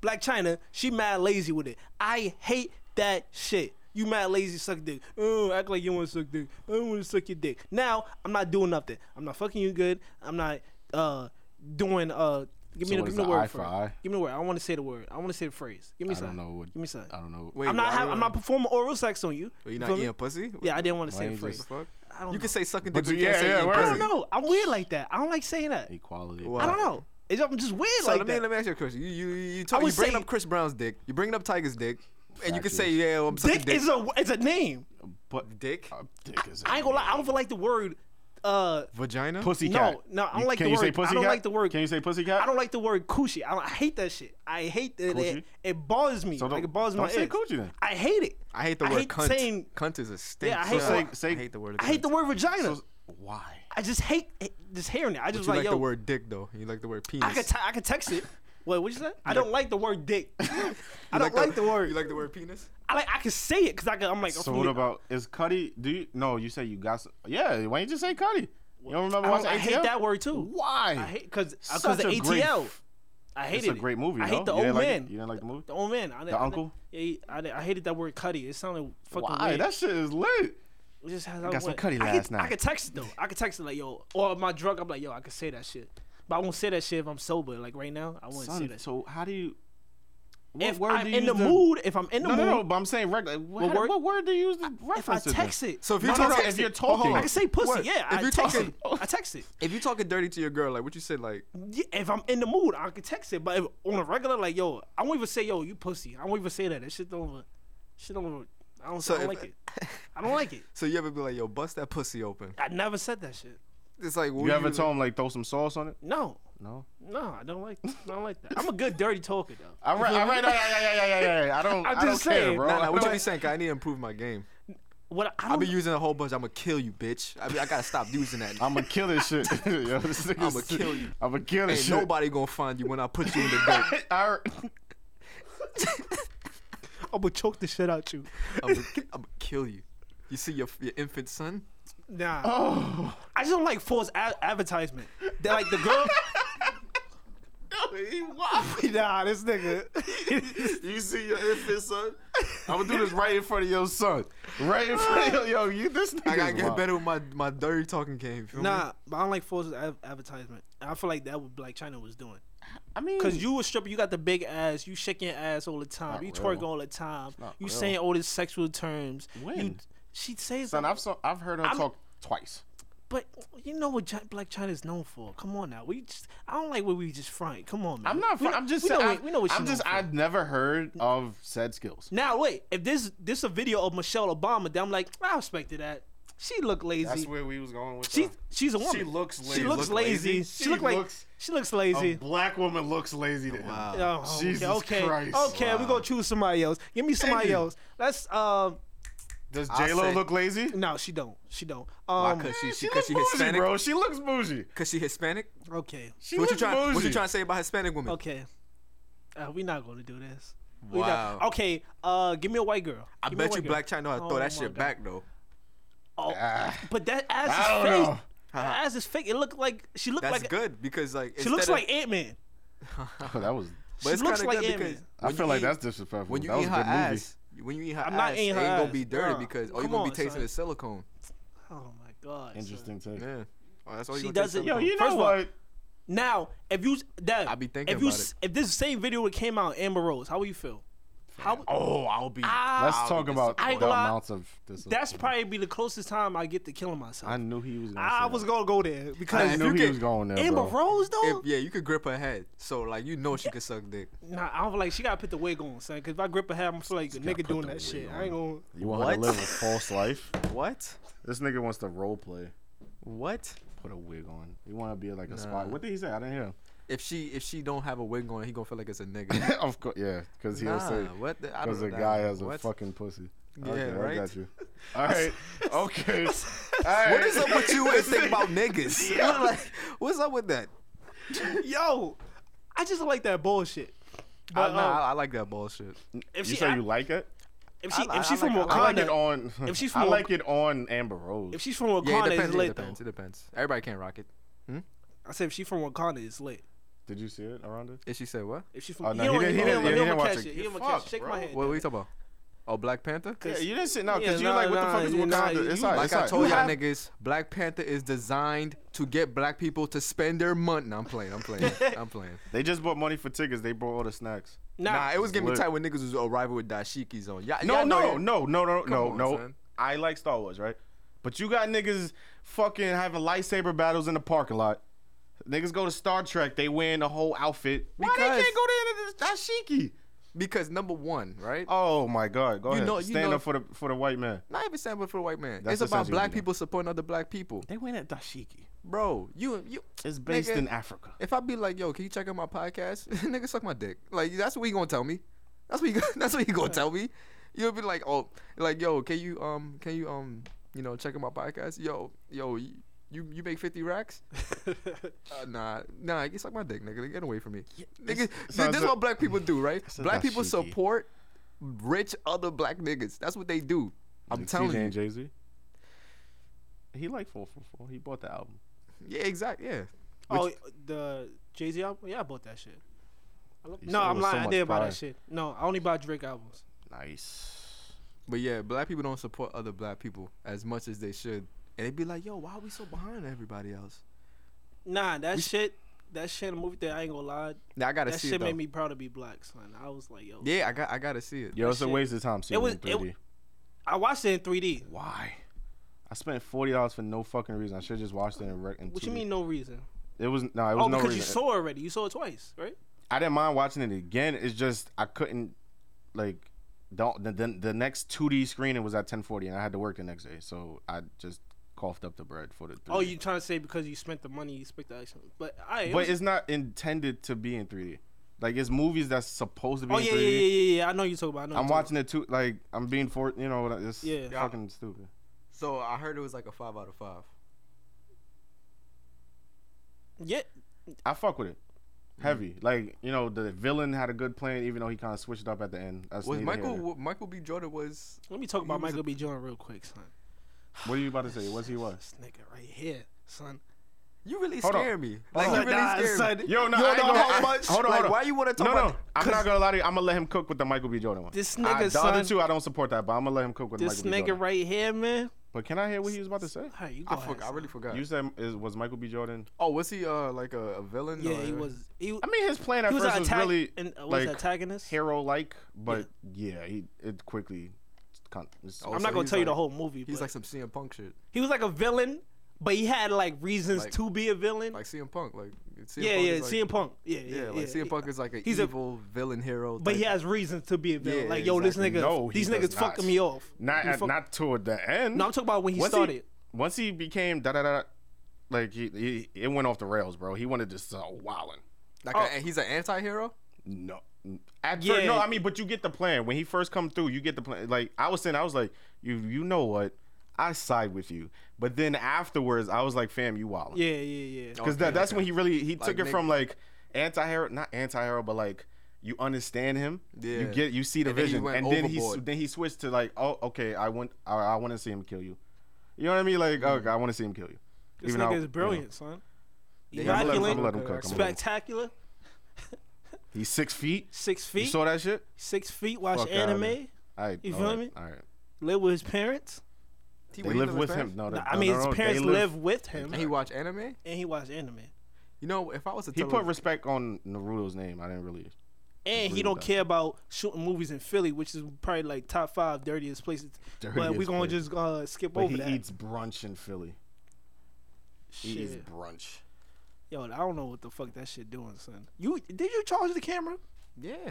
Speaker 1: Black China, she mad lazy with it. I hate that shit. You mad lazy suck dick. Oh, act like you want to suck dick. I don't want to suck your dick. Now I'm not doing nothing. I'm not fucking you good. I'm not uh doing uh. Give
Speaker 3: So
Speaker 1: me the,
Speaker 3: what
Speaker 1: give
Speaker 3: is
Speaker 1: me the
Speaker 3: the eye
Speaker 1: word for
Speaker 3: for
Speaker 1: it.
Speaker 3: eye?
Speaker 1: Give me the word. I want to say the word. I want to say the phrase. Give me
Speaker 3: I
Speaker 1: something.
Speaker 3: don't know what.
Speaker 1: Give me something.
Speaker 3: I don't know.
Speaker 2: Wait,
Speaker 1: I'm not.
Speaker 2: why-
Speaker 1: Have, I'm not performing oral sex on you.
Speaker 2: You're
Speaker 1: feel
Speaker 2: not
Speaker 1: me?
Speaker 2: eating pussy.
Speaker 1: Yeah, I didn't want to say
Speaker 3: Why
Speaker 1: the
Speaker 3: you
Speaker 1: phrase.
Speaker 3: just-
Speaker 2: Fuck.
Speaker 1: I don't
Speaker 2: You
Speaker 1: know.
Speaker 2: can say sucking
Speaker 3: But
Speaker 2: dick, but
Speaker 3: you-
Speaker 2: you can't
Speaker 3: yeah,
Speaker 2: say
Speaker 3: yeah,
Speaker 2: eating
Speaker 3: word.
Speaker 1: I
Speaker 2: pussy.
Speaker 1: don't know. I'm weird like that. I don't like saying that.
Speaker 3: Equality.
Speaker 2: Wow.
Speaker 1: I don't know. It's, I'm just weird
Speaker 2: So
Speaker 1: like
Speaker 2: let me
Speaker 1: that.
Speaker 2: let me ask you a question. You you you, talk, you
Speaker 1: would
Speaker 2: bringing
Speaker 1: say-
Speaker 2: up Chris Brown's dick. You bringing up Tiger's dick, and you can
Speaker 3: Factuals.
Speaker 2: say yeah, I'm sucking
Speaker 1: Dick,
Speaker 2: dick.
Speaker 1: is a it's a name.
Speaker 3: But
Speaker 2: dick,
Speaker 3: uh, dick is.
Speaker 1: I ain't gonna lie. I don't feel like the word. Uh,
Speaker 2: vagina.
Speaker 3: Pussycat.
Speaker 1: No, no, I don't
Speaker 3: You-
Speaker 1: like
Speaker 3: Can
Speaker 1: the
Speaker 3: you
Speaker 1: word.
Speaker 3: say
Speaker 1: I don't
Speaker 3: pussycat?
Speaker 1: like the word.
Speaker 3: Can you say pussycat?
Speaker 1: I don't like the word cushy. I, don't, I hate that shit. I hate that. It,
Speaker 3: Cushy?
Speaker 1: it bothers me.
Speaker 3: So
Speaker 1: like
Speaker 3: don't-
Speaker 1: it bothers
Speaker 3: don't
Speaker 1: my
Speaker 3: say
Speaker 1: ears.
Speaker 3: cushy then.
Speaker 1: I hate it.
Speaker 2: I hate the word cunt.
Speaker 1: Saying,
Speaker 2: cunt is a stink.
Speaker 1: Yeah, I hate
Speaker 2: So
Speaker 1: the
Speaker 2: I-
Speaker 3: word- say-
Speaker 2: I hate the word.
Speaker 1: I hate the word vagina.
Speaker 3: So- Why?
Speaker 1: I just hate it- just hearing it. I
Speaker 2: But
Speaker 1: just
Speaker 2: you like,
Speaker 1: like, yo,
Speaker 2: the word dick though. You like the word penis.
Speaker 1: I could t- I could text it. Wait, what you say? I don't like the word dick. I
Speaker 2: You
Speaker 1: don't like the word.
Speaker 2: You like the word penis?
Speaker 1: I like I can say it because I could, I'm like. I'm
Speaker 3: So
Speaker 1: from
Speaker 3: what
Speaker 1: the-
Speaker 3: about is Cuddy? Do you no? You say you got some, yeah. Why didn't you just say Cuddy? You don't remember
Speaker 1: I, don't-
Speaker 3: watching
Speaker 1: I hate
Speaker 3: ATL?
Speaker 1: that word too.
Speaker 3: Why?
Speaker 1: I hate because
Speaker 3: Such
Speaker 1: because the
Speaker 3: a great-
Speaker 1: ATL. I hated
Speaker 3: It's a
Speaker 1: it.
Speaker 3: great movie.
Speaker 1: I
Speaker 3: no?
Speaker 1: hate the
Speaker 3: you
Speaker 1: old
Speaker 3: didn't like it?
Speaker 1: man.
Speaker 3: you didn't like the movie?
Speaker 1: the old man. I, didn't- I,
Speaker 3: uncle?
Speaker 1: didn't- yeah, I, didn't- I hated that word cutty. It sounded fucking
Speaker 3: Why?
Speaker 1: weird.
Speaker 3: That shit is lit.
Speaker 1: It just has I
Speaker 3: got some
Speaker 1: went-
Speaker 3: Cudi
Speaker 1: I could-
Speaker 3: last night.
Speaker 1: I could text it though. I could text it like yo, or my drug. I'm like yo, I could say that shit, but I won't say that shit if I'm sober. Like right now, I wouldn't say
Speaker 3: Son,
Speaker 1: that. shit.
Speaker 3: so how do you? What
Speaker 1: If
Speaker 3: word
Speaker 1: I'm
Speaker 3: do you
Speaker 1: in the
Speaker 3: use to-
Speaker 1: mood, if I'm in the
Speaker 3: No,
Speaker 1: mood,
Speaker 3: no, no. But I'm saying regular.
Speaker 1: What
Speaker 3: What, word?
Speaker 1: word-
Speaker 3: what word do you use to
Speaker 1: if I
Speaker 3: reference it?
Speaker 1: text it,
Speaker 2: So if
Speaker 3: No,
Speaker 2: you're
Speaker 3: no, no,
Speaker 2: talking,
Speaker 3: if you're
Speaker 2: Oh, hold
Speaker 3: talking.
Speaker 2: on.
Speaker 1: I can say pussy.
Speaker 2: What?
Speaker 1: Yeah,
Speaker 2: If
Speaker 1: I
Speaker 2: you're
Speaker 1: text
Speaker 2: talking-
Speaker 1: it. I text it.
Speaker 2: If you talking dirty to your girl, like what you said, like
Speaker 1: Yeah, if I'm in the mood, I can text it. But if, on a regular, like yo, I won't even say yo, you pussy. I won't even say that. That shit don't. even- Shit don't. even- I don't.
Speaker 2: So
Speaker 1: I don't
Speaker 2: if-
Speaker 1: like it. I don't like it.
Speaker 2: so you ever be like, yo, bust that pussy open.
Speaker 1: I never said that shit.
Speaker 2: It's like what
Speaker 3: You ever told him like throw some sauce on it?
Speaker 1: No,
Speaker 3: No.
Speaker 1: no, I don't like. I don't like that. I'm a good dirty talker though.
Speaker 3: All right, all right, all right, all right, all right, all right, all right. I don't.
Speaker 1: I'm
Speaker 3: I don't
Speaker 1: just
Speaker 3: care,
Speaker 1: saying.
Speaker 3: bro.
Speaker 2: Nah, nah, what
Speaker 3: I
Speaker 2: you
Speaker 3: don't-
Speaker 2: be saying? 'Cause I need to improve my game.
Speaker 1: What I
Speaker 2: I've
Speaker 1: don't.
Speaker 2: been using a whole bunch. I'ma kill you, bitch. I, mean, I gotta stop using that.
Speaker 3: I'm gonna kill this shit. I'm
Speaker 2: I'ma kill you.
Speaker 3: I'm gonna kill this
Speaker 2: Ain't
Speaker 3: shit.
Speaker 2: nobody gonna find you when I put you in the dirt.
Speaker 3: All right.
Speaker 1: I'm gonna choke the shit out you.
Speaker 2: I'ma, I'ma kill you. You see your your infant son?
Speaker 1: Nah,
Speaker 3: Oh.
Speaker 1: I just don't like false a- advertisement. That like the girl. nah, this nigga.
Speaker 3: You see your infant son? I'm gonna do this right in front of your son. Right in front of yo. You this nigga.
Speaker 2: I gotta get better with my my dirty talking game. Feel me?
Speaker 1: nah, but I don't like false ad- advertisement. I feel like that would like China was doing.
Speaker 3: I mean,
Speaker 1: Cause you a stripper, you got the big ass, you shaking your ass all the time,
Speaker 3: not
Speaker 1: you
Speaker 3: real.
Speaker 1: twerk all the time,
Speaker 3: not
Speaker 1: you
Speaker 3: real.
Speaker 1: saying all these sexual terms. You,
Speaker 3: When?
Speaker 1: she says,
Speaker 3: son, I've saw, I've heard her
Speaker 1: I'm-
Speaker 3: talk twice.
Speaker 1: but you know what Chi- Black China is known for? Come on now, we just I don't like what we just front. Come on, man.
Speaker 3: I'm not.
Speaker 1: We
Speaker 3: Fr-
Speaker 1: know-
Speaker 3: I'm just
Speaker 1: we
Speaker 3: saying.
Speaker 1: Know
Speaker 3: I,
Speaker 1: what, we know what she
Speaker 3: I'm just.
Speaker 1: known for.
Speaker 3: I've never heard of said skills.
Speaker 1: Now wait, if this this a video of Michelle Obama, then I'm like, I respected that. She look lazy.
Speaker 3: That's where we was going with.
Speaker 1: She
Speaker 3: the-
Speaker 1: she's a woman.
Speaker 3: She looks lazy.
Speaker 1: She looks
Speaker 3: Look lazy?
Speaker 1: lazy.
Speaker 3: She
Speaker 1: She look like
Speaker 3: looks-
Speaker 1: she looks
Speaker 3: a
Speaker 1: lazy.
Speaker 3: black woman looks lazy to him.
Speaker 1: Oh, okay,
Speaker 3: Jesus
Speaker 1: okay,
Speaker 3: Christ.
Speaker 1: okay.
Speaker 3: Wow.
Speaker 1: We gonna choose somebody else. Give me somebody
Speaker 3: you.
Speaker 1: else. Let's um.
Speaker 3: Does
Speaker 2: I'll
Speaker 3: J Lo
Speaker 2: say-
Speaker 3: look lazy?
Speaker 1: No, she don't. She don't.
Speaker 2: Why?
Speaker 1: Um,
Speaker 2: Cause she,
Speaker 3: Yeah,
Speaker 2: she, cause she
Speaker 3: looks bougie,
Speaker 2: Hispanic.
Speaker 3: bro. She looks bougie.
Speaker 2: Cause she Hispanic.
Speaker 1: okay,
Speaker 3: She
Speaker 2: what you
Speaker 3: looks
Speaker 2: trying?
Speaker 3: bougie.
Speaker 2: What you trying to say about Hispanic women?
Speaker 1: okay. Uh, we not gonna do this. We
Speaker 2: Wow.
Speaker 1: Not, okay. Uh, give me a white girl.
Speaker 2: I
Speaker 1: Give me a
Speaker 2: bet you
Speaker 1: white girl.
Speaker 2: Black China know how to
Speaker 1: Oh
Speaker 2: throw that
Speaker 1: my
Speaker 2: shit
Speaker 1: God.
Speaker 2: back though.
Speaker 1: Oh,
Speaker 3: Ah.
Speaker 1: but that
Speaker 3: I
Speaker 1: ass
Speaker 3: don't
Speaker 1: is fake.
Speaker 3: know.
Speaker 1: That ass is fake. It looked like she looked
Speaker 2: Uh-huh. That's
Speaker 1: like
Speaker 2: good because like
Speaker 1: she looks
Speaker 2: instead of-
Speaker 1: like Ant Man.
Speaker 3: Oh, that was.
Speaker 2: but
Speaker 1: she
Speaker 2: it's
Speaker 1: looks
Speaker 2: kinda
Speaker 1: like
Speaker 2: good
Speaker 1: Ant-Man.
Speaker 2: because
Speaker 3: I
Speaker 2: when
Speaker 3: feel
Speaker 2: you
Speaker 3: like
Speaker 2: eat-
Speaker 3: that's disrespectful.
Speaker 2: when you
Speaker 3: that was
Speaker 2: eat
Speaker 3: a
Speaker 2: her
Speaker 3: good movie.
Speaker 2: ass. When you eat her
Speaker 1: I'm
Speaker 2: ass,
Speaker 1: not eating her
Speaker 2: it ain't gonna
Speaker 1: ass.
Speaker 2: be dirty
Speaker 1: Nah,
Speaker 2: because all you
Speaker 1: come
Speaker 2: gonna be
Speaker 1: on,
Speaker 2: tasting
Speaker 1: son.
Speaker 2: is silicone.
Speaker 1: Oh my god. son.
Speaker 3: Interesting take.
Speaker 2: Yeah, oh, that's all you
Speaker 1: She
Speaker 2: gonna
Speaker 1: does
Speaker 2: taste
Speaker 1: it-
Speaker 3: Yo,
Speaker 2: silicone.
Speaker 3: you know
Speaker 1: First of all,
Speaker 3: what?
Speaker 1: Now, if you that
Speaker 2: I be thinking
Speaker 1: if you
Speaker 2: about
Speaker 1: s- if this same video would came out, Amber Rose, how would you feel? How would-
Speaker 2: Oh, I'll be.
Speaker 1: Ah,
Speaker 3: Let's
Speaker 2: I'll
Speaker 3: talk
Speaker 2: be
Speaker 3: about
Speaker 1: I ain't
Speaker 3: the
Speaker 1: gonna lie.
Speaker 3: amounts of this.
Speaker 1: that's probably be the closest time I get to killing myself.
Speaker 3: I knew he was. Gonna
Speaker 1: I
Speaker 3: say
Speaker 1: was
Speaker 3: that.
Speaker 1: gonna go there
Speaker 3: I
Speaker 1: because
Speaker 2: if
Speaker 3: knew
Speaker 2: you
Speaker 3: he
Speaker 2: get
Speaker 3: was going there,
Speaker 1: Amber
Speaker 3: bro.
Speaker 1: Rose
Speaker 2: If,
Speaker 1: though.
Speaker 2: yeah, you could grip her head, so like you know she could suck dick.
Speaker 1: nah, I don't feel like she gotta put the wig on, son. Because if I grip her hair, I'm gonna feel like a nigga doing that shit. I ain't gonna.
Speaker 3: You want her
Speaker 2: What?
Speaker 3: to live a false life?
Speaker 2: What?
Speaker 3: This nigga wants to role play.
Speaker 2: What?
Speaker 3: Put a wig on. He want to be like
Speaker 2: Nah.
Speaker 3: a spy. What did he say? I didn't hear him.
Speaker 2: If she if she don't have a wig on, he gonna feel like it's a nigga.
Speaker 3: of course, yeah, because he'll
Speaker 2: nah,
Speaker 3: say
Speaker 2: what? The, I
Speaker 3: because
Speaker 2: don't
Speaker 3: a
Speaker 2: know.
Speaker 3: guy has a
Speaker 2: What?
Speaker 3: fucking pussy.
Speaker 2: Yeah,
Speaker 3: okay, I
Speaker 2: right?
Speaker 3: got you. All right, okay. All
Speaker 2: What
Speaker 3: right.
Speaker 2: is up with you and think about niggas? Like, what's up with that?
Speaker 1: Yo, I just like that bullshit.
Speaker 2: I,
Speaker 1: But,
Speaker 2: nah,
Speaker 1: um,
Speaker 2: I, I like that bullshit.
Speaker 1: if
Speaker 3: You
Speaker 1: she,
Speaker 3: say you like it?
Speaker 1: if
Speaker 2: I-
Speaker 1: she, if
Speaker 2: I
Speaker 1: she from
Speaker 2: like- I
Speaker 1: Wakanda,
Speaker 3: I like it on.
Speaker 1: if she's
Speaker 3: I
Speaker 1: from-
Speaker 3: like it on Amber Rose.
Speaker 1: if she's from
Speaker 2: Yeah,
Speaker 1: Wakanda,
Speaker 2: it depends.
Speaker 1: it's
Speaker 2: It
Speaker 1: lit
Speaker 2: depends.
Speaker 1: though.
Speaker 2: It depends. Everybody can't rock it.
Speaker 1: I said if she from Wakanda, it's lit.
Speaker 3: Did you see it around it?
Speaker 2: And she said what?
Speaker 1: If she from,
Speaker 3: Oh,
Speaker 1: he
Speaker 3: no, he
Speaker 1: don't-
Speaker 3: didn't-
Speaker 1: he
Speaker 3: he
Speaker 1: don't
Speaker 3: didn't- he
Speaker 1: he
Speaker 3: didn't
Speaker 1: don't
Speaker 3: watch
Speaker 1: catch
Speaker 3: it.
Speaker 1: it. He don't
Speaker 3: Fuck,
Speaker 1: catch it. Shake
Speaker 3: bro.
Speaker 1: my head.
Speaker 2: What were you talking about? Oh, Black Panther.
Speaker 3: Yeah, you didn't see no, because
Speaker 1: Yeah,
Speaker 3: you
Speaker 1: nah,
Speaker 3: like what the
Speaker 1: nah,
Speaker 3: fuck is
Speaker 1: yeah, nah,
Speaker 3: Wakanda?
Speaker 1: you-
Speaker 3: it's all right.
Speaker 2: Like
Speaker 3: it's
Speaker 2: I
Speaker 3: all right.
Speaker 2: told
Speaker 3: You
Speaker 2: y'all
Speaker 3: have-
Speaker 2: niggas, Black Panther is designed to get black people to spend their money. No, I'm playing. I'm playing. I'm playing.
Speaker 3: They just bought money for tickets. They bought all the snacks.
Speaker 1: Nah,
Speaker 2: Nah, it was giving me
Speaker 3: Look.
Speaker 2: tight when niggas was arriving with dashikis on. Y'all,
Speaker 3: No,
Speaker 2: y'all know
Speaker 3: no,
Speaker 2: y'all-
Speaker 3: no, no, no, no,
Speaker 2: on,
Speaker 3: no.
Speaker 2: son.
Speaker 3: I like Star Wars, right? But you got niggas fucking having lightsaber battles in the parking lot. Niggas go to Star Trek, they wearing the whole outfit. Why they
Speaker 2: Because-
Speaker 3: can't go to the dashiki?
Speaker 2: Because number one, right?
Speaker 3: Oh my God, go ahead.
Speaker 2: know- you
Speaker 3: Stand
Speaker 2: know-
Speaker 3: up for the for the white man.
Speaker 2: Not even standing for the white man.
Speaker 3: That's
Speaker 2: it's about
Speaker 3: essentially
Speaker 2: black
Speaker 3: what it is.
Speaker 2: people supporting other black people,
Speaker 3: They wearing that dashiki.
Speaker 2: bro. You, you.
Speaker 3: It's based
Speaker 2: nigga,
Speaker 3: in Africa.
Speaker 2: If I be like, yo, can you check out my podcast? nigga, suck my dick. Like that's what you gonna tell me. That's what you. That's what you gonna tell me. You'll be like, oh, like yo, can you um, can you um, you know, check out my podcast? Yo, yo, you, You you make fifty racks? Uh, nah, nah. You suck my dick, nigga. Get away from me, nigga. This,
Speaker 3: sounds
Speaker 2: is
Speaker 3: a-
Speaker 2: what black people do, right?
Speaker 3: Sounds
Speaker 2: Black
Speaker 3: not
Speaker 2: people
Speaker 3: cheeky.
Speaker 2: support rich other black niggas. That's what they do. I'm telling you.
Speaker 3: Jay Z. He liked 444. He bought the album.
Speaker 2: Yeah, exactly. Yeah.
Speaker 1: Oh, the Jay Z album? Yeah, I bought that shit. I love-
Speaker 3: You
Speaker 1: No,
Speaker 3: said it
Speaker 1: I'm
Speaker 3: was so
Speaker 1: lying. I
Speaker 3: much
Speaker 1: didn't buy
Speaker 3: pride.
Speaker 1: that shit. No, I only buy Drake albums.
Speaker 3: Nice.
Speaker 2: But yeah, black people don't support other black people as much as they should. And they'd be like, yo, why are we so behind everybody else?
Speaker 1: Nah, that shit, that shit in the movie theater, I ain't gonna lie.
Speaker 2: Now I gotta
Speaker 1: That
Speaker 2: see
Speaker 1: shit
Speaker 2: it.
Speaker 1: made
Speaker 2: though.
Speaker 1: me proud to be black, son. I was like, yo,
Speaker 2: yeah, I got I gotta see it.
Speaker 3: Yo, it's a
Speaker 1: shit-
Speaker 3: waste of time seeing it
Speaker 1: was-
Speaker 3: in
Speaker 1: it
Speaker 3: 3D.
Speaker 1: w- I watched it in 3D.
Speaker 3: Why? I spent forty dollars for no fucking reason. I should have just watched it in. Rec- in
Speaker 1: What
Speaker 3: 2D.
Speaker 1: you mean, no reason?
Speaker 3: It was no. It was
Speaker 1: Oh,
Speaker 3: no
Speaker 1: because
Speaker 3: reason.
Speaker 1: you saw it already. You saw it twice, right?
Speaker 3: I didn't mind watching it again. It's just I couldn't like don't the, the, the next 2D screening was at 10:40 and I had to work the next day, so I just coughed up the bread for the. 3D.
Speaker 1: Oh, you trying to say because you spent the money, you spent the action. But I.
Speaker 3: But it's not intended to be in 3D. Like it's movies that's supposed to be
Speaker 1: oh
Speaker 3: in
Speaker 1: yeah, yeah,
Speaker 3: 3D.
Speaker 1: yeah, yeah, yeah. I know you talk about. I know
Speaker 3: I'm
Speaker 1: you talking
Speaker 3: watching it too. Like I'm being for you know it's
Speaker 1: Yeah. Yeah.
Speaker 3: fucking stupid.
Speaker 2: So I heard it was like a five out of five.
Speaker 1: about. Yeah,
Speaker 3: I fuck with it. Heavy,
Speaker 1: Mm-hmm.
Speaker 3: like you know, the villain had a good plan, even though he kind of switched up at the end. That's
Speaker 2: Was
Speaker 3: neither here
Speaker 2: Michael
Speaker 3: nor
Speaker 2: w- Michael B. Jordan was
Speaker 1: let me talk
Speaker 2: He
Speaker 1: about
Speaker 2: was a-
Speaker 1: Michael B. Jordan real quick, son.
Speaker 3: there. What are you about to say? Was he was?
Speaker 1: This nigga right here, son.
Speaker 2: you really
Speaker 3: Hold on.
Speaker 2: scare me. Oh, Like you
Speaker 1: on.
Speaker 2: really
Speaker 1: Nah,
Speaker 2: scare
Speaker 1: son,
Speaker 2: me.
Speaker 3: Yo,
Speaker 2: You
Speaker 3: no, I
Speaker 2: don't
Speaker 3: ain't
Speaker 2: know
Speaker 3: gonna,
Speaker 2: how
Speaker 3: I-
Speaker 2: much?
Speaker 3: Hold on,
Speaker 2: Like,
Speaker 3: hold on.
Speaker 2: why you wanna talk
Speaker 3: no,
Speaker 2: about-
Speaker 3: No, I'm not gonna lie to you. I'm gonna let him cook with the Michael B. Jordan one.
Speaker 1: This
Speaker 3: I,
Speaker 1: nigga,
Speaker 3: the
Speaker 1: son.
Speaker 3: other two, I don't support that, but I'm gonna let him cook with
Speaker 1: This
Speaker 3: Michael B.
Speaker 1: nigga
Speaker 3: Jordan.
Speaker 1: right here, man.
Speaker 3: But can I hear what he was about to say?
Speaker 1: All right, you go
Speaker 2: I,
Speaker 1: ahead,
Speaker 2: forgot, I
Speaker 1: son.
Speaker 2: really forgot.
Speaker 3: You said is, was Michael B. Jordan?
Speaker 2: oh, was he uh like a, a villain?
Speaker 1: Yeah,
Speaker 2: or-
Speaker 1: he was. He,
Speaker 3: I mean, his plan at
Speaker 1: he was
Speaker 3: first
Speaker 1: an
Speaker 3: was
Speaker 1: attack,
Speaker 3: really
Speaker 1: and, uh, was
Speaker 3: like
Speaker 1: an antagonist.
Speaker 3: hero-like, but yeah, he it quickly. it's con- it's-
Speaker 2: Oh,
Speaker 1: I'm
Speaker 2: so
Speaker 1: not gonna
Speaker 2: he's
Speaker 1: tell you the
Speaker 2: like-
Speaker 1: whole movie.
Speaker 2: He's
Speaker 1: but
Speaker 2: like some CM Punk shit.
Speaker 1: he was like a villain, but he had like reasons
Speaker 2: Like-
Speaker 1: to be a villain.
Speaker 2: Like CM Punk. Like CM
Speaker 1: yeah,
Speaker 2: Punk
Speaker 1: yeah,
Speaker 2: is like,
Speaker 1: CM Punk. Yeah, yeah,
Speaker 2: Yeah, like CM Punk is like an
Speaker 1: He's a-
Speaker 2: evil villain hero.
Speaker 1: But
Speaker 2: type.
Speaker 1: he has reasons to be a villain.
Speaker 2: Yeah,
Speaker 1: like, yo,
Speaker 2: exactly.
Speaker 1: this nigga,
Speaker 3: No, he
Speaker 1: these
Speaker 3: does
Speaker 1: niggas
Speaker 3: not. Mm-hmm.
Speaker 1: fucking me off.
Speaker 3: not
Speaker 1: He
Speaker 3: at,
Speaker 1: fuck-
Speaker 3: not toward the end.
Speaker 1: No, I'm talking about when he
Speaker 3: Once
Speaker 1: started.
Speaker 3: once he became da da da, like he, he it went off the rails, bro. He wanted to start wilding.
Speaker 2: like a, he's an anti-hero.
Speaker 3: No. At
Speaker 1: Yeah.
Speaker 3: first, no, I mean, but you get the plan. When he first come through, you get the plan. Like I was saying, I was like, you, you know what? I side with you. But then afterwards, I was like, fam, you wild.
Speaker 1: Yeah, yeah, yeah.
Speaker 3: Because that,
Speaker 2: Okay,
Speaker 3: that's
Speaker 2: okay.
Speaker 3: when he really he
Speaker 2: Like,
Speaker 3: took it
Speaker 2: nigga-
Speaker 3: from like anti-hero, not anti-hero, but like you understand him.
Speaker 2: Yeah.
Speaker 3: You get you see the
Speaker 2: And then he
Speaker 3: vision,
Speaker 2: went
Speaker 3: and then he
Speaker 2: overboard.
Speaker 3: then he switched to like, oh, okay, I want I, I want to see him kill you. You know what I mean? Like,
Speaker 2: Mm.
Speaker 3: okay, I want to see him kill you.
Speaker 1: This
Speaker 3: though,
Speaker 1: nigga
Speaker 3: you
Speaker 1: is
Speaker 3: know,
Speaker 1: brilliant, son.
Speaker 3: Yeah, I'm gonna let him- I'm gonna
Speaker 1: Immaculate,
Speaker 3: let him cook. I'm gonna let him cook.
Speaker 1: spectacular,
Speaker 3: He's six feet.
Speaker 1: six
Speaker 3: You
Speaker 1: feet,
Speaker 3: saw that shit?
Speaker 1: six feet. Watch
Speaker 3: Fuck outta
Speaker 1: anime,
Speaker 3: here. All right.
Speaker 1: You
Speaker 3: all
Speaker 1: feel
Speaker 3: right,
Speaker 1: me?
Speaker 3: All right.
Speaker 1: live with his parents.
Speaker 2: He
Speaker 3: They
Speaker 2: he
Speaker 3: live
Speaker 2: doesn't
Speaker 3: with
Speaker 2: smash?
Speaker 3: him. No, they-
Speaker 1: I
Speaker 3: no,
Speaker 1: mean,
Speaker 3: no, no,
Speaker 1: his parents
Speaker 3: they
Speaker 1: live with him,
Speaker 2: And he watch anime.
Speaker 1: and he watched anime,
Speaker 2: You know, if I was a
Speaker 3: He put
Speaker 2: telev-
Speaker 3: respect on Naruto's name. I didn't really.
Speaker 1: and he
Speaker 3: Agree
Speaker 1: don't
Speaker 3: with that.
Speaker 1: care about shooting movies in Philly, which is probably like top five dirtiest places. but we
Speaker 3: Dirtiest
Speaker 1: gonna
Speaker 3: place.
Speaker 1: just uh, skip
Speaker 3: But
Speaker 1: over
Speaker 3: he
Speaker 1: that.
Speaker 3: eats brunch in Philly. He eats
Speaker 1: shit.
Speaker 3: brunch.
Speaker 1: Yo, I don't know what the fuck that shit doing, son. You did you charge the camera?
Speaker 2: yeah.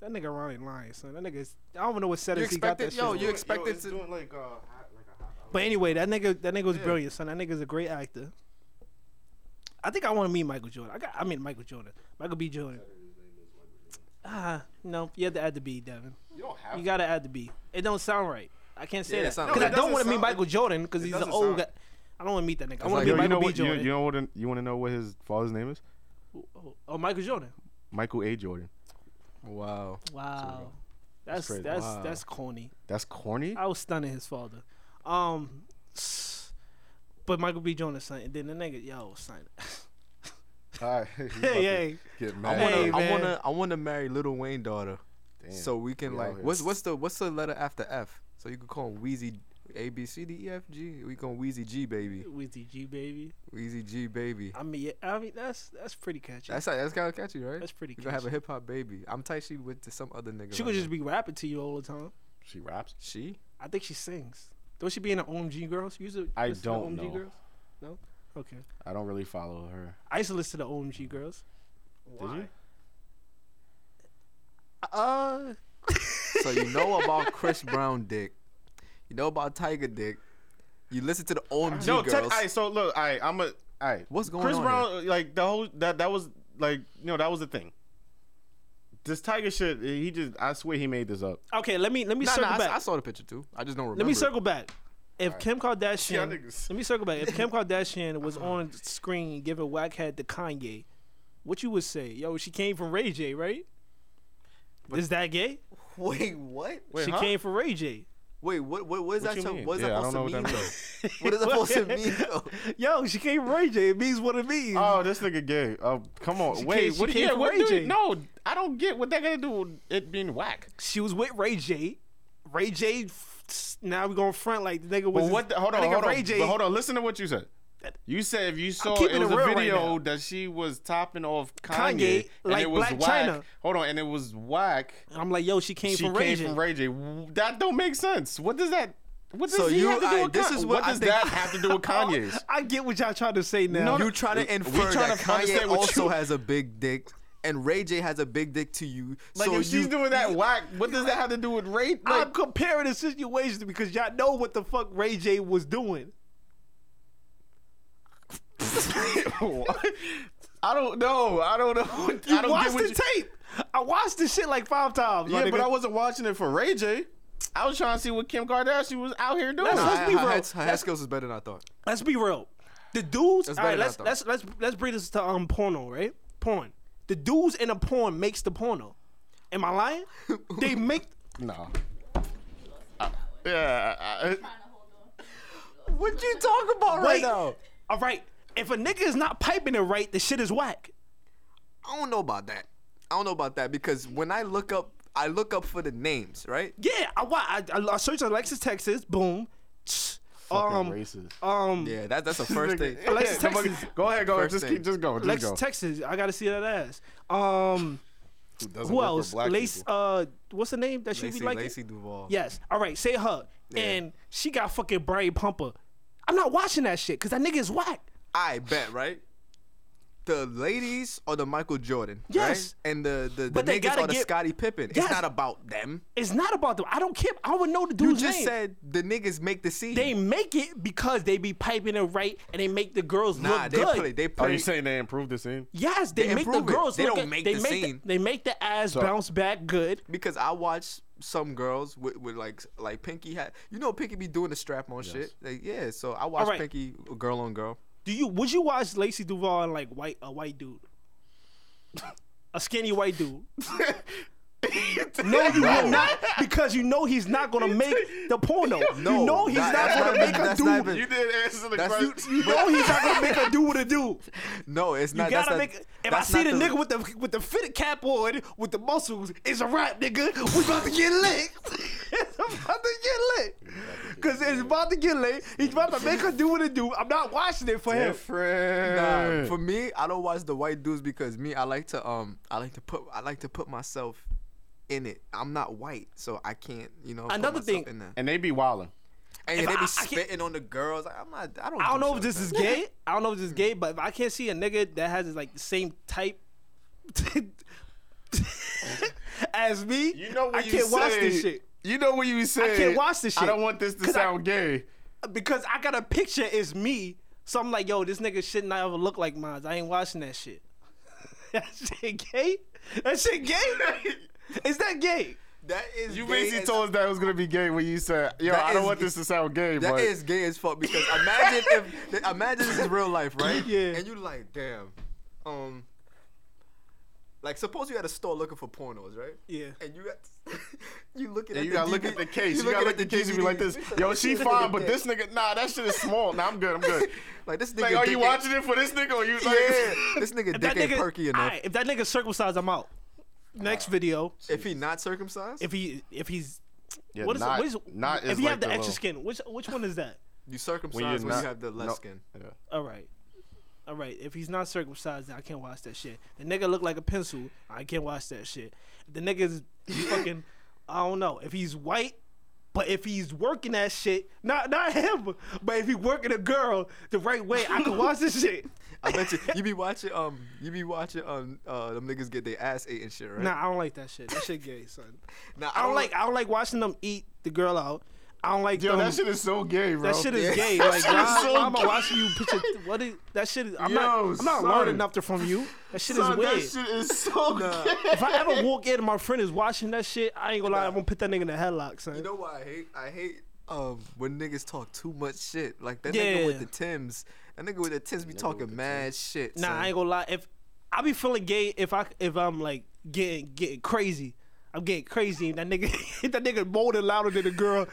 Speaker 1: That nigga Ronnie lying, son. That nigga, is, I don't even know what
Speaker 2: You
Speaker 1: settings he got that
Speaker 2: expected, yo,
Speaker 1: shit.
Speaker 2: you expected to.
Speaker 3: doing like uh, like a hot.
Speaker 1: But anyway, that nigga, that nigga was
Speaker 2: Yeah.
Speaker 1: brilliant, son. That nigga's a great actor. I think I want to meet Michael Jordan. I got, I mean Michael Jordan, Michael B. Jordan. Ah, no, you have to add the B, Devin.
Speaker 3: You don't have.
Speaker 1: You gotta add the B. It don't sound right. I can't say
Speaker 2: Yeah, it
Speaker 1: that
Speaker 2: sound-
Speaker 1: because
Speaker 2: No,
Speaker 1: I
Speaker 2: it
Speaker 1: don't
Speaker 2: doesn't
Speaker 1: want to meet
Speaker 2: sound-
Speaker 1: Michael Jordan because
Speaker 2: it
Speaker 1: he's an
Speaker 2: doesn't
Speaker 1: old guy.
Speaker 2: sound-
Speaker 1: I don't want to meet that nigga. I want
Speaker 2: like-
Speaker 1: to
Speaker 3: Yo,
Speaker 1: meet
Speaker 3: you know
Speaker 1: Michael B.
Speaker 3: what? You,
Speaker 1: Jordan.
Speaker 3: you know what? You want to know what his father's name is?
Speaker 1: Oh, oh, Michael Jordan.
Speaker 3: Michael A. Jordan.
Speaker 2: Wow.
Speaker 1: Wow, that's
Speaker 3: crazy.
Speaker 1: that's that's,
Speaker 2: Wow.
Speaker 1: corny.
Speaker 3: That's corny.
Speaker 1: I was stunning his father. Um, but Michael B. Jordan son, and then the nigga, yo, son.
Speaker 3: All right.
Speaker 1: hey, hey,
Speaker 3: Get
Speaker 2: I
Speaker 3: mad.
Speaker 2: wanna,
Speaker 1: Hey,
Speaker 2: I
Speaker 1: man.
Speaker 2: wanna, I wanna marry Little Wayne daughter,
Speaker 3: Damn.
Speaker 2: so we can
Speaker 3: We out
Speaker 2: like,
Speaker 3: here.
Speaker 2: what's what's the what's the letter after F? So you could call him Wheezy, A B C D E F G. We call him Wheezy G baby,
Speaker 1: Wizzy G baby.
Speaker 2: Wheezy G baby.
Speaker 1: I mean, yeah, I mean that's that's pretty catchy.
Speaker 2: That's that's kind of catchy, right?
Speaker 1: That's pretty
Speaker 2: You gonna have a
Speaker 1: catchy.
Speaker 2: hip hop baby. I'm tight. She went to some other nigga.
Speaker 1: she
Speaker 2: right
Speaker 1: could just
Speaker 2: now.
Speaker 1: be rapping to you all the time.
Speaker 3: She raps.
Speaker 2: she.
Speaker 1: I think she sings. Don't she be in the OMG girls? You used to
Speaker 3: I
Speaker 1: listen to
Speaker 3: don't
Speaker 1: OMG
Speaker 3: know.
Speaker 1: girls. No. Okay.
Speaker 3: I don't really follow her.
Speaker 1: I used to listen to the OMG girls.
Speaker 3: Did you?
Speaker 1: Uh,
Speaker 2: So you know about Chris Brown dick. You know about Tiger dick. You listen to the OMG
Speaker 3: No,
Speaker 2: girls.
Speaker 3: tech, all right, so look, all right, I'm a, all right.
Speaker 2: What's going
Speaker 3: Chris
Speaker 2: on
Speaker 3: Brown, like the whole that that was like, you know, that was the thing. This Tiger shit, eh, he just, I swear, he made this up.
Speaker 1: okay. Let me let me
Speaker 2: Nah,
Speaker 1: circle
Speaker 2: nah, I s-
Speaker 1: back.
Speaker 2: I, saw the picture too. I just don't remember.
Speaker 1: let me
Speaker 2: it.
Speaker 1: circle back. If Kim
Speaker 3: Y'all
Speaker 1: Kardashian,
Speaker 3: niggas.
Speaker 1: let me circle back. If Kim Kardashian was on screen giving whack head to Kanye, what you would say? Yo, she came from Ray J, right? Is that gay?
Speaker 2: Wait, what?
Speaker 3: Wait,
Speaker 1: she
Speaker 3: huh?
Speaker 1: came from Ray J.
Speaker 2: Wait, what? What, what is
Speaker 3: What
Speaker 2: that?
Speaker 3: you
Speaker 2: so-
Speaker 3: mean?
Speaker 2: What is
Speaker 3: Yeah, I
Speaker 2: that
Speaker 3: don't know
Speaker 2: supposed
Speaker 3: what
Speaker 2: to
Speaker 3: that
Speaker 2: mean?
Speaker 3: means.
Speaker 2: What is that supposed to mean? though?
Speaker 1: Yo, she came from Ray J. It means what it means.
Speaker 3: Oh, this nigga gay. Oh, come on.
Speaker 1: She
Speaker 3: Wait,
Speaker 1: came-
Speaker 3: what?
Speaker 1: she came
Speaker 3: Yeah,
Speaker 1: from
Speaker 3: what
Speaker 1: Ray
Speaker 3: do
Speaker 1: J.
Speaker 3: No, I don't get what that got to do with it being whack.
Speaker 1: she was with Ray J. Ray J. f- Now we going front like the nigga was.
Speaker 3: But what? The, hold on,
Speaker 1: that nigga
Speaker 3: hold on.
Speaker 1: Ray J.
Speaker 3: but hold on. Listen to what you said. You said if you saw it
Speaker 1: keeping
Speaker 3: was
Speaker 1: it
Speaker 3: a
Speaker 1: real right
Speaker 3: video
Speaker 1: now.
Speaker 3: that she was topping off Kanye,
Speaker 1: Kanye,
Speaker 3: and
Speaker 1: like
Speaker 3: it was
Speaker 1: Blac
Speaker 3: whack.
Speaker 1: Chyna.
Speaker 3: Hold on, and it was whack.
Speaker 1: I'm like, yo, she came
Speaker 3: she
Speaker 1: from
Speaker 3: came
Speaker 1: Ray J.
Speaker 3: from Ray J. That don't make sense. What does that? What does
Speaker 2: So
Speaker 3: he
Speaker 2: you-
Speaker 3: have to do
Speaker 2: I-
Speaker 3: with
Speaker 2: this
Speaker 3: Kanye?
Speaker 2: is
Speaker 3: What
Speaker 2: what I
Speaker 3: does
Speaker 2: think-
Speaker 3: that have to do with Kanye's?
Speaker 1: I get what y'all trying to say now.
Speaker 3: No, no.
Speaker 2: You trying
Speaker 3: We-
Speaker 2: to infer
Speaker 3: we tryna
Speaker 2: that Kanye
Speaker 3: understand what
Speaker 2: also
Speaker 3: you-
Speaker 2: has a big dick, and Ray J has a big dick to you.
Speaker 3: Like
Speaker 2: so
Speaker 3: if she's
Speaker 2: you-
Speaker 3: doing that whack, what does that have to do with rape? Like,
Speaker 1: I'm comparing the situation because y'all know what the fuck Ray J was doing.
Speaker 3: What? I don't know. I don't know.
Speaker 1: You
Speaker 3: I don't
Speaker 1: watched
Speaker 3: get what
Speaker 1: the
Speaker 3: you,
Speaker 1: tape. I watched this shit like five times. my
Speaker 3: Yeah, but
Speaker 1: nigga.
Speaker 3: I wasn't watching it for Ray J. I was trying to see what Kim Kardashian was out here doing.
Speaker 1: That's
Speaker 2: Nah,
Speaker 1: let's
Speaker 2: her-
Speaker 1: be
Speaker 2: her
Speaker 1: real.
Speaker 2: head- Her head skills is better than I thought.
Speaker 1: let's be real. The dudes. All
Speaker 2: That's
Speaker 1: right,
Speaker 2: better
Speaker 1: let's
Speaker 2: than I
Speaker 1: let's let's let's bring this to um porno, right? Porn. The dudes in a porn makes the porno. Am I lying? they make.
Speaker 3: no. I- Uh, yeah. I,
Speaker 2: What you talking about
Speaker 1: right
Speaker 2: right
Speaker 1: now?
Speaker 2: now?
Speaker 1: All right. If a nigga is not piping it right, the shit is whack.
Speaker 2: I don't know about that. I don't know about that because when I look up, I look up for the names, right?
Speaker 1: Yeah, I wa- I, I, I searched Alexis Texas. Boom. Tss. Um,
Speaker 3: racist.
Speaker 1: um,
Speaker 2: Yeah, that, that's the first thing.
Speaker 1: Alexis
Speaker 3: Yeah, nobody-
Speaker 1: Texas.
Speaker 3: Go ahead. Go ahead.
Speaker 2: First
Speaker 3: Just
Speaker 2: thing.
Speaker 3: keep. Just go. Just
Speaker 1: Alexis
Speaker 3: go.
Speaker 1: Texas. I gotta see that ass. Um,
Speaker 3: Doesn't
Speaker 1: who
Speaker 3: work for
Speaker 1: else?
Speaker 3: black
Speaker 1: Lace.
Speaker 3: people.
Speaker 1: Uh, what's the name that she
Speaker 2: Lacey,
Speaker 1: be like?
Speaker 2: Lacey Duval.
Speaker 1: Yes. All right. Say her. And she got fucking Brave Pumper. I'm not watching that shit because that nigga is whack.
Speaker 2: I bet, right? The ladies are the Michael Jordan,
Speaker 1: Yes.
Speaker 2: right? And the the, the
Speaker 1: But they
Speaker 2: niggas
Speaker 1: gotta
Speaker 2: are the
Speaker 1: get-
Speaker 2: Scottie Pippen.
Speaker 1: Yes.
Speaker 2: It's not about them.
Speaker 1: It's not about them. I don't care. I would know the
Speaker 2: You
Speaker 1: dude's
Speaker 2: just
Speaker 1: name.
Speaker 2: said the niggas make the scene.
Speaker 1: they make it because they be piping it right and they make the girls
Speaker 2: nah,
Speaker 1: look
Speaker 2: they
Speaker 1: good.
Speaker 2: play. They
Speaker 3: Are
Speaker 2: play.
Speaker 3: you saying they improved the scene?
Speaker 1: Yes, they,
Speaker 2: They
Speaker 1: make the
Speaker 2: improve it.
Speaker 1: girls.
Speaker 2: They
Speaker 1: look
Speaker 2: don't
Speaker 1: at-
Speaker 2: make
Speaker 1: they
Speaker 2: the
Speaker 1: make
Speaker 2: scene.
Speaker 1: The, they make the ass bounce back good.
Speaker 2: because I watch some girls with, with like like Pinky had. You know, Pinky be doing the strap on shit. Like, yeah, so I watch
Speaker 1: Alright.
Speaker 2: Pinky uh, girl on girl.
Speaker 1: Do you? Would you watch Lacey Duval and like white a white dude, a skinny white dude? No, you would not, because you know he's not gonna make the porno. you know he's
Speaker 2: nah,
Speaker 1: not
Speaker 2: that's not
Speaker 1: gonna make
Speaker 2: even-
Speaker 1: a
Speaker 2: that's not
Speaker 1: dude.
Speaker 2: even-
Speaker 3: You did answer the
Speaker 2: That's-
Speaker 3: question.
Speaker 1: You know he's not gonna make a dude with a dude.
Speaker 2: No, it's
Speaker 1: You
Speaker 2: not. that's
Speaker 1: gotta
Speaker 2: not-
Speaker 1: make. If I
Speaker 2: that's
Speaker 1: see
Speaker 2: not
Speaker 1: the, nigga with the with the fitted cap on, with the muscles, it's a wrap, nigga. We about to get lit. it's about to get lit. Cause it's about to get lit. He's about to make her do what it do. I'm not watching it for
Speaker 2: Nah,
Speaker 1: him.
Speaker 3: Different.
Speaker 2: for me, I don't watch the white dudes because me, I like to um, I like to put, I like to put myself in it. I'm not white, so I can't, you know. put
Speaker 1: Another
Speaker 2: myself
Speaker 1: thing-
Speaker 2: in there.
Speaker 3: and they be wilding.
Speaker 2: and they
Speaker 1: I- I
Speaker 2: be
Speaker 1: can't-
Speaker 2: spitting on the girls. I'm not. I don't.
Speaker 1: I don't
Speaker 2: do
Speaker 1: know
Speaker 2: shit
Speaker 1: if this
Speaker 2: like
Speaker 1: is
Speaker 2: that.
Speaker 1: gay. I don't know if this is gay, but if I can't see a nigga that has like the same type as me,
Speaker 3: You know what
Speaker 1: I
Speaker 3: you
Speaker 1: can't
Speaker 3: say.
Speaker 1: watch this shit
Speaker 3: You know what you say.
Speaker 1: watch this
Speaker 3: I
Speaker 1: shit.
Speaker 3: don't want this to
Speaker 1: 'Cause I-
Speaker 3: sound gay.
Speaker 1: because I got a picture is me. So I'm like, yo, this nigga shit not ever look like mine. I ain't watching that shit. that shit gay. That shit gay. is that gay?
Speaker 2: That is.
Speaker 3: You
Speaker 2: gay
Speaker 3: basically
Speaker 2: as-
Speaker 3: told us that it was gonna be gay when you said, "Yo,
Speaker 2: That
Speaker 3: I don't
Speaker 2: is
Speaker 3: want
Speaker 2: gay.
Speaker 3: this to sound gay."
Speaker 2: That
Speaker 3: but
Speaker 2: is gay as fuck because imagine if imagine this is real life, right?
Speaker 1: Yeah.
Speaker 2: And you like, damn, um, like suppose you at a store looking for pornos, right?
Speaker 1: Yeah.
Speaker 2: And you got you looking
Speaker 3: Yeah,
Speaker 2: at
Speaker 3: you
Speaker 2: the
Speaker 3: gotta look
Speaker 2: DVD
Speaker 3: at the case. You,
Speaker 2: looking
Speaker 3: gotta
Speaker 2: at
Speaker 3: look at the case and be like
Speaker 2: DVD.
Speaker 3: this. Yo, she fine, but this nigga, nah, that shit is small. Nah, I'm good. I'm good.
Speaker 2: like this nigga.
Speaker 3: Like, are
Speaker 2: dick
Speaker 3: you
Speaker 2: ain't-
Speaker 3: watching it for this nigga or you like?
Speaker 2: Yeah. this nigga dick ain't perky enough.
Speaker 1: Alright, if that nigga circumcised, I'm out. Next video,
Speaker 2: If he not circumcised,
Speaker 1: if he if he's
Speaker 3: Yeah,
Speaker 1: what is
Speaker 3: not-
Speaker 1: it? What is,
Speaker 3: not
Speaker 1: if
Speaker 3: is
Speaker 1: you
Speaker 3: like
Speaker 1: have the,
Speaker 3: the
Speaker 1: extra
Speaker 3: little-
Speaker 1: skin, which which one is that?
Speaker 2: you circumcised when
Speaker 3: not-
Speaker 2: you have the less
Speaker 3: no.
Speaker 2: skin.
Speaker 3: Yeah.
Speaker 1: All right. All right. If he's not circumcised, then I can't watch that shit. The nigga look like a pencil. I can't watch that shit. The nigga's fucking. I don't know. If he's white, but if he's working that shit, not not him, but if he working a girl the right way, I can watch this shit.
Speaker 2: I bet you you be watching um you be watching um uh them niggas get their ass ate and shit, right?
Speaker 1: Nah, I don't like that shit. That shit gay, son.
Speaker 2: Nah,
Speaker 1: I don't like. I don't like watching them eat the girl out. I don't like
Speaker 3: Yo,
Speaker 1: them.
Speaker 3: that shit is so gay, bro.
Speaker 1: That shit is
Speaker 2: Yeah.
Speaker 1: gay. Like,
Speaker 3: shit is
Speaker 1: why,
Speaker 3: so
Speaker 1: why am I
Speaker 3: gay.
Speaker 1: watching you put your what is that shit? Is, I'm
Speaker 3: Yo,
Speaker 1: not. I'm not
Speaker 3: son.
Speaker 1: learning nothing from you. That shit
Speaker 3: Son,
Speaker 1: is weird.
Speaker 3: That shit is so
Speaker 2: Nah.
Speaker 3: gay.
Speaker 1: If I ever walk in and my friend is watching that shit, I ain't gonna lie, I'm gonna put that nigga in a headlock, son.
Speaker 2: You know why I hate? I hate um when niggas talk too much shit. Like that
Speaker 1: Yeah.
Speaker 2: nigga with the Tims. That nigga with the Tims be talking mad shit.
Speaker 1: Nah,
Speaker 2: son.
Speaker 1: I ain't gonna lie. If I be feeling gay, if I if I'm like getting getting crazy, I'm getting crazy. And that nigga, that nigga moaning louder than the girl,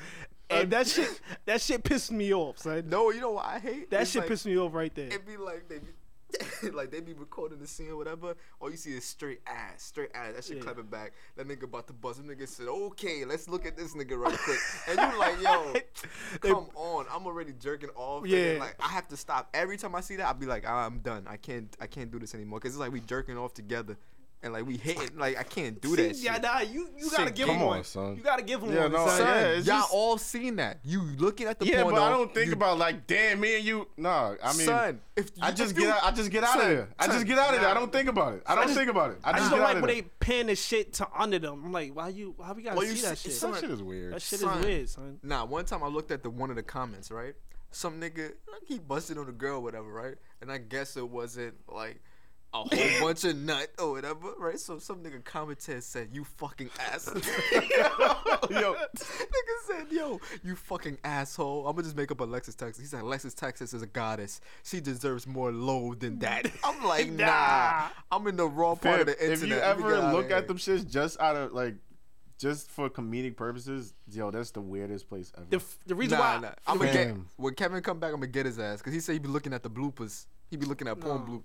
Speaker 1: and that shit that shit pissed me off, son.
Speaker 2: No, you know what I hate?
Speaker 1: That
Speaker 2: It's
Speaker 1: shit
Speaker 2: like,
Speaker 1: pissed me off right there.
Speaker 2: It be like they be like they be recording the scene or whatever. All you see is straight ass, straight ass. That shit
Speaker 1: Yeah.
Speaker 2: clapping back. That nigga about to bust. That nigga said, "Okay, let's look at this nigga right quick." And you like, "Yo,
Speaker 1: They-
Speaker 2: come on! I'm already jerking off." and then,
Speaker 1: Yeah.
Speaker 2: like I have to stop every time I see that. I be like, "Ah, "I'm done. I can't. I can't do this anymore." Cause it's like we jerking off together, and like we hitting. Like I can't do
Speaker 1: See,
Speaker 2: that.
Speaker 1: yeah,
Speaker 2: shit.
Speaker 1: nah, you you gotta
Speaker 2: Shit,
Speaker 1: give
Speaker 3: come
Speaker 1: him
Speaker 3: on,
Speaker 1: one.
Speaker 3: son.
Speaker 1: You gotta give him
Speaker 3: Yeah,
Speaker 1: one.
Speaker 3: no,
Speaker 1: son.
Speaker 2: Son,
Speaker 3: yeah, it's
Speaker 2: y'all
Speaker 3: just-
Speaker 2: all seen that. You looking at the
Speaker 3: Yeah,
Speaker 2: porno.
Speaker 3: but I don't think
Speaker 2: you-
Speaker 3: about like, damn, me and you. Nah, I mean,
Speaker 2: son, if
Speaker 3: I
Speaker 2: you-
Speaker 3: just
Speaker 2: if
Speaker 3: get,
Speaker 2: you-
Speaker 3: out, I just get out of
Speaker 2: son,
Speaker 3: there. I just
Speaker 2: son,
Speaker 3: get out of there. I
Speaker 2: nah.
Speaker 3: don't think about it. I don't
Speaker 1: just-
Speaker 3: think about it. I
Speaker 1: I
Speaker 3: just,
Speaker 1: just
Speaker 3: get
Speaker 1: don't
Speaker 3: out
Speaker 1: like
Speaker 3: of
Speaker 1: when
Speaker 3: there.
Speaker 1: they pin the shit to under them. I'm like, why you? Why we gotta
Speaker 2: Why
Speaker 1: see
Speaker 2: you
Speaker 1: that
Speaker 2: see-
Speaker 1: shit?
Speaker 2: son,
Speaker 3: that shit is weird.
Speaker 1: that shit
Speaker 2: son.
Speaker 1: is weird, son.
Speaker 2: Nah, one time I looked at the one of the comments, right? Some nigga like, he busted on a girl, or whatever, right? And I guess it wasn't like a whole bunch of nut or whatever, right? So some nigga commented said, "You fucking asshole." yo, nigga said, "Yo, you fucking asshole." I'm gonna just make up Alexis Texas. He's like, "Alexis Texas is a goddess. She deserves more love than that." I'm like, "Nah,
Speaker 1: Nah.
Speaker 2: I'm in the wrong part of
Speaker 3: Fam,
Speaker 2: the internet."
Speaker 3: If you
Speaker 2: Let me
Speaker 3: ever
Speaker 2: get outta
Speaker 3: look
Speaker 2: here.
Speaker 3: at them shits just out of like, just for comedic purposes, yo, that's the weirdest place ever.
Speaker 1: The, f- the reason
Speaker 2: Nah,
Speaker 1: why
Speaker 2: nah. I'm gonna get
Speaker 3: Fam.
Speaker 2: when Kevin come back. I'm gonna get his ass because he said he be looking at the bloopers. He be looking at porn bloopers.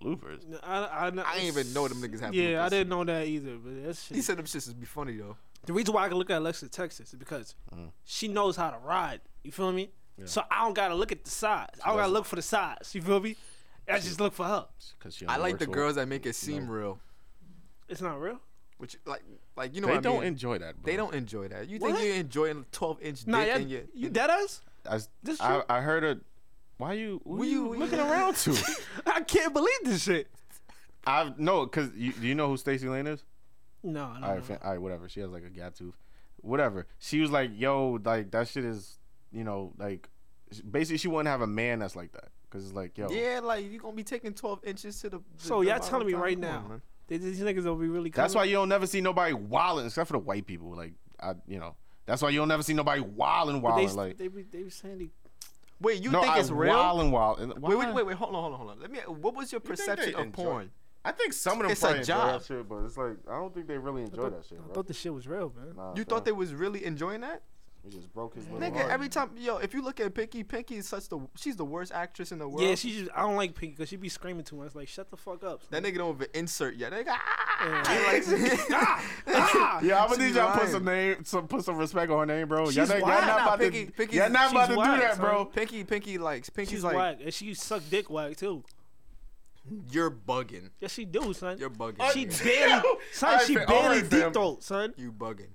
Speaker 3: bloopers.
Speaker 1: I, I, I,
Speaker 2: I didn't even know them niggas had.
Speaker 1: Yeah,
Speaker 2: bloopers.
Speaker 1: I didn't know that either. But that shit.
Speaker 2: He said them shits would be funny though.
Speaker 1: the reason why I can look at Alexis Texas is because
Speaker 2: Mm.
Speaker 1: she knows how to ride. You feel me? So I don't gotta look at the size. I don't gotta look for the size. You feel me? I just look for her.
Speaker 3: Cause she
Speaker 2: I
Speaker 3: only
Speaker 2: like the
Speaker 3: works
Speaker 2: girls
Speaker 3: with-
Speaker 2: that make it seem real,
Speaker 1: It's not real.
Speaker 2: which like like you know
Speaker 3: They
Speaker 2: what I
Speaker 3: don't
Speaker 2: mean?
Speaker 3: enjoy that. Bro.
Speaker 2: They don't enjoy that. You think
Speaker 1: What?
Speaker 2: you enjoying 12 inch dick
Speaker 1: Nah, yeah,
Speaker 2: and your
Speaker 1: you
Speaker 2: and-
Speaker 1: dead ass?
Speaker 3: I, s-
Speaker 1: This
Speaker 3: I,
Speaker 1: true.
Speaker 3: I heard a. Why you? Who
Speaker 2: Were
Speaker 3: you,
Speaker 2: you-
Speaker 3: looking around to?
Speaker 1: I can't believe this shit.
Speaker 3: I no, cause you, do you know who Stacey Lane is?
Speaker 1: No, I don't
Speaker 3: All
Speaker 1: know.
Speaker 3: right,
Speaker 2: Mm-hmm.
Speaker 3: fa- all right, whatever. She has like a gap tooth, whatever. She was like, "Yo, like that shit is, you know, like sh- basically she wouldn't have a man that's like that, cause it's like, yo,
Speaker 2: Yeah, like you gonna be taking 12 inches to the. the
Speaker 1: So
Speaker 2: the
Speaker 1: y'all
Speaker 2: bottom
Speaker 1: telling me
Speaker 2: time?
Speaker 1: right
Speaker 2: Come
Speaker 1: now,
Speaker 2: on, man.
Speaker 1: they, these niggas don't be really.
Speaker 3: that's why
Speaker 1: coming?
Speaker 3: you don't never see nobody wilding except for the white people. Like, I, you know, that's why you don't never see nobody wilding,
Speaker 1: But they,
Speaker 3: wilding. Like,
Speaker 1: they be they be saying they,
Speaker 2: Wait, you
Speaker 3: no,
Speaker 2: think
Speaker 3: I
Speaker 2: it's real?
Speaker 3: wilding, wilding.
Speaker 2: Wait, wait, wait, wait. Hold on, hold on, hold on. Let me. What was your
Speaker 3: think they
Speaker 2: perception of
Speaker 3: enjoy-
Speaker 2: porn?
Speaker 3: I think some of them
Speaker 2: It's a
Speaker 3: probably enjoy
Speaker 2: job.
Speaker 3: that shit, but it's like I don't think they really enjoy that shit.
Speaker 1: I
Speaker 3: Bro.
Speaker 1: thought the shit was real, man.
Speaker 3: Nah,
Speaker 2: You
Speaker 3: fam.
Speaker 2: thought they was really enjoying that?
Speaker 3: We just broke his little
Speaker 2: Nigga,
Speaker 3: heart.
Speaker 2: every time, yo, if you look at Pinky, Pinky is such the she's the worst actress in the world.
Speaker 1: Yeah, she just I don't like Pinky because she be screaming too much. Like shut the fuck up. son.
Speaker 2: that nigga don't even insert yet. Nigga,
Speaker 1: Yeah.
Speaker 2: ah, like,
Speaker 1: Ah!
Speaker 3: Yeah, I'm gonna
Speaker 2: She's
Speaker 3: need y'all to put
Speaker 2: lying.
Speaker 3: some name, some put some respect on her name, bro. Y'all
Speaker 1: She's
Speaker 3: not, y'all
Speaker 1: wild.
Speaker 3: not
Speaker 2: Nah,
Speaker 3: about
Speaker 2: Pinky-
Speaker 3: to,
Speaker 2: Pinky's-
Speaker 3: y'all not about to
Speaker 1: she's
Speaker 3: do
Speaker 1: wild,
Speaker 3: that, bro.
Speaker 2: Pinky, Pinky likes Pinky's
Speaker 1: She's
Speaker 2: like,
Speaker 1: whack, and she suck dick whack too.
Speaker 2: you're bugging,
Speaker 1: Yes, she do, son.
Speaker 2: you're bugging,
Speaker 1: She
Speaker 2: nigga.
Speaker 1: barely, son.
Speaker 3: Alright,
Speaker 1: she
Speaker 3: fam.
Speaker 1: barely
Speaker 3: Alright, fam.
Speaker 1: deep throat, son.
Speaker 2: you bugging,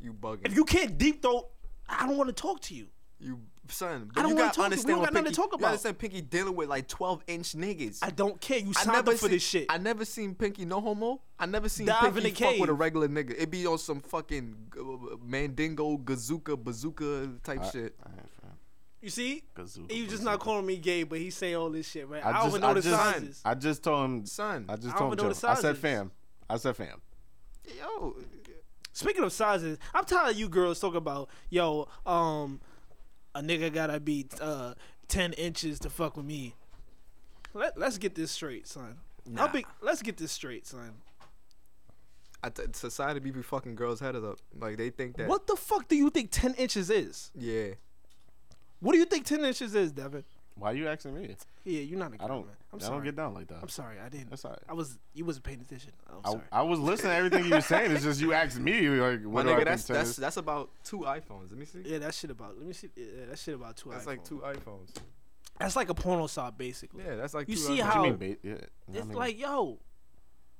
Speaker 2: you bugging,
Speaker 1: If
Speaker 2: you,
Speaker 1: you can't deep throat, I don't want to talk to you.
Speaker 2: son.
Speaker 1: I
Speaker 2: But
Speaker 1: don't
Speaker 2: you
Speaker 1: wanna
Speaker 2: gotta
Speaker 1: talk to- we
Speaker 2: understand
Speaker 1: don't
Speaker 2: what
Speaker 1: got nothing to
Speaker 2: Pinky-
Speaker 1: talk
Speaker 2: You
Speaker 1: about.
Speaker 2: understand Pinky dealing with like 12 inch niggas.
Speaker 1: I don't care. You
Speaker 2: I
Speaker 1: signed up for
Speaker 2: seen,
Speaker 1: this shit.
Speaker 2: I never seen Pinky no homo. I never seen
Speaker 1: Dive in
Speaker 2: Pinky
Speaker 1: the
Speaker 2: fuck with a
Speaker 1: cave.
Speaker 2: regular nigga. It be on some fucking uh, Mandingo, Gazooka, Bazooka type shit.
Speaker 1: you see,
Speaker 3: Gazooka,
Speaker 1: he was just
Speaker 3: bazooka.
Speaker 1: not calling me gay, but he say all this shit, man. I,
Speaker 3: I
Speaker 1: don't
Speaker 3: just,
Speaker 1: even know
Speaker 3: I
Speaker 1: the
Speaker 3: just,
Speaker 1: sizes.
Speaker 3: I just told him,
Speaker 2: Son.
Speaker 3: I just
Speaker 1: I don't
Speaker 3: told
Speaker 1: even know
Speaker 3: him.
Speaker 1: the
Speaker 3: I said,
Speaker 1: sizes.
Speaker 3: fam. I said, fam.
Speaker 2: Yo,
Speaker 1: Speaking of sizes, I'm tired of you girls talking about yo, um, a nigga gotta be uh ten inches to fuck with me. Let Let's get this straight, son. How big? Let's get this straight, son.
Speaker 2: I t- society be be fucking girls' heads up. Like they think that.
Speaker 1: What the fuck do you think ten inches is?
Speaker 2: Yeah.
Speaker 1: What do you think ten inches is, Devin?
Speaker 3: Why you asking me?
Speaker 1: Yeah, you're not a
Speaker 3: I
Speaker 1: girl,
Speaker 3: don't.
Speaker 1: man. I'm
Speaker 3: I
Speaker 1: sorry.
Speaker 3: don't get down like that.
Speaker 1: I'm sorry, I didn't.
Speaker 3: That's all right.
Speaker 1: I was. You wasn't paying attention. I'm
Speaker 3: I,
Speaker 1: sorry.
Speaker 3: I was listening to everything you were saying. It's just you asked me like,
Speaker 2: My
Speaker 3: what do I
Speaker 2: nigga,
Speaker 3: think
Speaker 2: that's
Speaker 3: ten
Speaker 2: that's
Speaker 3: is?
Speaker 2: that's about two iPhones. Let me see.
Speaker 1: yeah, that shit about. Let me see. Yeah, that shit about two.
Speaker 2: That's
Speaker 1: iPhone.
Speaker 2: like two iPhones.
Speaker 1: That's like a porno side, basically.
Speaker 2: Yeah, that's like
Speaker 1: You
Speaker 2: two
Speaker 1: see
Speaker 2: iPhones.
Speaker 1: how-
Speaker 3: What
Speaker 1: how-
Speaker 3: you mean, ba- yeah, I
Speaker 1: It's
Speaker 3: mean,
Speaker 1: like, yo,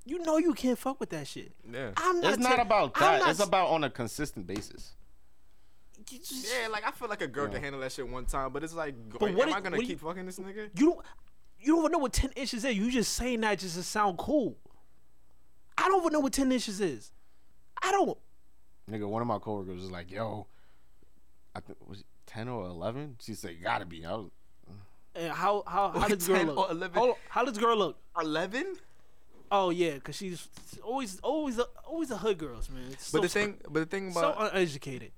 Speaker 1: you know you can't fuck with that shit.
Speaker 2: Yeah.
Speaker 1: I'm not.
Speaker 3: It's not
Speaker 1: ta-
Speaker 3: about
Speaker 1: I'm
Speaker 3: that.
Speaker 1: not
Speaker 3: It's
Speaker 1: s-
Speaker 3: about on a consistent basis.
Speaker 1: You just-
Speaker 2: Yeah, like I feel like a girl can handle that shit one time, but it's like,
Speaker 1: But
Speaker 2: am
Speaker 1: what it-
Speaker 2: I gonna
Speaker 1: what you-
Speaker 2: keep fucking this nigga?
Speaker 1: You don't. You don't even know what ten inches is. You just saying that just to sound cool. I don't even know what ten inches is. I don't.
Speaker 3: Nigga, one of my coworkers was like, "Yo, I think was it ten or 11? She said, "Gotta be." I was,
Speaker 1: And how how how
Speaker 2: Or
Speaker 1: does girl
Speaker 2: 10
Speaker 1: look?
Speaker 2: or 11.
Speaker 1: Hold on, how does girl look?
Speaker 2: Eleven.
Speaker 1: Oh yeah, cause she's always always a, always a hood girls man. It's
Speaker 2: But
Speaker 1: so
Speaker 2: the thing, but the thing
Speaker 1: so
Speaker 2: about
Speaker 1: uneducated.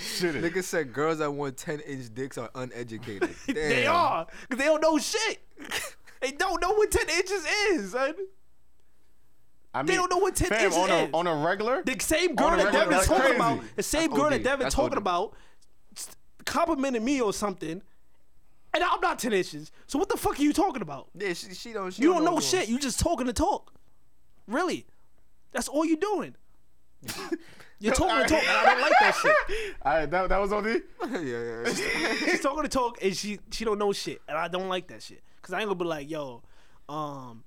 Speaker 3: Shit it.
Speaker 2: Nigga said girls that want 10 inch dicks are uneducated.
Speaker 1: They
Speaker 2: Damn.
Speaker 1: are. Because they don't know shit. they don't know what 10 inches is, son.
Speaker 3: I mean,
Speaker 1: They don't know what 10
Speaker 3: fam,
Speaker 1: inches
Speaker 3: on a,
Speaker 1: is.
Speaker 3: On a regular,
Speaker 1: The same girl
Speaker 3: the
Speaker 1: that
Speaker 3: regular,
Speaker 1: Devin's
Speaker 3: Oh, that's
Speaker 1: talking
Speaker 3: crazy.
Speaker 1: about, the same
Speaker 2: That's
Speaker 1: girl
Speaker 2: OD.
Speaker 1: that Devin's
Speaker 2: That's
Speaker 1: talking
Speaker 2: OD.
Speaker 1: about, s- complimented me or something, and I'm not 10 inches. So what the fuck are you talking about?
Speaker 2: Yeah, she, she don't. She
Speaker 1: You don't know
Speaker 2: what's
Speaker 1: shit. You just talking to talk. Really. That's all you're doing. You're talking to talk. and I don't like that shit.
Speaker 3: all right, that, that was OD.
Speaker 2: going on. yeah, yeah, yeah.
Speaker 1: She's talking to talk and she she don't know shit. And I don't like that shit. Cause I ain't gonna be like, yo, um,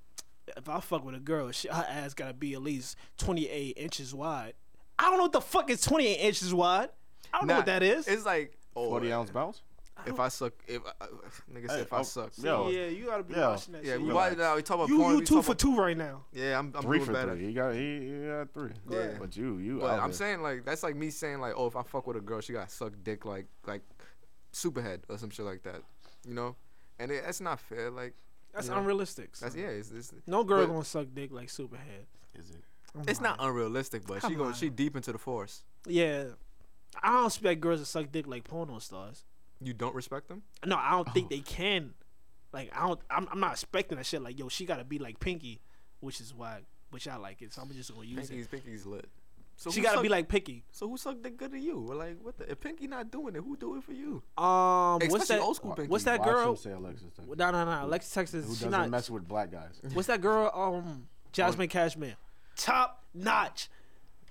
Speaker 1: if I fuck with a girl, she, her ass gotta be at least 28 inches wide. I don't know what the fuck is 28 inches wide. I don't know what
Speaker 2: Nah,
Speaker 1: that is.
Speaker 2: It's like oh,
Speaker 3: 40 ounce bounce.
Speaker 2: If I suck, if I, nigga said
Speaker 3: Hey,
Speaker 2: if I
Speaker 3: oh,
Speaker 2: suck.
Speaker 3: yo.
Speaker 1: yeah, you gotta be
Speaker 3: Yeah.
Speaker 1: watching that
Speaker 2: Yeah,
Speaker 1: shit.
Speaker 2: we
Speaker 1: You-
Speaker 2: why now we talk about
Speaker 1: you
Speaker 2: porn.
Speaker 1: you
Speaker 2: we
Speaker 1: two
Speaker 2: talk
Speaker 1: for
Speaker 2: about-
Speaker 1: two right now.
Speaker 2: Yeah, I'm, I'm
Speaker 3: Three
Speaker 2: doing
Speaker 3: for
Speaker 2: better.
Speaker 3: three. He got he, he got three.
Speaker 2: Yeah.
Speaker 3: But you you.
Speaker 2: But
Speaker 3: out
Speaker 2: I'm
Speaker 3: there.
Speaker 2: saying like that's like me saying like oh if I fuck with a girl she got suck dick like like Superhead or some shit like that, you know, and it, that's not fair. Like
Speaker 1: That's
Speaker 2: Yeah.
Speaker 1: unrealistic.
Speaker 2: that's
Speaker 1: son.
Speaker 2: yeah, it's it's,
Speaker 1: No girl
Speaker 2: but-
Speaker 1: gonna suck dick like Superhead. Oh
Speaker 3: Is it?
Speaker 2: it's not unrealistic, but she
Speaker 1: Come
Speaker 2: going
Speaker 1: on.
Speaker 2: she deep into the force.
Speaker 1: Yeah, I don't expect girls to suck dick like porno stars.
Speaker 2: You don't respect them?
Speaker 1: No, I don't
Speaker 3: Oh.
Speaker 1: think they can. Like I don't. I'm, I'm not expecting that shit. Like yo, she gotta be like Pinky, which is why, which I like it. So I'm just gonna use
Speaker 2: Pinky's Pinky's lit. So
Speaker 1: it. She
Speaker 2: who
Speaker 1: gotta
Speaker 2: suck-
Speaker 1: be like Pinky.
Speaker 2: So who sucked dick good to you? Or like what the if Pinky not doing it, who do it for you?
Speaker 1: Um,
Speaker 2: Especially
Speaker 1: what's that?
Speaker 2: old school Pinky.
Speaker 1: what's that
Speaker 3: Watch
Speaker 1: girl?
Speaker 3: him say Alexis Tucker,
Speaker 1: No, no, no. Alexis
Speaker 3: Who
Speaker 1: Texas. She
Speaker 3: doesn't
Speaker 1: not.
Speaker 3: mess with black guys?
Speaker 1: What's that girl? Um, Jasmine Cashman. Top notch.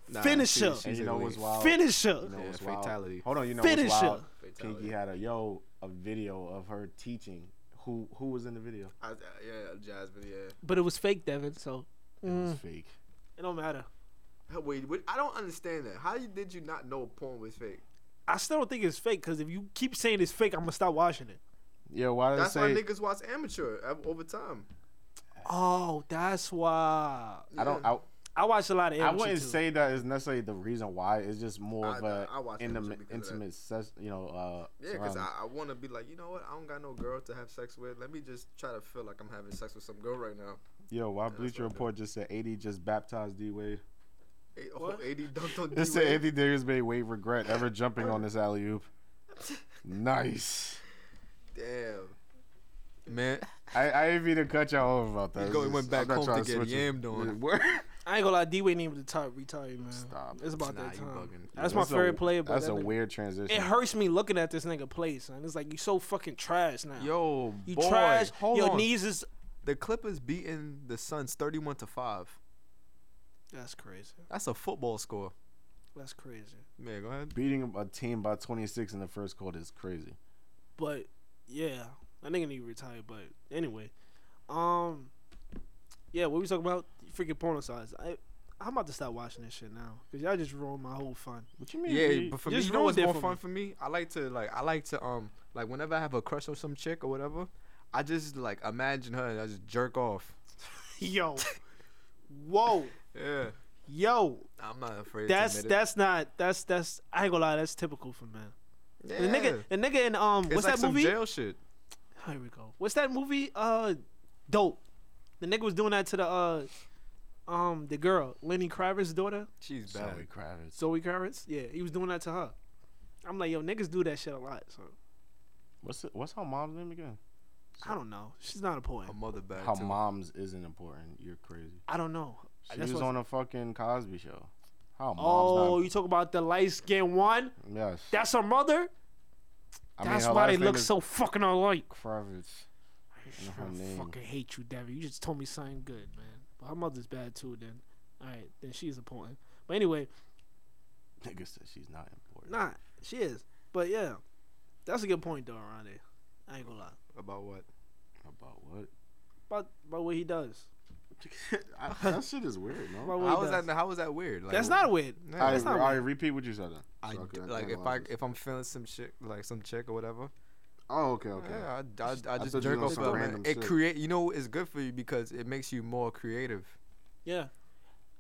Speaker 2: Nah,
Speaker 1: Finisher.
Speaker 2: she-
Speaker 3: And
Speaker 2: she's
Speaker 3: you know
Speaker 2: elite.
Speaker 3: what's wild?
Speaker 1: Finisher.
Speaker 3: Oh. You know
Speaker 2: Yeah,
Speaker 3: what's wild?
Speaker 2: fatality.
Speaker 3: Hold on, you know
Speaker 1: Finisher.
Speaker 3: what's wild?
Speaker 2: Fatality.
Speaker 3: Pinky had a yo a video of her teaching. Who who was in the video?
Speaker 2: I, yeah, Jasmine. Yeah.
Speaker 1: But it was fake, Devin. So
Speaker 3: It was fake.
Speaker 1: it don't matter.
Speaker 2: Wait, wait, I don't understand that. How you- did you not know porn was fake?
Speaker 1: I still don't think it's fake because if you keep saying it's fake, I'm gonna stop watching it.
Speaker 3: Yeah, why did I
Speaker 2: That's why
Speaker 3: say?
Speaker 2: niggas watch amateur uh, over time.
Speaker 1: Oh, that's why.
Speaker 3: I don't. I,
Speaker 1: I watch a lot of.
Speaker 3: I
Speaker 1: amateur
Speaker 3: wouldn't
Speaker 1: too.
Speaker 3: say that is necessarily the reason why. It's just more
Speaker 2: I-
Speaker 3: of a
Speaker 2: I watch amateur
Speaker 3: intimate,
Speaker 2: because of that.
Speaker 3: intimate, ses- you know. Uh,
Speaker 2: Yeah, because
Speaker 3: surrounding.
Speaker 2: I, I want to be like, you know what? I don't got no girl to have sex with. Let me just try to feel like I'm having sex with some girl right now.
Speaker 3: yo, why Bleacher
Speaker 2: what I do.
Speaker 3: Report just said eighty just baptized D Wade.
Speaker 2: Hey, oh,
Speaker 1: What?
Speaker 2: AD dunked on
Speaker 3: It said
Speaker 2: D-Wade.
Speaker 3: Anthony Davis may Wade regret ever jumping on this alley oop. Nice.
Speaker 2: Damn. Man.
Speaker 3: I, I didn't mean to cut y'all off about that.
Speaker 2: He's
Speaker 3: It's
Speaker 2: going-
Speaker 3: just-
Speaker 2: went back
Speaker 3: I'm not
Speaker 2: home to
Speaker 3: trying
Speaker 2: get
Speaker 3: switch it.
Speaker 2: yammed on.
Speaker 3: Yeah, what?
Speaker 1: I ain't gonna lie, D Wade ain't even the top retired man.
Speaker 3: Stop.
Speaker 1: It's about
Speaker 2: Nah,
Speaker 1: that
Speaker 2: you
Speaker 1: time.
Speaker 2: bugging.
Speaker 1: That's my
Speaker 3: a-
Speaker 1: favorite player, but
Speaker 3: That's
Speaker 1: that
Speaker 3: a
Speaker 1: nigga-
Speaker 3: weird transition.
Speaker 1: It hurts me looking at this nigga play, son. It's like you so fucking trash now.
Speaker 2: Yo,
Speaker 1: you
Speaker 2: boy.
Speaker 1: trash.
Speaker 2: Hold
Speaker 1: your
Speaker 2: on.
Speaker 1: knees is.
Speaker 2: The Clippers beating the Suns 31 to 5.
Speaker 1: That's crazy.
Speaker 2: That's a football score.
Speaker 1: That's crazy.
Speaker 2: Man, go ahead.
Speaker 3: Beating a team by 26 in the first quarter is crazy.
Speaker 1: But yeah, that nigga need to retire. But anyway, um, yeah, what we talking about? Freaking porno size. I, I'm about to stop watching this shit now because y'all just ruined my whole fun.
Speaker 3: What you mean?
Speaker 2: Yeah, but for me,
Speaker 1: Just
Speaker 2: you know
Speaker 1: ruined
Speaker 2: what's
Speaker 1: it
Speaker 2: more
Speaker 1: for
Speaker 2: fun
Speaker 1: me.
Speaker 2: for me? I like to like I like to um like whenever I have a crush on some chick or whatever, I just like imagine her and I just jerk off.
Speaker 1: Yo, whoa,
Speaker 2: Yeah,
Speaker 1: yo,
Speaker 2: I'm not afraid.
Speaker 1: that's
Speaker 2: to admit
Speaker 1: that's not that's that's I ain't gonna lie, that's typical for men.
Speaker 2: it. yeah.
Speaker 1: The nigga, the nigga in um,
Speaker 2: It's
Speaker 1: what's
Speaker 2: like
Speaker 1: that
Speaker 2: some
Speaker 1: movie?
Speaker 2: jail shit.
Speaker 1: Here we go. What's that movie? Uh, dope. The nigga was doing that to the uh, um, the girl, Lenny Kravitz's daughter,
Speaker 2: She's bad.
Speaker 3: Zoe Kravitz.
Speaker 1: Zoe Kravitz. Yeah, he was doing that to her. I'm like, yo, niggas do that shit a lot. So
Speaker 3: What's it, what's her mom's name again?
Speaker 1: I don't know. She's not
Speaker 2: Her
Speaker 3: Um,
Speaker 1: important.
Speaker 2: mother bad
Speaker 3: How
Speaker 2: too.
Speaker 3: mom's isn't important. You're crazy.
Speaker 1: I don't know.
Speaker 3: She
Speaker 1: That's
Speaker 3: was
Speaker 1: what's-
Speaker 3: on a fucking Cosby show. How mom's
Speaker 1: Oh,
Speaker 3: not,
Speaker 1: you talk about the light skinned one?
Speaker 3: yes.
Speaker 1: That's her mother.
Speaker 3: I mean,
Speaker 1: That's
Speaker 3: her
Speaker 1: why
Speaker 3: last
Speaker 1: they
Speaker 3: name
Speaker 1: look
Speaker 3: is
Speaker 1: so fucking alike.
Speaker 3: Kravitz. know her
Speaker 1: I
Speaker 3: name.
Speaker 1: fucking hate you, Devin. You just told me something good, man. But her mother's bad too. Then, all right, then she's important. But anyway,
Speaker 3: Nigga said she's not important.
Speaker 1: nah, she is. But yeah, that's a good point though, Ronnie. I ain't gonna lie
Speaker 2: About what?
Speaker 3: About what?
Speaker 1: about about what he does.
Speaker 3: I, that shit is weird, no?
Speaker 1: About what he
Speaker 2: How was
Speaker 1: does.
Speaker 2: that? How was that weird? Like,
Speaker 1: that's not weird.
Speaker 2: Yeah.
Speaker 3: I,
Speaker 1: That's not
Speaker 3: I
Speaker 1: weird.
Speaker 3: repeat what you said. Then.
Speaker 2: I
Speaker 3: So
Speaker 2: d-
Speaker 3: can-
Speaker 2: like
Speaker 3: can
Speaker 2: if I
Speaker 3: analyze this.
Speaker 2: if I'm feeling some shit like some chick or whatever.
Speaker 3: Oh, okay, okay.
Speaker 2: Yeah, I, I, I
Speaker 3: I
Speaker 2: just
Speaker 3: thought you
Speaker 2: jerk
Speaker 3: were
Speaker 2: off.
Speaker 3: some
Speaker 2: her, man.
Speaker 3: random
Speaker 2: It
Speaker 3: shit.
Speaker 2: create you know it's good for you because it makes you more creative.
Speaker 1: Yeah,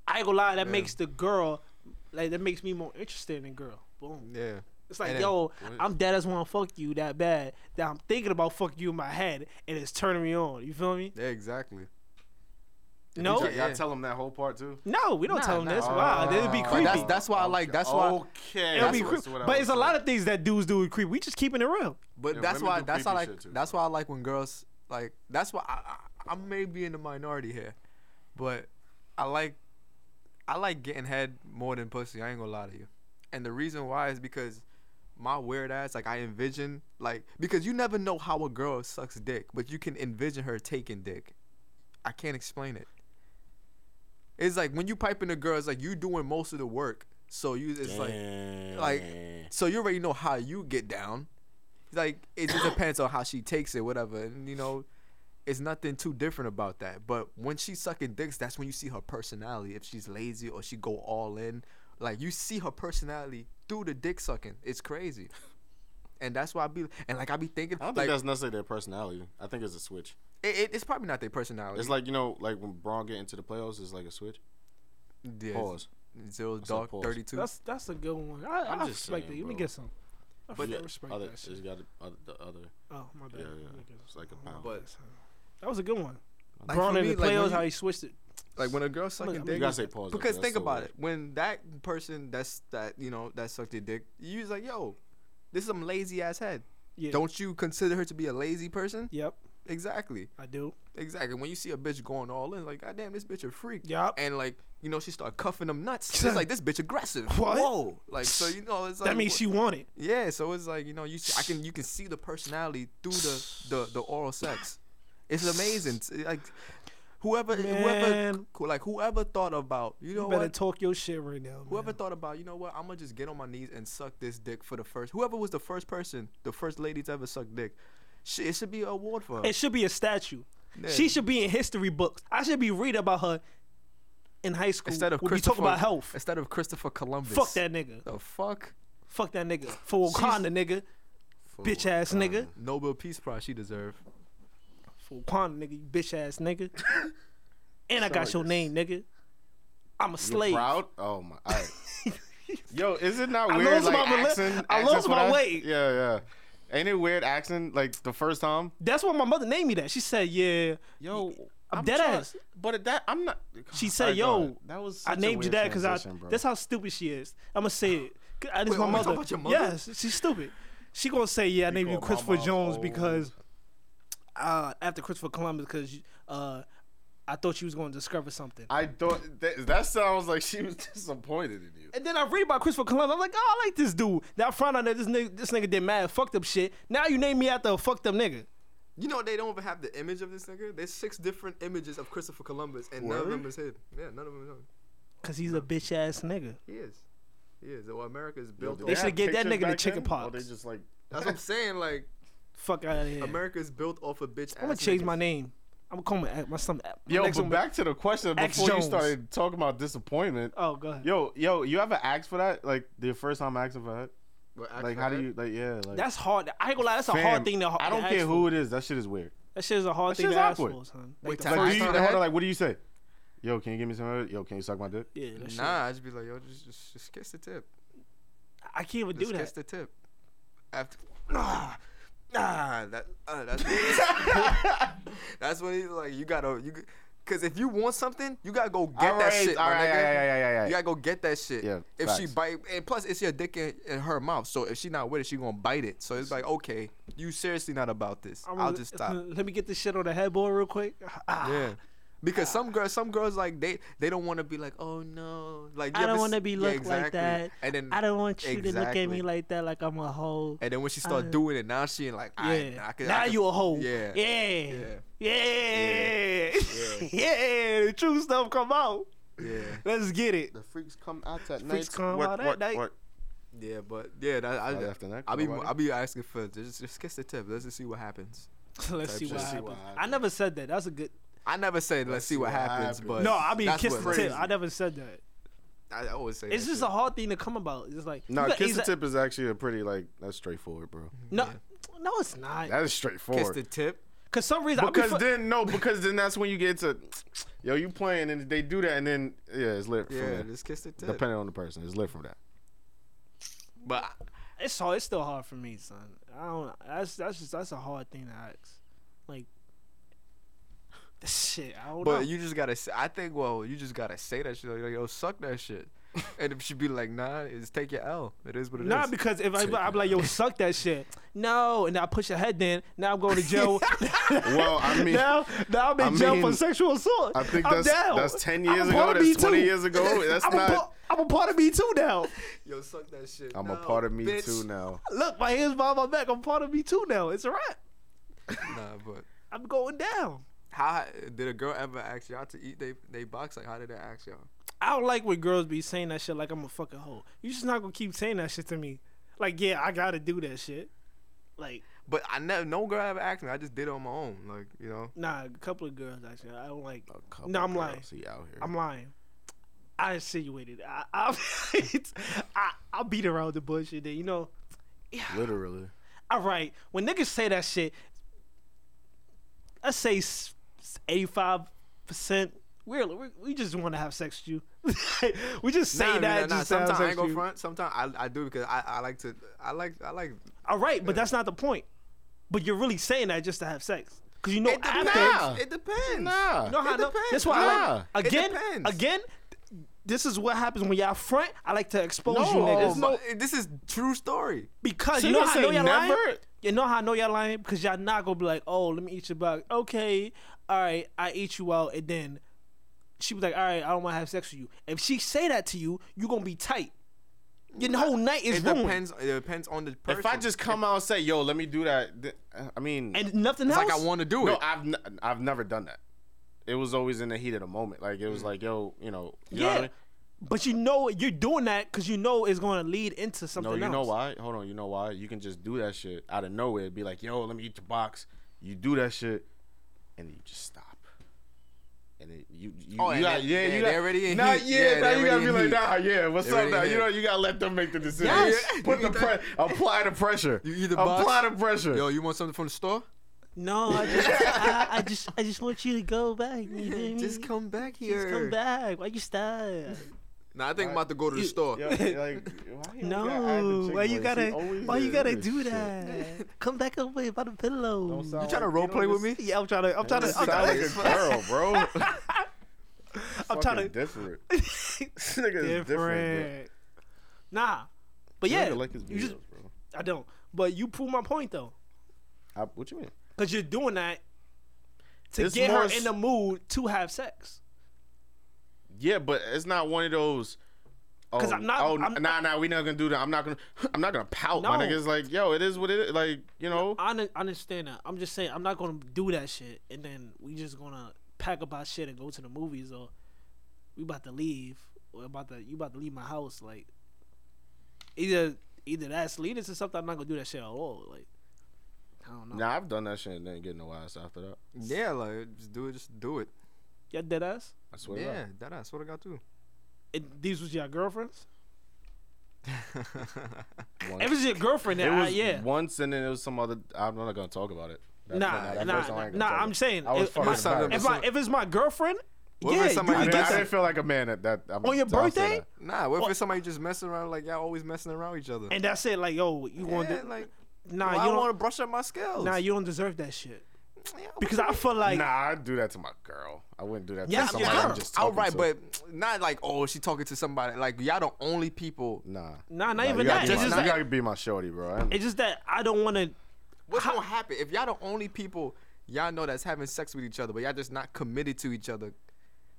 Speaker 1: I ain't gonna lie. That
Speaker 2: Yeah.
Speaker 1: makes the girl like that makes me more interested in girl. Boom.
Speaker 2: Yeah.
Speaker 1: It's like,
Speaker 2: And then-
Speaker 1: yo, I'm dead as want to fuck you that bad that I'm thinking about fuck you in my head and it's turning me on. You feel me?
Speaker 2: Yeah, exactly.
Speaker 1: No.
Speaker 3: Y'all, y'all
Speaker 2: Yeah.
Speaker 3: tell him that whole part too.
Speaker 1: No, we don't
Speaker 2: Nah,
Speaker 1: tell them
Speaker 2: nah.
Speaker 1: this. Wow, it'd be
Speaker 3: Oh.
Speaker 1: creepy.
Speaker 2: Um, that's that's why I like that's why
Speaker 3: Okay.
Speaker 1: It'll be
Speaker 3: that's
Speaker 1: creep.
Speaker 3: what- what I
Speaker 1: But
Speaker 3: was
Speaker 1: it's a
Speaker 3: saying.
Speaker 1: lot of things that dudes do with creep. We just keeping it real.
Speaker 2: But
Speaker 3: Yeah,
Speaker 2: that's
Speaker 3: women
Speaker 2: why
Speaker 3: do
Speaker 2: that's why I
Speaker 3: creepy
Speaker 2: like
Speaker 3: shit, too.
Speaker 2: that's why I like when girls like that's why I, I I may be in the minority here, but I like I like getting head more than pussy. I ain't gonna lie to you, and the reason why is because my weird ass like I envision like because you never know how a girl sucks dick, but you can envision her taking dick. I can't explain it. It's like when you piping a girl, it's like you doing most of the work, so you it's like like so you already know how you get down like it just depends on how she takes it whatever and you know it's nothing too different about that but when she's sucking dicks that's when you see her personality if she's lazy or she go all in like you see her personality through the dick sucking it's crazy and that's why i be and like i be thinking
Speaker 3: I don't think
Speaker 2: like
Speaker 3: that's necessarily their personality. I think it's a switch.
Speaker 2: it, it- it's probably not their personality
Speaker 3: It's like you know, like when Braun get into the playoffs, it's like a switch.
Speaker 2: yeah,
Speaker 3: Pause.
Speaker 2: zero
Speaker 3: said
Speaker 2: dark
Speaker 3: pause.
Speaker 2: 32
Speaker 1: That's that's a good one. I, I
Speaker 3: I'm just
Speaker 1: respect
Speaker 3: saying,
Speaker 1: it. Let me
Speaker 3: bro.
Speaker 1: get some. I
Speaker 3: But
Speaker 1: fucking
Speaker 3: yeah,
Speaker 1: respect
Speaker 3: other,
Speaker 1: that
Speaker 3: it's
Speaker 1: shit.
Speaker 3: got the other, the other.
Speaker 1: Oh my bad.
Speaker 3: Yeah, yeah.
Speaker 1: Let me get
Speaker 3: It's like a
Speaker 1: some.
Speaker 3: pound.
Speaker 2: But-
Speaker 1: that was a good one.
Speaker 2: Like,
Speaker 1: Braun
Speaker 2: for
Speaker 1: in
Speaker 2: me,
Speaker 1: the
Speaker 2: like, when
Speaker 1: playoffs,
Speaker 2: you-
Speaker 1: how he switched it.
Speaker 2: like when a girl sucking
Speaker 1: I'm
Speaker 2: dick
Speaker 3: You gotta say pause
Speaker 2: Because think about it, when that person that's that you know that sucked your dick, you was like, "Yo, this is some lazy ass head."
Speaker 1: Yeah.
Speaker 2: Don't you consider her to be a lazy person?
Speaker 1: Yep,
Speaker 2: Exactly,
Speaker 1: I do.
Speaker 2: exactly. When you see a bitch going all in, like, "God damn, this bitch a freak,"
Speaker 1: Yup.
Speaker 2: and like you know she start cuffing them nuts. It's like this bitch aggressive.
Speaker 1: What?
Speaker 2: Whoa, like so you know it's like
Speaker 1: that means
Speaker 2: what-
Speaker 1: she won it.
Speaker 2: yeah. So it's like you know you see, I can you can see the personality through the the the oral sex. It's amazing. It's like whoever
Speaker 1: Man.
Speaker 2: whoever like whoever thought about you know
Speaker 1: You better
Speaker 2: what
Speaker 1: talk your shit right now.
Speaker 2: Whoever
Speaker 1: man.
Speaker 2: thought about, you know what, I'm gonna just get on my knees and suck this dick for the first. Whoever was the first person, the first lady to ever suck dick, shit, it should be an award for her.
Speaker 1: it should be a statue.
Speaker 2: Yeah.
Speaker 1: She should be in history books. I should be reading about her in high school.
Speaker 2: instead of
Speaker 1: when we talk
Speaker 2: Christopher,
Speaker 1: about health.
Speaker 2: instead of Christopher Columbus.
Speaker 1: Fuck that nigga.
Speaker 2: The fuck
Speaker 1: Fuck that nigga. For Wakanda, nigga. Bitch ass nigga.
Speaker 2: Nobel Peace Prize she deserved.
Speaker 1: For Wakanda, nigga. You bitch ass nigga. and I got your name, nigga. I'm a slave.
Speaker 3: Proud? Oh my! All right. Yo, is it not
Speaker 1: I
Speaker 3: weird?
Speaker 1: lost
Speaker 3: like,
Speaker 1: my rela-
Speaker 3: accent-
Speaker 1: I lost
Speaker 3: accent
Speaker 1: my
Speaker 3: wise?
Speaker 1: weight.
Speaker 3: Yeah, yeah. Ain't it weird accent? Like the first time.
Speaker 1: That's why my mother named me that. She said, yeah.
Speaker 3: Yo,
Speaker 1: I'm dead
Speaker 3: trying-
Speaker 1: ass.
Speaker 3: But that I'm not.
Speaker 1: She said,
Speaker 3: Alright, go
Speaker 1: yo,
Speaker 3: ahead. that was.
Speaker 1: I
Speaker 3: such a
Speaker 1: named you
Speaker 3: weird
Speaker 1: that because I.
Speaker 3: transition, bro.
Speaker 1: That's how stupid she is. I'm gonna say it. 'Cause I- This
Speaker 2: Wait,
Speaker 1: my
Speaker 2: we
Speaker 1: mother.
Speaker 2: talking about your mother?
Speaker 1: Yes, she's stupid. She gonna say, yeah, I named you
Speaker 3: call my
Speaker 1: Christopher
Speaker 3: mom
Speaker 1: Jones
Speaker 3: old.
Speaker 1: because uh, after Christopher Columbus, because uh, I thought you was gonna discover something.
Speaker 3: I thought that, that sounds like she was disappointed in you.
Speaker 1: and then I read about Christopher Columbus. I'm like, oh, I like this dude. Then I found out that this nigga, this nigga did mad fucked up shit. Now you name me after a fucked up nigga.
Speaker 2: You know they don't even have the image of this nigga. There's six different images of Christopher Columbus, and none of them is him. Yeah, none of them is him.
Speaker 1: Cause he's a bitch ass nigga.
Speaker 2: He is. He is. Well, America is built.
Speaker 3: Yo,
Speaker 2: on
Speaker 3: did
Speaker 1: They shoulda
Speaker 3: have
Speaker 1: gave that
Speaker 3: pictures
Speaker 1: nigga the
Speaker 3: back
Speaker 1: chicken
Speaker 3: then? Or
Speaker 1: pox.
Speaker 3: they just like
Speaker 2: That's what I'm saying. Like
Speaker 1: Fuck out of here.
Speaker 2: America is built off of bitch.
Speaker 1: I'm gonna change my name. I'm gonna call my my son. uh, My
Speaker 3: Yo,
Speaker 1: next
Speaker 3: but
Speaker 1: one-
Speaker 3: back to the question
Speaker 1: Axe
Speaker 3: before you
Speaker 1: Jones.
Speaker 3: started talking about disappointment.
Speaker 1: Oh, go ahead.
Speaker 3: Yo, yo, you ever asked for that? Like the first time asking for
Speaker 2: But
Speaker 3: that? Like how do you like yeah, like
Speaker 1: That's hard. I ain't gonna lie. That's a
Speaker 3: Fam,
Speaker 1: hard thing to.
Speaker 3: I don't
Speaker 1: to
Speaker 3: care
Speaker 1: ask
Speaker 3: who
Speaker 1: for.
Speaker 3: it is, that shit is weird.
Speaker 1: That shit is a hard
Speaker 3: That
Speaker 1: thing
Speaker 3: shit's
Speaker 1: to ask
Speaker 3: awkward.
Speaker 1: for, son.
Speaker 2: Wait,
Speaker 1: Like, the
Speaker 2: to
Speaker 3: Like,
Speaker 1: first
Speaker 3: do you,
Speaker 2: time?
Speaker 1: time.
Speaker 3: hold on, like what do you say? Yo, can you give me some of it? Yo, can you suck my dick?
Speaker 1: Yeah, that shit-
Speaker 2: Nah, I just be like, yo, just, just, just kiss the tip.
Speaker 1: I can't even
Speaker 2: Just
Speaker 1: do
Speaker 2: kiss
Speaker 1: that.
Speaker 2: the tip. After, nah, nah, that, uh, that's that's when he's like, you gotta, you, g- cause if you want something, you gotta go get that
Speaker 3: Alright,
Speaker 2: shit, my
Speaker 3: alright,
Speaker 2: nigga.
Speaker 3: yeah, yeah, yeah, yeah, yeah.
Speaker 2: You gotta go get that shit.
Speaker 3: Yeah,
Speaker 2: If she
Speaker 3: facts.
Speaker 2: bite, and plus it's your dick in, in her mouth, so if she not with it, she gonna bite it. So it's like, okay, you seriously not about this?
Speaker 1: I'm
Speaker 2: I'll
Speaker 1: gonna-
Speaker 2: just stop.
Speaker 1: Let me get this shit on the headboard real quick. Ah,
Speaker 2: Yeah. Because some girls, some girls like they they don't want to be like, oh no, like you
Speaker 1: I don't
Speaker 2: ever
Speaker 1: want to
Speaker 2: s-
Speaker 1: be
Speaker 2: yeah,
Speaker 1: looked like
Speaker 2: exactly.
Speaker 1: that.
Speaker 2: And then
Speaker 1: I don't want you to look at
Speaker 2: Exactly.
Speaker 1: me like that, like I'm a hoe.
Speaker 2: And then when she start
Speaker 1: Uh,
Speaker 2: doing it, now she ain't like,
Speaker 1: Yeah.
Speaker 2: I, I could,
Speaker 1: now
Speaker 2: I could,
Speaker 1: you a hoe.
Speaker 2: Yeah.
Speaker 1: Yeah. Yeah. Yeah.
Speaker 2: Yeah.
Speaker 1: The true stuff come out.
Speaker 2: Yeah,
Speaker 1: Let's get it.
Speaker 3: The freaks come out at
Speaker 1: Freaks night. come out at night.
Speaker 2: yeah, but yeah, that, I,
Speaker 3: Not after that,
Speaker 2: I be
Speaker 3: nobody?
Speaker 2: I be asking for just just kiss the tip. Let's just see what happens.
Speaker 1: Let's see
Speaker 2: shit.
Speaker 1: what
Speaker 2: Let's
Speaker 3: see what
Speaker 1: happens. I never said that. That's a good.
Speaker 2: I never say let's, see what happens, but
Speaker 1: No, I mean
Speaker 2: that's
Speaker 1: kiss
Speaker 2: what-
Speaker 1: the tip. I never said that.
Speaker 2: I always say
Speaker 1: It's
Speaker 2: that
Speaker 1: just
Speaker 2: shit.
Speaker 1: a hard thing to come about. It's like
Speaker 3: No,
Speaker 1: you got- Mm-hmm.
Speaker 3: kiss
Speaker 1: is
Speaker 3: the
Speaker 1: that-
Speaker 3: tip is actually a pretty like that's straightforward, bro.
Speaker 1: No, no, it's not.
Speaker 3: That is
Speaker 2: kiss
Speaker 3: straightforward.
Speaker 2: the tip.
Speaker 1: Cause some reason
Speaker 3: because
Speaker 1: I be fu-
Speaker 3: then no, because then that's when you get to, yo, you playing and they do that and then yeah, it's lit. from
Speaker 2: Yeah,
Speaker 3: there.
Speaker 2: just kiss the tip.
Speaker 3: depending on the person, it's lit from that.
Speaker 2: But
Speaker 1: it's hard. It's still hard for me, son. I don't. That's that's just that's a hard thing to ask. Like, Shit, I don't know.
Speaker 2: But you just gotta. Say, I think. Well, you just gotta say that shit. Like, yo, suck that shit. and if she be like, nah, it's take your L. It is what it is.
Speaker 1: Not because if I, I'm like, yo, suck that shit. No, and I push her head in. Now I'm going to jail.
Speaker 3: Well, I mean,
Speaker 1: now, now I'm in
Speaker 3: I
Speaker 1: jail for
Speaker 3: mean,
Speaker 1: sexual assault.
Speaker 3: I think
Speaker 1: I'm
Speaker 3: that's
Speaker 1: down.
Speaker 3: that's ten
Speaker 1: I'm a part
Speaker 3: years ago.
Speaker 1: of
Speaker 3: That's
Speaker 1: Me
Speaker 3: twenty
Speaker 1: Too.
Speaker 3: years ago. That's
Speaker 1: I'm,
Speaker 3: not.
Speaker 1: a, par- I'm a part of Me Too now.
Speaker 2: yo, suck that shit.
Speaker 3: I'm
Speaker 2: no,
Speaker 3: a part of me
Speaker 2: bitch.
Speaker 3: too now.
Speaker 1: Look, my hands behind my back. I'm part of Me Too now. It's a wrap.
Speaker 2: Nah, but
Speaker 1: I'm going down.
Speaker 2: how did a girl ever ask y'all to eat they they box? Like, how did they ask y'all?
Speaker 1: I don't like when girls be saying that shit like I'm a fucking hoe. You just not gonna keep saying that shit to me. Like, yeah, I gotta do that shit. Like,
Speaker 2: But I never. No girl ever asked me. I just did it on my own. Like, you know.
Speaker 1: nah, a couple of girls actually. I don't like. No, I'm lying.
Speaker 3: See out here.
Speaker 1: I'm lying. I insinuated. I, I, I, I beat around the bush and then, you know.
Speaker 3: Literally.
Speaker 1: All right, when niggas say that shit, I say eighty-five percent. We're, we we just want to have sex with you. we just say
Speaker 2: Nah,
Speaker 1: that
Speaker 2: nah, nah,
Speaker 1: just to have
Speaker 2: Sometimes I
Speaker 1: sex
Speaker 2: ain't go
Speaker 1: with you.
Speaker 2: front. Sometimes I, I do because I, I like to. I like I like.
Speaker 1: All right, but that's not the point. But you're really saying that just to have sex, because you know
Speaker 2: It
Speaker 1: after.
Speaker 2: depends.
Speaker 3: Nah.
Speaker 2: It depends.
Speaker 3: Nah.
Speaker 1: No,
Speaker 2: It
Speaker 1: I know.
Speaker 2: depends.
Speaker 1: That's why I
Speaker 3: Nah.
Speaker 1: like,
Speaker 2: It
Speaker 1: again,
Speaker 2: depends.
Speaker 1: again. th- This is what happens when y'all front. I like to expose you
Speaker 3: No,
Speaker 1: niggas
Speaker 2: Oh,
Speaker 3: no-
Speaker 2: my- this is true story.
Speaker 1: because
Speaker 3: So
Speaker 1: you
Speaker 3: you
Speaker 1: know how I know
Speaker 3: didn't
Speaker 1: y'all
Speaker 3: say
Speaker 1: lying.
Speaker 3: never?
Speaker 1: You know how I know y'all lying because y'all not gonna be like, oh, let me eat your back. Okay, all right, I eat you out, and then she was like, all right, I don't want to have sex with you. If she say that to you, you gonna be tight. Your whole night is
Speaker 2: It
Speaker 1: ruined,
Speaker 2: depends. It depends on the person.
Speaker 3: If I just come out and say, "Yo, let me do that," th- I mean,
Speaker 1: and nothing
Speaker 2: it's
Speaker 1: else.
Speaker 2: like I want to do
Speaker 3: no,
Speaker 2: it.
Speaker 3: I've n- I've never done that. It was always in the heat of the moment. Like it was like, "Yo, you know, you know what I
Speaker 1: yeah,
Speaker 3: mean?
Speaker 1: but you know you're doing that because you know it's gonna lead into something.
Speaker 3: No, you
Speaker 1: else.
Speaker 3: know why? Hold on, you know why? You can just do that shit out of nowhere. Be like, yo, let me eat your box. You do that shit, and you just stop. And then you, you,
Speaker 2: Oh,
Speaker 3: you
Speaker 2: and
Speaker 3: got,
Speaker 2: they-
Speaker 3: yeah,
Speaker 2: yeah,
Speaker 3: you
Speaker 2: they
Speaker 3: got,
Speaker 2: already in
Speaker 3: nah,
Speaker 2: heat.
Speaker 3: yeah,
Speaker 2: Yeah,
Speaker 3: nah,
Speaker 2: they
Speaker 3: you gotta
Speaker 2: already
Speaker 3: be
Speaker 2: in heat.
Speaker 3: like, nah, yeah, what's
Speaker 2: They
Speaker 3: up
Speaker 2: already
Speaker 3: now?
Speaker 2: in
Speaker 3: You
Speaker 2: heat.
Speaker 3: know, you gotta let them make the decision.
Speaker 1: Yes.
Speaker 3: Put the pre- apply the pressure.
Speaker 2: You either
Speaker 3: apply
Speaker 2: box-
Speaker 3: the pressure.
Speaker 2: Yo, you want something from the store?
Speaker 1: No, I just, I, I just, I just want you to go back. You hear me?
Speaker 2: just come back here.
Speaker 1: Just come back. Why you stop?
Speaker 2: Nah, I think I'm about to go to the store.
Speaker 3: Yo, like, why you gotta add the
Speaker 1: No,
Speaker 3: chick
Speaker 1: why you
Speaker 3: voice?
Speaker 1: gotta,
Speaker 3: He always
Speaker 1: why you
Speaker 3: does
Speaker 1: gotta
Speaker 3: this
Speaker 1: do
Speaker 3: shit.
Speaker 1: that? come back away by the pillow.
Speaker 3: Don't sound
Speaker 2: You trying to
Speaker 3: like-
Speaker 2: role
Speaker 3: don't
Speaker 2: play with
Speaker 3: just-
Speaker 2: me?
Speaker 1: yeah, I'm trying to, I'm trying
Speaker 3: You
Speaker 1: to, I'm
Speaker 3: sound like
Speaker 1: trying
Speaker 3: a girl, bro.
Speaker 1: I'm trying to-
Speaker 3: Fucking different. This nigga is different. bro.
Speaker 1: different. Nah, but
Speaker 3: I
Speaker 1: yeah,
Speaker 3: don't like his videos,
Speaker 1: you just,
Speaker 3: bro.
Speaker 1: I don't. But you prove my point though,
Speaker 3: I, what you mean?
Speaker 1: because you're doing that to
Speaker 3: It's
Speaker 1: get
Speaker 3: more
Speaker 1: her
Speaker 3: s-
Speaker 1: in the mood to have sex.
Speaker 3: Yeah, but it's not one of those. Oh,
Speaker 1: 'Cause I'm not-
Speaker 3: Oh,
Speaker 1: I'm-
Speaker 3: nah, nah. We not gonna do that. I'm not gonna. I'm not gonna pout. My
Speaker 1: No.
Speaker 3: nigga's like, yo, it is what it is. Like, you know.
Speaker 1: I under- I understand that. I'm just saying I'm not gonna do that shit, and then we just gonna pack up our shit and go to the movies, or we about to leave, or about to you about to leave my house. Like either either that's leading to something. I'm not gonna do that shit at all. Like I don't know.
Speaker 3: Nah, I've done that shit and didn't get no ass after that.
Speaker 2: Yeah, like just do it. Just do it.
Speaker 1: Y'all dead ass.
Speaker 3: I swear.
Speaker 2: yeah,
Speaker 3: Yeah.
Speaker 2: that I swear to God too.
Speaker 1: And these was your girlfriends. It was your girlfriend.
Speaker 3: It
Speaker 1: That
Speaker 3: was
Speaker 1: I, yeah.
Speaker 3: once, and then it was some other. I'm not gonna talk about it. That's-
Speaker 1: Nah,
Speaker 3: that
Speaker 1: nah,
Speaker 3: person I ain't gonna
Speaker 1: nah,
Speaker 3: talk
Speaker 1: I'm
Speaker 3: about.
Speaker 1: saying,
Speaker 3: I was
Speaker 1: if-
Speaker 3: fucking
Speaker 1: if my-
Speaker 3: embarrassed.
Speaker 1: If I, if it's my girlfriend,
Speaker 2: What if
Speaker 1: yeah,
Speaker 2: it's
Speaker 1: you
Speaker 2: somebody
Speaker 3: I,
Speaker 1: can
Speaker 3: didn't- I
Speaker 1: get
Speaker 3: didn't
Speaker 1: that.
Speaker 3: feel like a man at that. I'm,
Speaker 1: On your
Speaker 3: I'll say
Speaker 1: birthday?
Speaker 3: that.
Speaker 2: Nah, what if
Speaker 1: Well-
Speaker 2: it's somebody just messing around like y'all always messing around with each other?
Speaker 1: And that's it. Like yo, you want
Speaker 2: yeah,
Speaker 1: to?
Speaker 2: like
Speaker 1: nah,
Speaker 2: why
Speaker 1: you
Speaker 2: I
Speaker 1: don't.
Speaker 2: want to brush up my skills.
Speaker 1: nah, you don't deserve that shit.
Speaker 2: Yeah, what
Speaker 1: Because
Speaker 2: you
Speaker 1: I feel like
Speaker 3: nah, I'd do that to my girl. I wouldn't do that
Speaker 1: Yeah,
Speaker 3: to
Speaker 1: I'm
Speaker 3: somebody
Speaker 1: your
Speaker 3: I'm
Speaker 1: girl.
Speaker 3: just talking
Speaker 2: outright,
Speaker 3: to.
Speaker 2: but not like oh she talking to somebody. Like y'all the only people.
Speaker 3: nah,
Speaker 1: Nah, not
Speaker 3: you
Speaker 1: even that.
Speaker 3: gotta be
Speaker 1: It's
Speaker 3: my-
Speaker 1: just
Speaker 3: you
Speaker 1: like-
Speaker 3: gotta be my shorty, bro. I ain't-
Speaker 1: It's just that I don't want to.
Speaker 2: What's
Speaker 1: How-
Speaker 2: gonna happen if y'all the only people y'all know that's having sex with each other, but y'all just not committed to each other?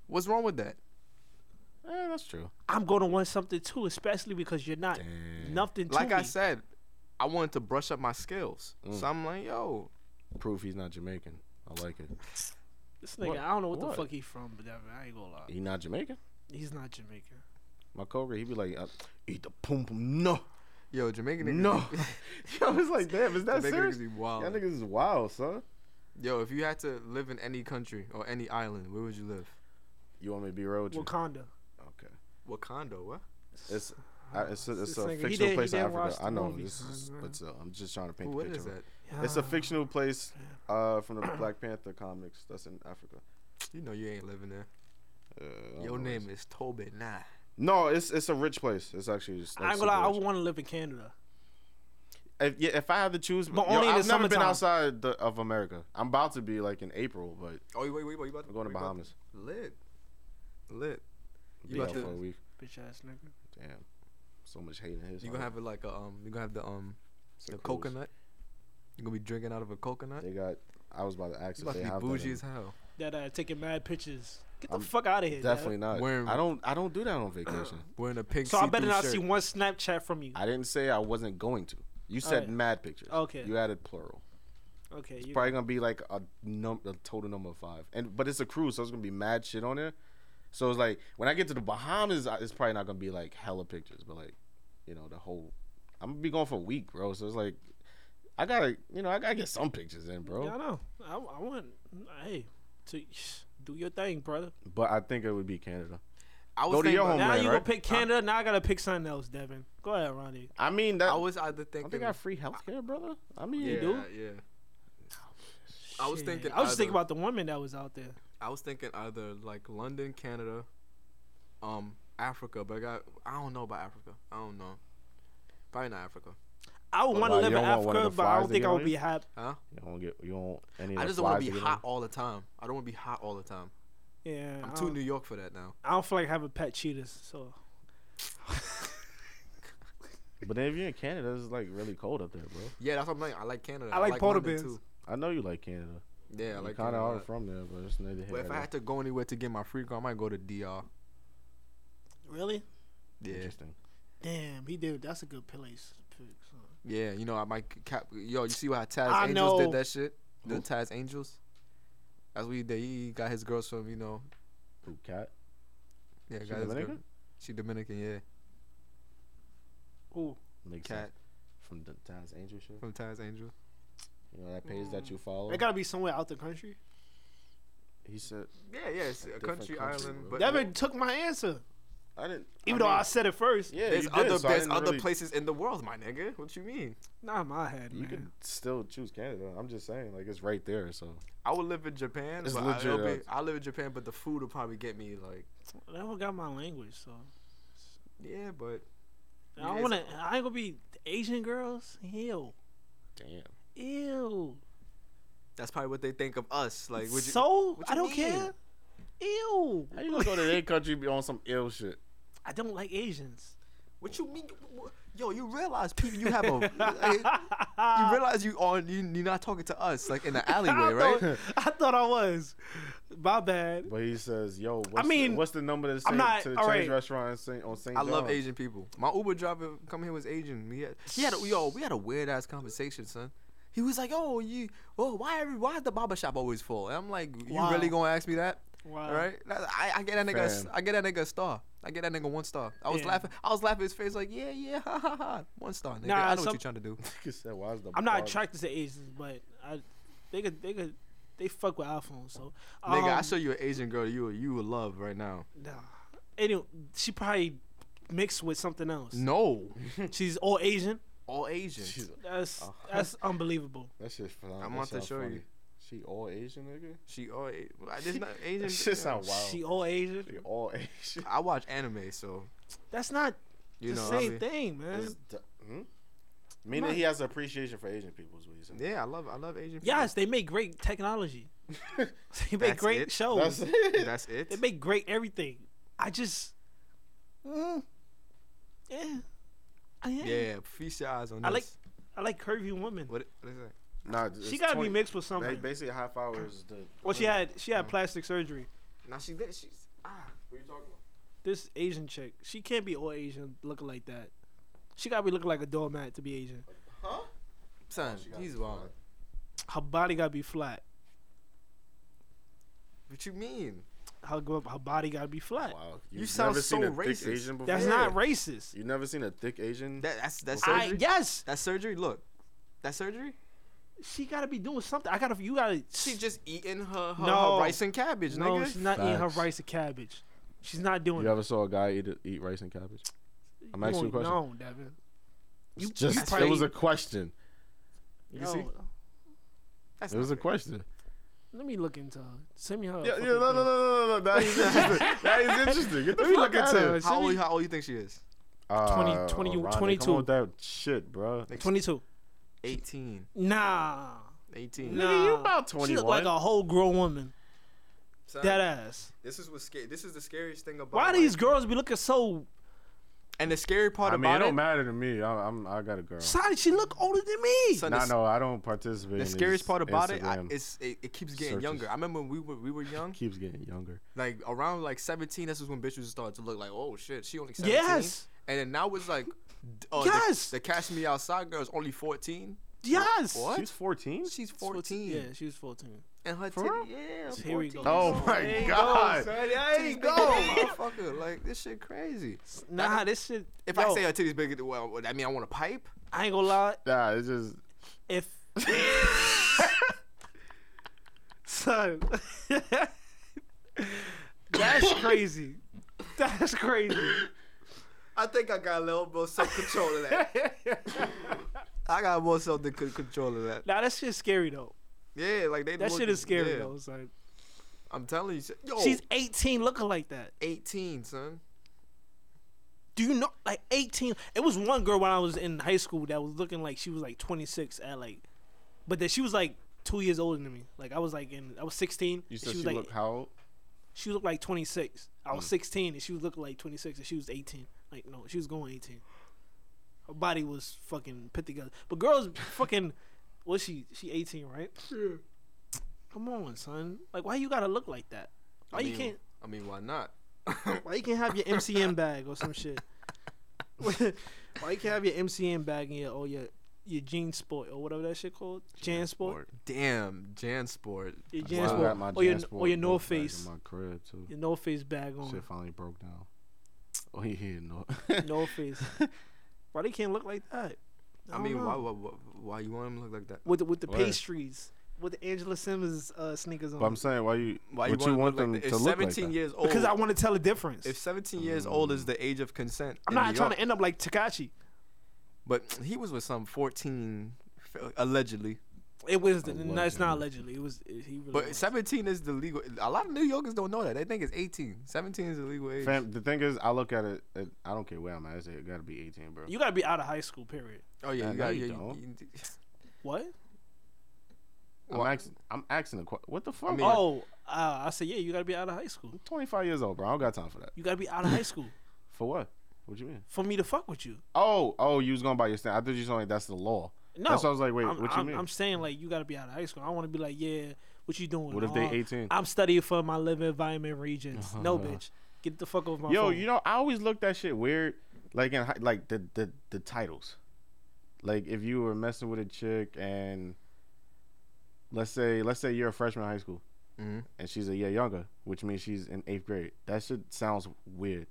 Speaker 2: What's wrong with that?
Speaker 3: Eh, that's true.
Speaker 1: I'm gonna want something too, especially because you're not nothing. To
Speaker 2: Like I
Speaker 1: me.
Speaker 2: said, I wanted to brush up my skills, so I'm like, yo,
Speaker 3: Proof he's not Jamaican. I like it.
Speaker 1: this nigga,
Speaker 3: What?
Speaker 1: I don't know what,
Speaker 3: What?
Speaker 1: the fuck he from, but that- I ain't gonna lie,
Speaker 3: He not Jamaican.
Speaker 1: he's not Jamaican.
Speaker 3: My coworker, he be like, uh, "Eat the pum pum." No,
Speaker 2: yo, Jamaican niggas,
Speaker 3: no. yo, it's like, damn, is that
Speaker 2: Jamaican
Speaker 3: serious?
Speaker 2: niggas be wild.
Speaker 3: Y'all niggas is wild, son.
Speaker 2: yo, if you had to live in any country or any island, where would you live?
Speaker 3: You want me to be real with you?
Speaker 1: Wakanda.
Speaker 3: Okay.
Speaker 2: Wakanda, what?
Speaker 3: It's I, it's a, it's
Speaker 1: This
Speaker 3: a
Speaker 1: nigga, he
Speaker 3: fictional
Speaker 1: didn't- he
Speaker 3: place in
Speaker 1: didn't
Speaker 3: Africa.
Speaker 1: watch the
Speaker 3: I know
Speaker 1: movie,
Speaker 3: this is,
Speaker 1: son.
Speaker 3: but still, I'm just trying to paint
Speaker 2: What
Speaker 3: the
Speaker 2: is
Speaker 3: picture.
Speaker 2: that?
Speaker 3: It's a
Speaker 1: Yeah.
Speaker 3: fictional place uh, from the Black Panther comics that's in Africa.
Speaker 2: You know you ain't living there.
Speaker 3: Uh, I don't
Speaker 2: Your
Speaker 3: know
Speaker 2: name
Speaker 3: what's-
Speaker 2: is Tobin. Nah.
Speaker 3: No, it's it's a rich place. It's actually just. Like,
Speaker 1: I ain't gonna lie, I
Speaker 3: super rich.
Speaker 1: would want to live in Canada.
Speaker 3: If, yeah, if I had to choose,
Speaker 1: But
Speaker 3: yo,
Speaker 1: only in
Speaker 3: I've
Speaker 1: the
Speaker 3: never been
Speaker 1: summertime.
Speaker 3: outside the, of America. I'm about to be like in April, but
Speaker 2: Oh, wait, wait, wait. You about to
Speaker 3: We're going to
Speaker 2: you about
Speaker 3: Bahamas.
Speaker 2: Lit. Lit.
Speaker 3: be
Speaker 2: You
Speaker 3: out
Speaker 2: about
Speaker 3: for a
Speaker 2: to,
Speaker 3: week.
Speaker 1: Bitch ass nigga.
Speaker 3: Damn, so much hate in his.
Speaker 2: you
Speaker 3: heart.
Speaker 2: gonna have it like a um you gonna have the um
Speaker 3: It's
Speaker 2: the
Speaker 3: the coolest.
Speaker 2: coconut. You gonna be drinking out of a coconut?
Speaker 3: They got. I was about to ask
Speaker 2: You
Speaker 3: if
Speaker 2: about
Speaker 3: they
Speaker 2: to be
Speaker 3: have that
Speaker 2: bougie
Speaker 3: in-
Speaker 2: as hell.
Speaker 1: That uh, taking mad pictures. Get the
Speaker 3: I'm
Speaker 1: fuck out of here. dawg.
Speaker 3: Definitely not.
Speaker 2: Where-
Speaker 3: I don't. I don't do that on vacation.
Speaker 2: Wearing a pink.
Speaker 1: So I better
Speaker 2: see-through
Speaker 1: not
Speaker 2: shirt.
Speaker 1: see one Snapchat from you.
Speaker 3: I didn't say I wasn't going to. You said
Speaker 1: Alright.
Speaker 3: mad pictures.
Speaker 1: Okay.
Speaker 3: You added plural.
Speaker 1: Okay,
Speaker 3: It's
Speaker 1: you
Speaker 3: probably gonna be like a num a total number of five. And but it's a cruise, so it's gonna be mad shit on there. So it's like when I get to the Bahamas, I- it's probably not gonna be like hella pictures, but like, you know, the whole I'm gonna be going for a week, bro. So it's like I gotta you know, I gotta get some pictures in, bro.
Speaker 1: Yeah, I know. I, I want. Hey, to do your thing, brother.
Speaker 3: But I think it would be Canada.
Speaker 2: I was
Speaker 3: Go to
Speaker 2: thinking
Speaker 3: your
Speaker 2: about-
Speaker 1: Now
Speaker 3: homeland,
Speaker 1: you
Speaker 3: right?
Speaker 1: gonna pick Canada. now I gotta pick something else, Devin. Go ahead, Ronnie.
Speaker 3: I mean that
Speaker 2: I
Speaker 3: I,
Speaker 2: was either thinking.
Speaker 3: don't think I have free healthcare, brother. I mean
Speaker 2: yeah,
Speaker 1: do?
Speaker 2: yeah. I was
Speaker 1: Shit.
Speaker 2: thinking.
Speaker 1: I was just
Speaker 2: either-
Speaker 1: thinking about the woman that was out there.
Speaker 2: I was thinking either like London, Canada, um, Africa, but I got I don't know about Africa. I don't know. Probably not Africa.
Speaker 1: I would
Speaker 3: But
Speaker 1: want to
Speaker 3: why,
Speaker 1: live
Speaker 3: you
Speaker 1: in
Speaker 3: don't want one of
Speaker 1: Africa,
Speaker 3: the
Speaker 1: but I
Speaker 3: flies
Speaker 1: don't
Speaker 3: to
Speaker 1: think
Speaker 3: get
Speaker 1: I
Speaker 3: on
Speaker 1: would be
Speaker 3: you?
Speaker 1: happy.
Speaker 2: Huh?
Speaker 3: you don't get you don't any of
Speaker 2: I
Speaker 3: the
Speaker 2: just want
Speaker 3: flies
Speaker 2: to be
Speaker 3: get
Speaker 2: hot
Speaker 3: on.
Speaker 2: all the time. I don't want to be hot all the time.
Speaker 1: Yeah,
Speaker 2: I'm
Speaker 1: I
Speaker 2: too
Speaker 1: don't,
Speaker 2: New York for that now.
Speaker 1: I don't feel like having pet cheetahs. So
Speaker 3: But then if you're in Canada, it's like really cold up there, bro.
Speaker 2: Yeah, that's what I'm like. I like Canada.
Speaker 1: I like polar
Speaker 2: London,
Speaker 1: bears.
Speaker 2: too.
Speaker 3: I know you like Canada.
Speaker 2: Yeah, I
Speaker 3: you
Speaker 2: like
Speaker 3: kind
Speaker 2: Canada.
Speaker 3: of
Speaker 2: a
Speaker 3: are
Speaker 2: lot.
Speaker 3: from there, but it's neither here.
Speaker 2: But if
Speaker 3: nor
Speaker 2: I had to go anywhere to get my free card, I might go to DR.
Speaker 1: really,
Speaker 3: there.
Speaker 2: Yeah,
Speaker 3: Interesting.
Speaker 1: damn, he did. That's a good place. Pick, so.
Speaker 2: yeah. You know, I might cap. Yo, you see how Taz
Speaker 1: I
Speaker 2: Angels
Speaker 1: know.
Speaker 2: did that shit? The Taz Angels. That's what he did. He got his girls from you know.
Speaker 3: Who cat?
Speaker 2: Yeah, got
Speaker 3: She
Speaker 2: his girl-
Speaker 3: Dominican?
Speaker 2: She Dominican. Yeah,
Speaker 1: Ooh,
Speaker 3: Makes
Speaker 2: cat
Speaker 3: sense. From the Taz Angel shit.
Speaker 2: from Taz Angels.
Speaker 3: You know that page that you follow.
Speaker 1: it gotta be somewhere out the country.
Speaker 3: he said.
Speaker 2: Yeah, yeah, it's a
Speaker 3: different
Speaker 2: country,
Speaker 3: country,
Speaker 2: island, but
Speaker 3: bro.
Speaker 1: Devin took my answer,
Speaker 3: I didn't.
Speaker 1: even though I said it first.
Speaker 3: yeah,
Speaker 2: there's
Speaker 3: you did,
Speaker 2: other
Speaker 3: so I
Speaker 2: there's
Speaker 3: didn't
Speaker 2: other
Speaker 3: really-
Speaker 2: places in the world, my nigga. What you mean?
Speaker 1: Nah, my head,
Speaker 3: You
Speaker 1: man.
Speaker 3: could still choose Canada. I'm just saying, like it's right there. So
Speaker 2: I would live in Japan,
Speaker 3: It's
Speaker 2: but
Speaker 3: legit,
Speaker 2: I, will
Speaker 3: yeah.
Speaker 2: be, I live in Japan, but the food will probably get me like,
Speaker 1: That one got my language, so
Speaker 2: yeah, but
Speaker 1: I don't
Speaker 2: Yeah,
Speaker 1: want to. I ain't gonna be Asian girls. Ew,
Speaker 3: damn.
Speaker 1: ew.
Speaker 2: that's probably what they think of us. Like, would you,
Speaker 1: so
Speaker 2: what
Speaker 1: I
Speaker 2: you
Speaker 1: don't
Speaker 2: mean?
Speaker 1: care. Ew.
Speaker 3: How you gonna go to their country be on some ill shit?
Speaker 1: I don't like Asians.
Speaker 2: What you mean? Yo, you realize people, you have a, like, you realize you on, you, you're not talking to us like in the alleyway,
Speaker 1: I
Speaker 2: right?
Speaker 1: Thought, I thought I was. My bad.
Speaker 3: But he says, "Yo, what's
Speaker 1: mean,
Speaker 3: the, what's the number to, Saint,
Speaker 1: not-
Speaker 3: to the
Speaker 1: all
Speaker 3: change
Speaker 1: right.
Speaker 3: restaurant in Saint, on Saint
Speaker 2: I love
Speaker 3: John?
Speaker 2: Asian people. My Uber driver coming here was Asian. He had, he had a, yo, we had a weird ass conversation, son. He was like, "Oh, you, oh, why every, why is the barber shop always full?" And I'm like, "You
Speaker 1: Wow.
Speaker 2: really gonna ask me that?"
Speaker 1: Wow.
Speaker 2: All right, I, I get that nigga, a s-
Speaker 3: Fam.
Speaker 2: I get that nigga a star. I get that nigga one star. I was
Speaker 1: Yeah.
Speaker 2: laughing, I was laughing at his face like, "Yeah, yeah, ha ha ha." One star, nigga.
Speaker 1: Nah,
Speaker 2: I know what
Speaker 1: some-
Speaker 2: you're trying to do.
Speaker 3: He said, "Why is the
Speaker 1: I'm not
Speaker 3: bar-
Speaker 1: attracted to Asians, but I they could they could they fuck with iPhones. So
Speaker 2: nigga, I
Speaker 1: um,
Speaker 2: show you an Asian girl you you would love right now.
Speaker 1: Nah. Anyway, she probably mixed with something else.
Speaker 2: No,
Speaker 1: She's all Asian.
Speaker 2: all Asian.
Speaker 3: She's-
Speaker 1: That's
Speaker 2: Uh-huh.
Speaker 1: that's unbelievable.
Speaker 3: That shit's fun.
Speaker 2: I'm
Speaker 3: that
Speaker 2: about to
Speaker 3: sound
Speaker 2: show you.
Speaker 3: funny. She all Asian, nigga.
Speaker 2: She all A- like, there's not Asian.
Speaker 3: That shit sound wild.
Speaker 1: She all Asian.
Speaker 3: She all Asian.
Speaker 2: I watch anime, so
Speaker 1: That's not
Speaker 2: you
Speaker 1: the
Speaker 2: know. I
Speaker 1: same
Speaker 2: mean-
Speaker 1: thing, man.
Speaker 3: It's d- hmm? Meaning
Speaker 1: not-
Speaker 3: he has appreciation for Asian people. Is what you saying?
Speaker 2: Yeah, I love I love Asian. people.
Speaker 1: Yes, they make great technology. they make
Speaker 2: That's
Speaker 1: great
Speaker 2: it?
Speaker 1: shows.
Speaker 3: That's it.
Speaker 2: that's it.
Speaker 1: They make great everything. I just, mm, yeah, I am.
Speaker 2: yeah, feast your eyes on. This.
Speaker 1: I like I like curvy women.
Speaker 2: What, what is that?
Speaker 3: Nah,
Speaker 1: she gotta be mixed with
Speaker 3: Ba-
Speaker 1: something.
Speaker 3: Basically, half hour is the.
Speaker 1: Well, she had she
Speaker 3: Uh-huh.
Speaker 1: had plastic surgery.
Speaker 2: Now she lit. She's ah. What are you talking about?
Speaker 1: This Asian chick, she can't be all Asian looking like that. She gotta be looking like a doormat to be Asian.
Speaker 2: Son, he's wild.
Speaker 1: Her body gotta be flat.
Speaker 2: What you mean?
Speaker 1: Her, gr- her body gotta be flat.
Speaker 3: Wow,
Speaker 2: You sound
Speaker 3: never seen
Speaker 2: so
Speaker 3: a
Speaker 2: racist.
Speaker 3: Thick Asian before?
Speaker 1: That's
Speaker 2: Yeah.
Speaker 1: not racist.
Speaker 3: You never seen a thick Asian?
Speaker 2: That, that's that's
Speaker 3: Well,
Speaker 1: I
Speaker 2: surgery.
Speaker 1: yes,
Speaker 2: That's surgery. Look, that surgery.
Speaker 1: she gotta be doing something. I gotta you gotta.
Speaker 2: She just eating her her,
Speaker 1: No.
Speaker 2: her rice and cabbage,
Speaker 1: no,
Speaker 2: nigga.
Speaker 1: she's not eating her
Speaker 3: Facts.
Speaker 1: rice and cabbage. She's not doing.
Speaker 3: you
Speaker 1: that.
Speaker 3: ever saw a guy eat eat rice and cabbage? I'm asking you
Speaker 1: don't
Speaker 3: a question.
Speaker 1: know, Devin. You-
Speaker 3: It's just
Speaker 1: you
Speaker 3: it
Speaker 1: probably-
Speaker 3: was a question.
Speaker 2: You see?
Speaker 1: No,
Speaker 2: That's
Speaker 3: It was a
Speaker 2: not fair.
Speaker 3: question.
Speaker 1: Let me look into her. Send me her.
Speaker 3: Yeah, yeah,
Speaker 1: fucking
Speaker 3: no, no, no,
Speaker 1: thing.
Speaker 3: no, no. That is interesting. that is interesting. Get the
Speaker 1: Let me
Speaker 3: fuck
Speaker 1: look
Speaker 3: out
Speaker 1: into
Speaker 3: of
Speaker 1: it.
Speaker 3: here.
Speaker 2: How old
Speaker 1: Shouldn't
Speaker 2: how old you think she is?
Speaker 3: Uh,
Speaker 1: 20,
Speaker 3: Ron, they come
Speaker 1: 22.
Speaker 3: up with that shit, bro.
Speaker 1: Twenty-two.
Speaker 2: 18.
Speaker 1: Nah.
Speaker 2: 18.
Speaker 1: No.
Speaker 6: Nigga, you
Speaker 1: Nah.
Speaker 6: about
Speaker 1: She
Speaker 6: twenty
Speaker 1: look like
Speaker 6: one.
Speaker 1: a whole grown woman.
Speaker 2: Son,
Speaker 1: That ass.
Speaker 2: this is what's scary. This is the scariest thing about.
Speaker 1: Why
Speaker 2: like-
Speaker 1: these girls be looking so?
Speaker 2: And the scary part
Speaker 3: I mean, it
Speaker 2: about
Speaker 3: don't
Speaker 2: it.
Speaker 3: matter to me. I, I'm I got a girl.
Speaker 1: Sorry, she look older than me.
Speaker 2: son,
Speaker 3: Nah,
Speaker 2: the,
Speaker 3: no, I don't participate.
Speaker 2: the
Speaker 3: in
Speaker 2: scariest
Speaker 3: these
Speaker 2: part about it, I,
Speaker 3: Instagram
Speaker 2: it's it, it keeps getting
Speaker 3: searches.
Speaker 2: younger. I remember when we were we were young,
Speaker 3: keeps getting younger.
Speaker 2: like around like 17. That's when bitches started to look like, oh shit, she only 17.
Speaker 1: Yes.
Speaker 2: And then now it's like, d- uh,
Speaker 1: Yes.
Speaker 2: The, the Cash Me Outside girl's only 14.
Speaker 1: yes.
Speaker 2: What?
Speaker 3: She's 14.
Speaker 2: She's
Speaker 1: She was
Speaker 2: 14.
Speaker 1: Yeah, she was fourteen.
Speaker 2: And her titty,
Speaker 3: real?
Speaker 2: yeah.
Speaker 1: Here we go.
Speaker 3: Oh my god.
Speaker 2: There you go, motherfucker. Like this shit crazy.
Speaker 1: Nah, this shit.
Speaker 2: If
Speaker 1: yo,
Speaker 2: I say her titty's bigger, well, would that mean I want a pipe?
Speaker 1: I ain't gonna lie.
Speaker 3: Nah, it's just
Speaker 1: If so, that's crazy. That's crazy.
Speaker 2: I think I got a little more self control of that. I got more self c- control of that.
Speaker 1: Nah, that shit's scary though.
Speaker 2: Yeah, like they.
Speaker 1: That
Speaker 2: look-
Speaker 1: shit is scary
Speaker 2: yeah. Oh.
Speaker 1: though. It's like,
Speaker 2: I'm telling you, yo,
Speaker 1: she's
Speaker 2: she's
Speaker 1: 18, looking like that.
Speaker 2: 18, son.
Speaker 1: Do you know, like 18? It was one girl when I was in high school that was looking like she was like 26 at like, but then she was like two years older than me. Like I was like in, I was 16.
Speaker 7: You
Speaker 1: and
Speaker 7: said
Speaker 1: she
Speaker 7: she
Speaker 1: was like,
Speaker 7: look how old?
Speaker 1: she looked like 26. I was 16 and she was looking like 26 and she was 18. Like no, she was going 18. Her body was fucking put together. But girls, fucking, was she? She 18, right? Sure. Come on, son. Like why you gotta look like that? Why
Speaker 2: I
Speaker 1: Oh, you
Speaker 2: mean,
Speaker 1: can't?
Speaker 2: I mean, why not?
Speaker 1: Why you can't have your MCM bag or some shit? Why you can't have your MCM bag in your or your your jean sport or whatever that shit called? Jan sport.
Speaker 2: Damn, Jansport.
Speaker 1: Your Jan
Speaker 3: I still
Speaker 1: sport.
Speaker 3: got my
Speaker 1: Or oh, your
Speaker 3: Jansport
Speaker 1: or your
Speaker 3: book
Speaker 1: North
Speaker 3: back in
Speaker 1: Face.
Speaker 3: My crib too.
Speaker 1: Your North Face bag on.
Speaker 3: Shit finally broke down. Oh yeah, no.
Speaker 1: North Face. Why they can't look like that?
Speaker 2: I
Speaker 1: I, don't
Speaker 2: mean,
Speaker 1: know.
Speaker 2: why, why, why, why you want him to look like that?
Speaker 1: with the, with the
Speaker 7: Why?
Speaker 1: pastries, with the Angela Simmons uh, sneakers
Speaker 3: But I'm
Speaker 1: on?
Speaker 3: saying, why you?
Speaker 2: Why
Speaker 3: what
Speaker 2: you
Speaker 3: you
Speaker 2: want
Speaker 3: want
Speaker 2: him to look like
Speaker 3: them
Speaker 2: that?
Speaker 3: to
Speaker 2: If
Speaker 3: look like
Speaker 2: 17
Speaker 3: that?
Speaker 2: years old,
Speaker 1: Because I want to tell a difference.
Speaker 2: oh. if 17 years old is the age of consent,
Speaker 1: I'm
Speaker 2: in
Speaker 1: not
Speaker 2: New
Speaker 1: trying
Speaker 2: York,
Speaker 1: to end up like Takashi.
Speaker 2: But he was with some 14, f- allegedly.
Speaker 1: It was the, no, it's not allegedly. It was it, he really.
Speaker 2: But
Speaker 1: was.
Speaker 2: 17 is the legal. A lot of New Yorkers don't know that. They think it's 18. 17 is the legal age.
Speaker 3: Fam, the thing is, I look at it. it I don't care where I'm at. it's- It gotta be 18, bro.
Speaker 1: you gotta be out of high school. Period.
Speaker 2: oh yeah,
Speaker 3: Nah,
Speaker 2: you
Speaker 3: no,
Speaker 2: got
Speaker 3: you
Speaker 2: yeah,
Speaker 3: don't.
Speaker 2: you- you-
Speaker 1: What?
Speaker 3: I'm asking. I'm asking the question. What the fuck?
Speaker 2: mean-
Speaker 3: oh,
Speaker 1: Oh, uh, I said yeah. You gotta be out of high school.
Speaker 3: 25 years old, bro. I don't got time for that.
Speaker 1: You gotta be out of high school
Speaker 3: For what? What you mean?
Speaker 1: for me to fuck with you.
Speaker 3: Oh, oh, you was going by your stand. I thought you was saying that's the law.
Speaker 1: No,
Speaker 3: That's why I was like, wait,
Speaker 1: I'm,
Speaker 3: what you
Speaker 1: I'm,
Speaker 3: mean?
Speaker 1: I'm saying like you gotta be out of high school. I don't want to be like, yeah, what you doing?
Speaker 3: What if they
Speaker 1: Oh,
Speaker 3: 18?
Speaker 1: I'm studying for my living environment regions. no, bitch, get the fuck over my
Speaker 3: Yo,
Speaker 1: phone.
Speaker 3: you know, I always looked that shit weird, like in hi- like the the the titles, like if you were messing with a chick and let's say let's say you're a freshman in high school,
Speaker 2: Mhm.
Speaker 3: and she's a year younger, which means she's in eighth grade. That shit sounds weird.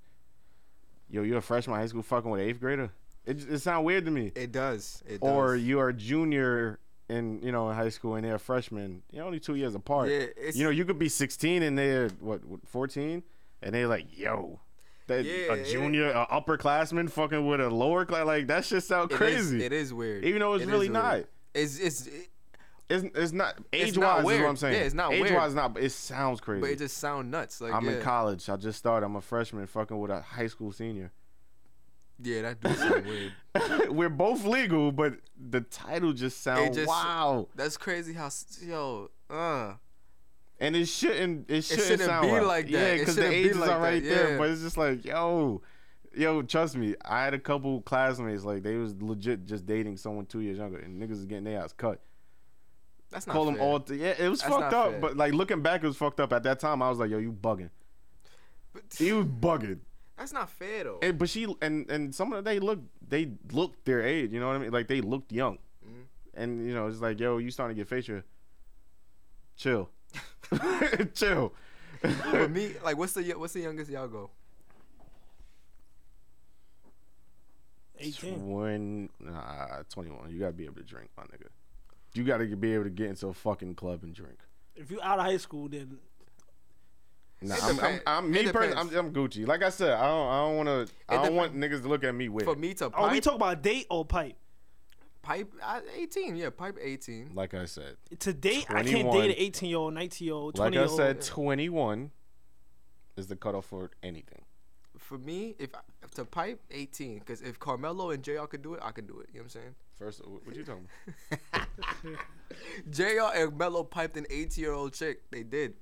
Speaker 3: Yo, you're a freshman in high school fucking with an eighth grader. It j- it sounds weird to me.
Speaker 2: It does. It
Speaker 3: Or
Speaker 2: does.
Speaker 3: you are a junior in you know in high school and they're a freshman. You're only two years apart.
Speaker 2: Yeah, it's-
Speaker 3: you know you could be 16 and they're what 14, and they're like, yo, that
Speaker 2: Yeah,
Speaker 3: a
Speaker 2: it-
Speaker 3: junior, a upperclassman fucking with a lower class. Like that shit sound
Speaker 2: It is-
Speaker 3: crazy.
Speaker 2: it is weird.
Speaker 3: Even though it's
Speaker 2: It is
Speaker 3: really
Speaker 2: weird.
Speaker 3: not.
Speaker 2: It's it's. It,
Speaker 3: It's it's not age
Speaker 2: It's not
Speaker 3: wise. Is
Speaker 2: weird.
Speaker 3: what I'm saying.
Speaker 2: Yeah, it's not
Speaker 3: age
Speaker 2: weird.
Speaker 3: wise. Not. But it sounds crazy.
Speaker 2: but it just sound nuts. Like
Speaker 3: I'm
Speaker 2: yeah,
Speaker 3: in college. I just started. I'm a freshman, fucking with a high school senior.
Speaker 2: Yeah, that do sound weird.
Speaker 3: We're both legal, but the title just sounds
Speaker 2: just-
Speaker 3: wow.
Speaker 2: That's crazy. How s- yo. Uh,
Speaker 3: And it shouldn't. It shouldn't,
Speaker 2: shouldn't
Speaker 3: sound
Speaker 2: be
Speaker 3: right.
Speaker 2: like that.
Speaker 3: Yeah,
Speaker 2: It
Speaker 3: because the
Speaker 2: shouldn't be
Speaker 3: age is
Speaker 2: like that,
Speaker 3: already there.
Speaker 2: yeah.
Speaker 3: But it's just like, yo, yo, trust me. I had a couple classmates like they was legit just dating someone two years younger, and niggas is getting their ass cut.
Speaker 2: that's not.
Speaker 3: Call them
Speaker 2: fair.
Speaker 3: all. Th- yeah, it was
Speaker 2: That's
Speaker 3: fucked
Speaker 2: not
Speaker 3: up.
Speaker 2: fair.
Speaker 3: But like looking back, it was fucked up. At that time, I was like, yo, you bugging.
Speaker 2: But,
Speaker 3: He was bugging.
Speaker 2: that's not fair though.
Speaker 3: And, but she and and some of them, they looked they looked their age. You know what I mean? Like they looked young.
Speaker 2: Mm-hmm.
Speaker 3: And you know it's like, yo, you starting to get facial. Chill, chill.
Speaker 2: For me, like, what's the what's the youngest y'all go?
Speaker 1: 18.
Speaker 3: One, nah, 21. You gotta be able to drink, my nigga. You gotta be able to get into a fucking club and drink.
Speaker 1: If you out of high school, then
Speaker 3: Nah,
Speaker 2: It
Speaker 3: I'm, I'm,
Speaker 2: depends.
Speaker 3: I'm
Speaker 2: It
Speaker 3: me person. I'm,
Speaker 2: depends.
Speaker 3: I'm Gucci. Like I said, I don't, I don't want to. I
Speaker 2: It
Speaker 3: don't want niggas to look at me weird.
Speaker 2: For me to
Speaker 1: oh, we
Speaker 2: pipe,
Speaker 1: talk about date or pipe.
Speaker 2: pipe I, eighteen. Yeah, pipe eighteen.
Speaker 3: Like I said,
Speaker 1: To date, I can't
Speaker 3: 21.
Speaker 1: date an 18 year old, 19 year old, 20
Speaker 3: like I
Speaker 1: year old.
Speaker 3: said, 21 is the cutoff for anything.
Speaker 2: for me, if I, to pipe 18, because if Carmelo and JR could do it, I could do it. You know what I'm saying?
Speaker 3: First, wh- what you talking about?
Speaker 2: JR and Melo piped an 18 year old chick. They did.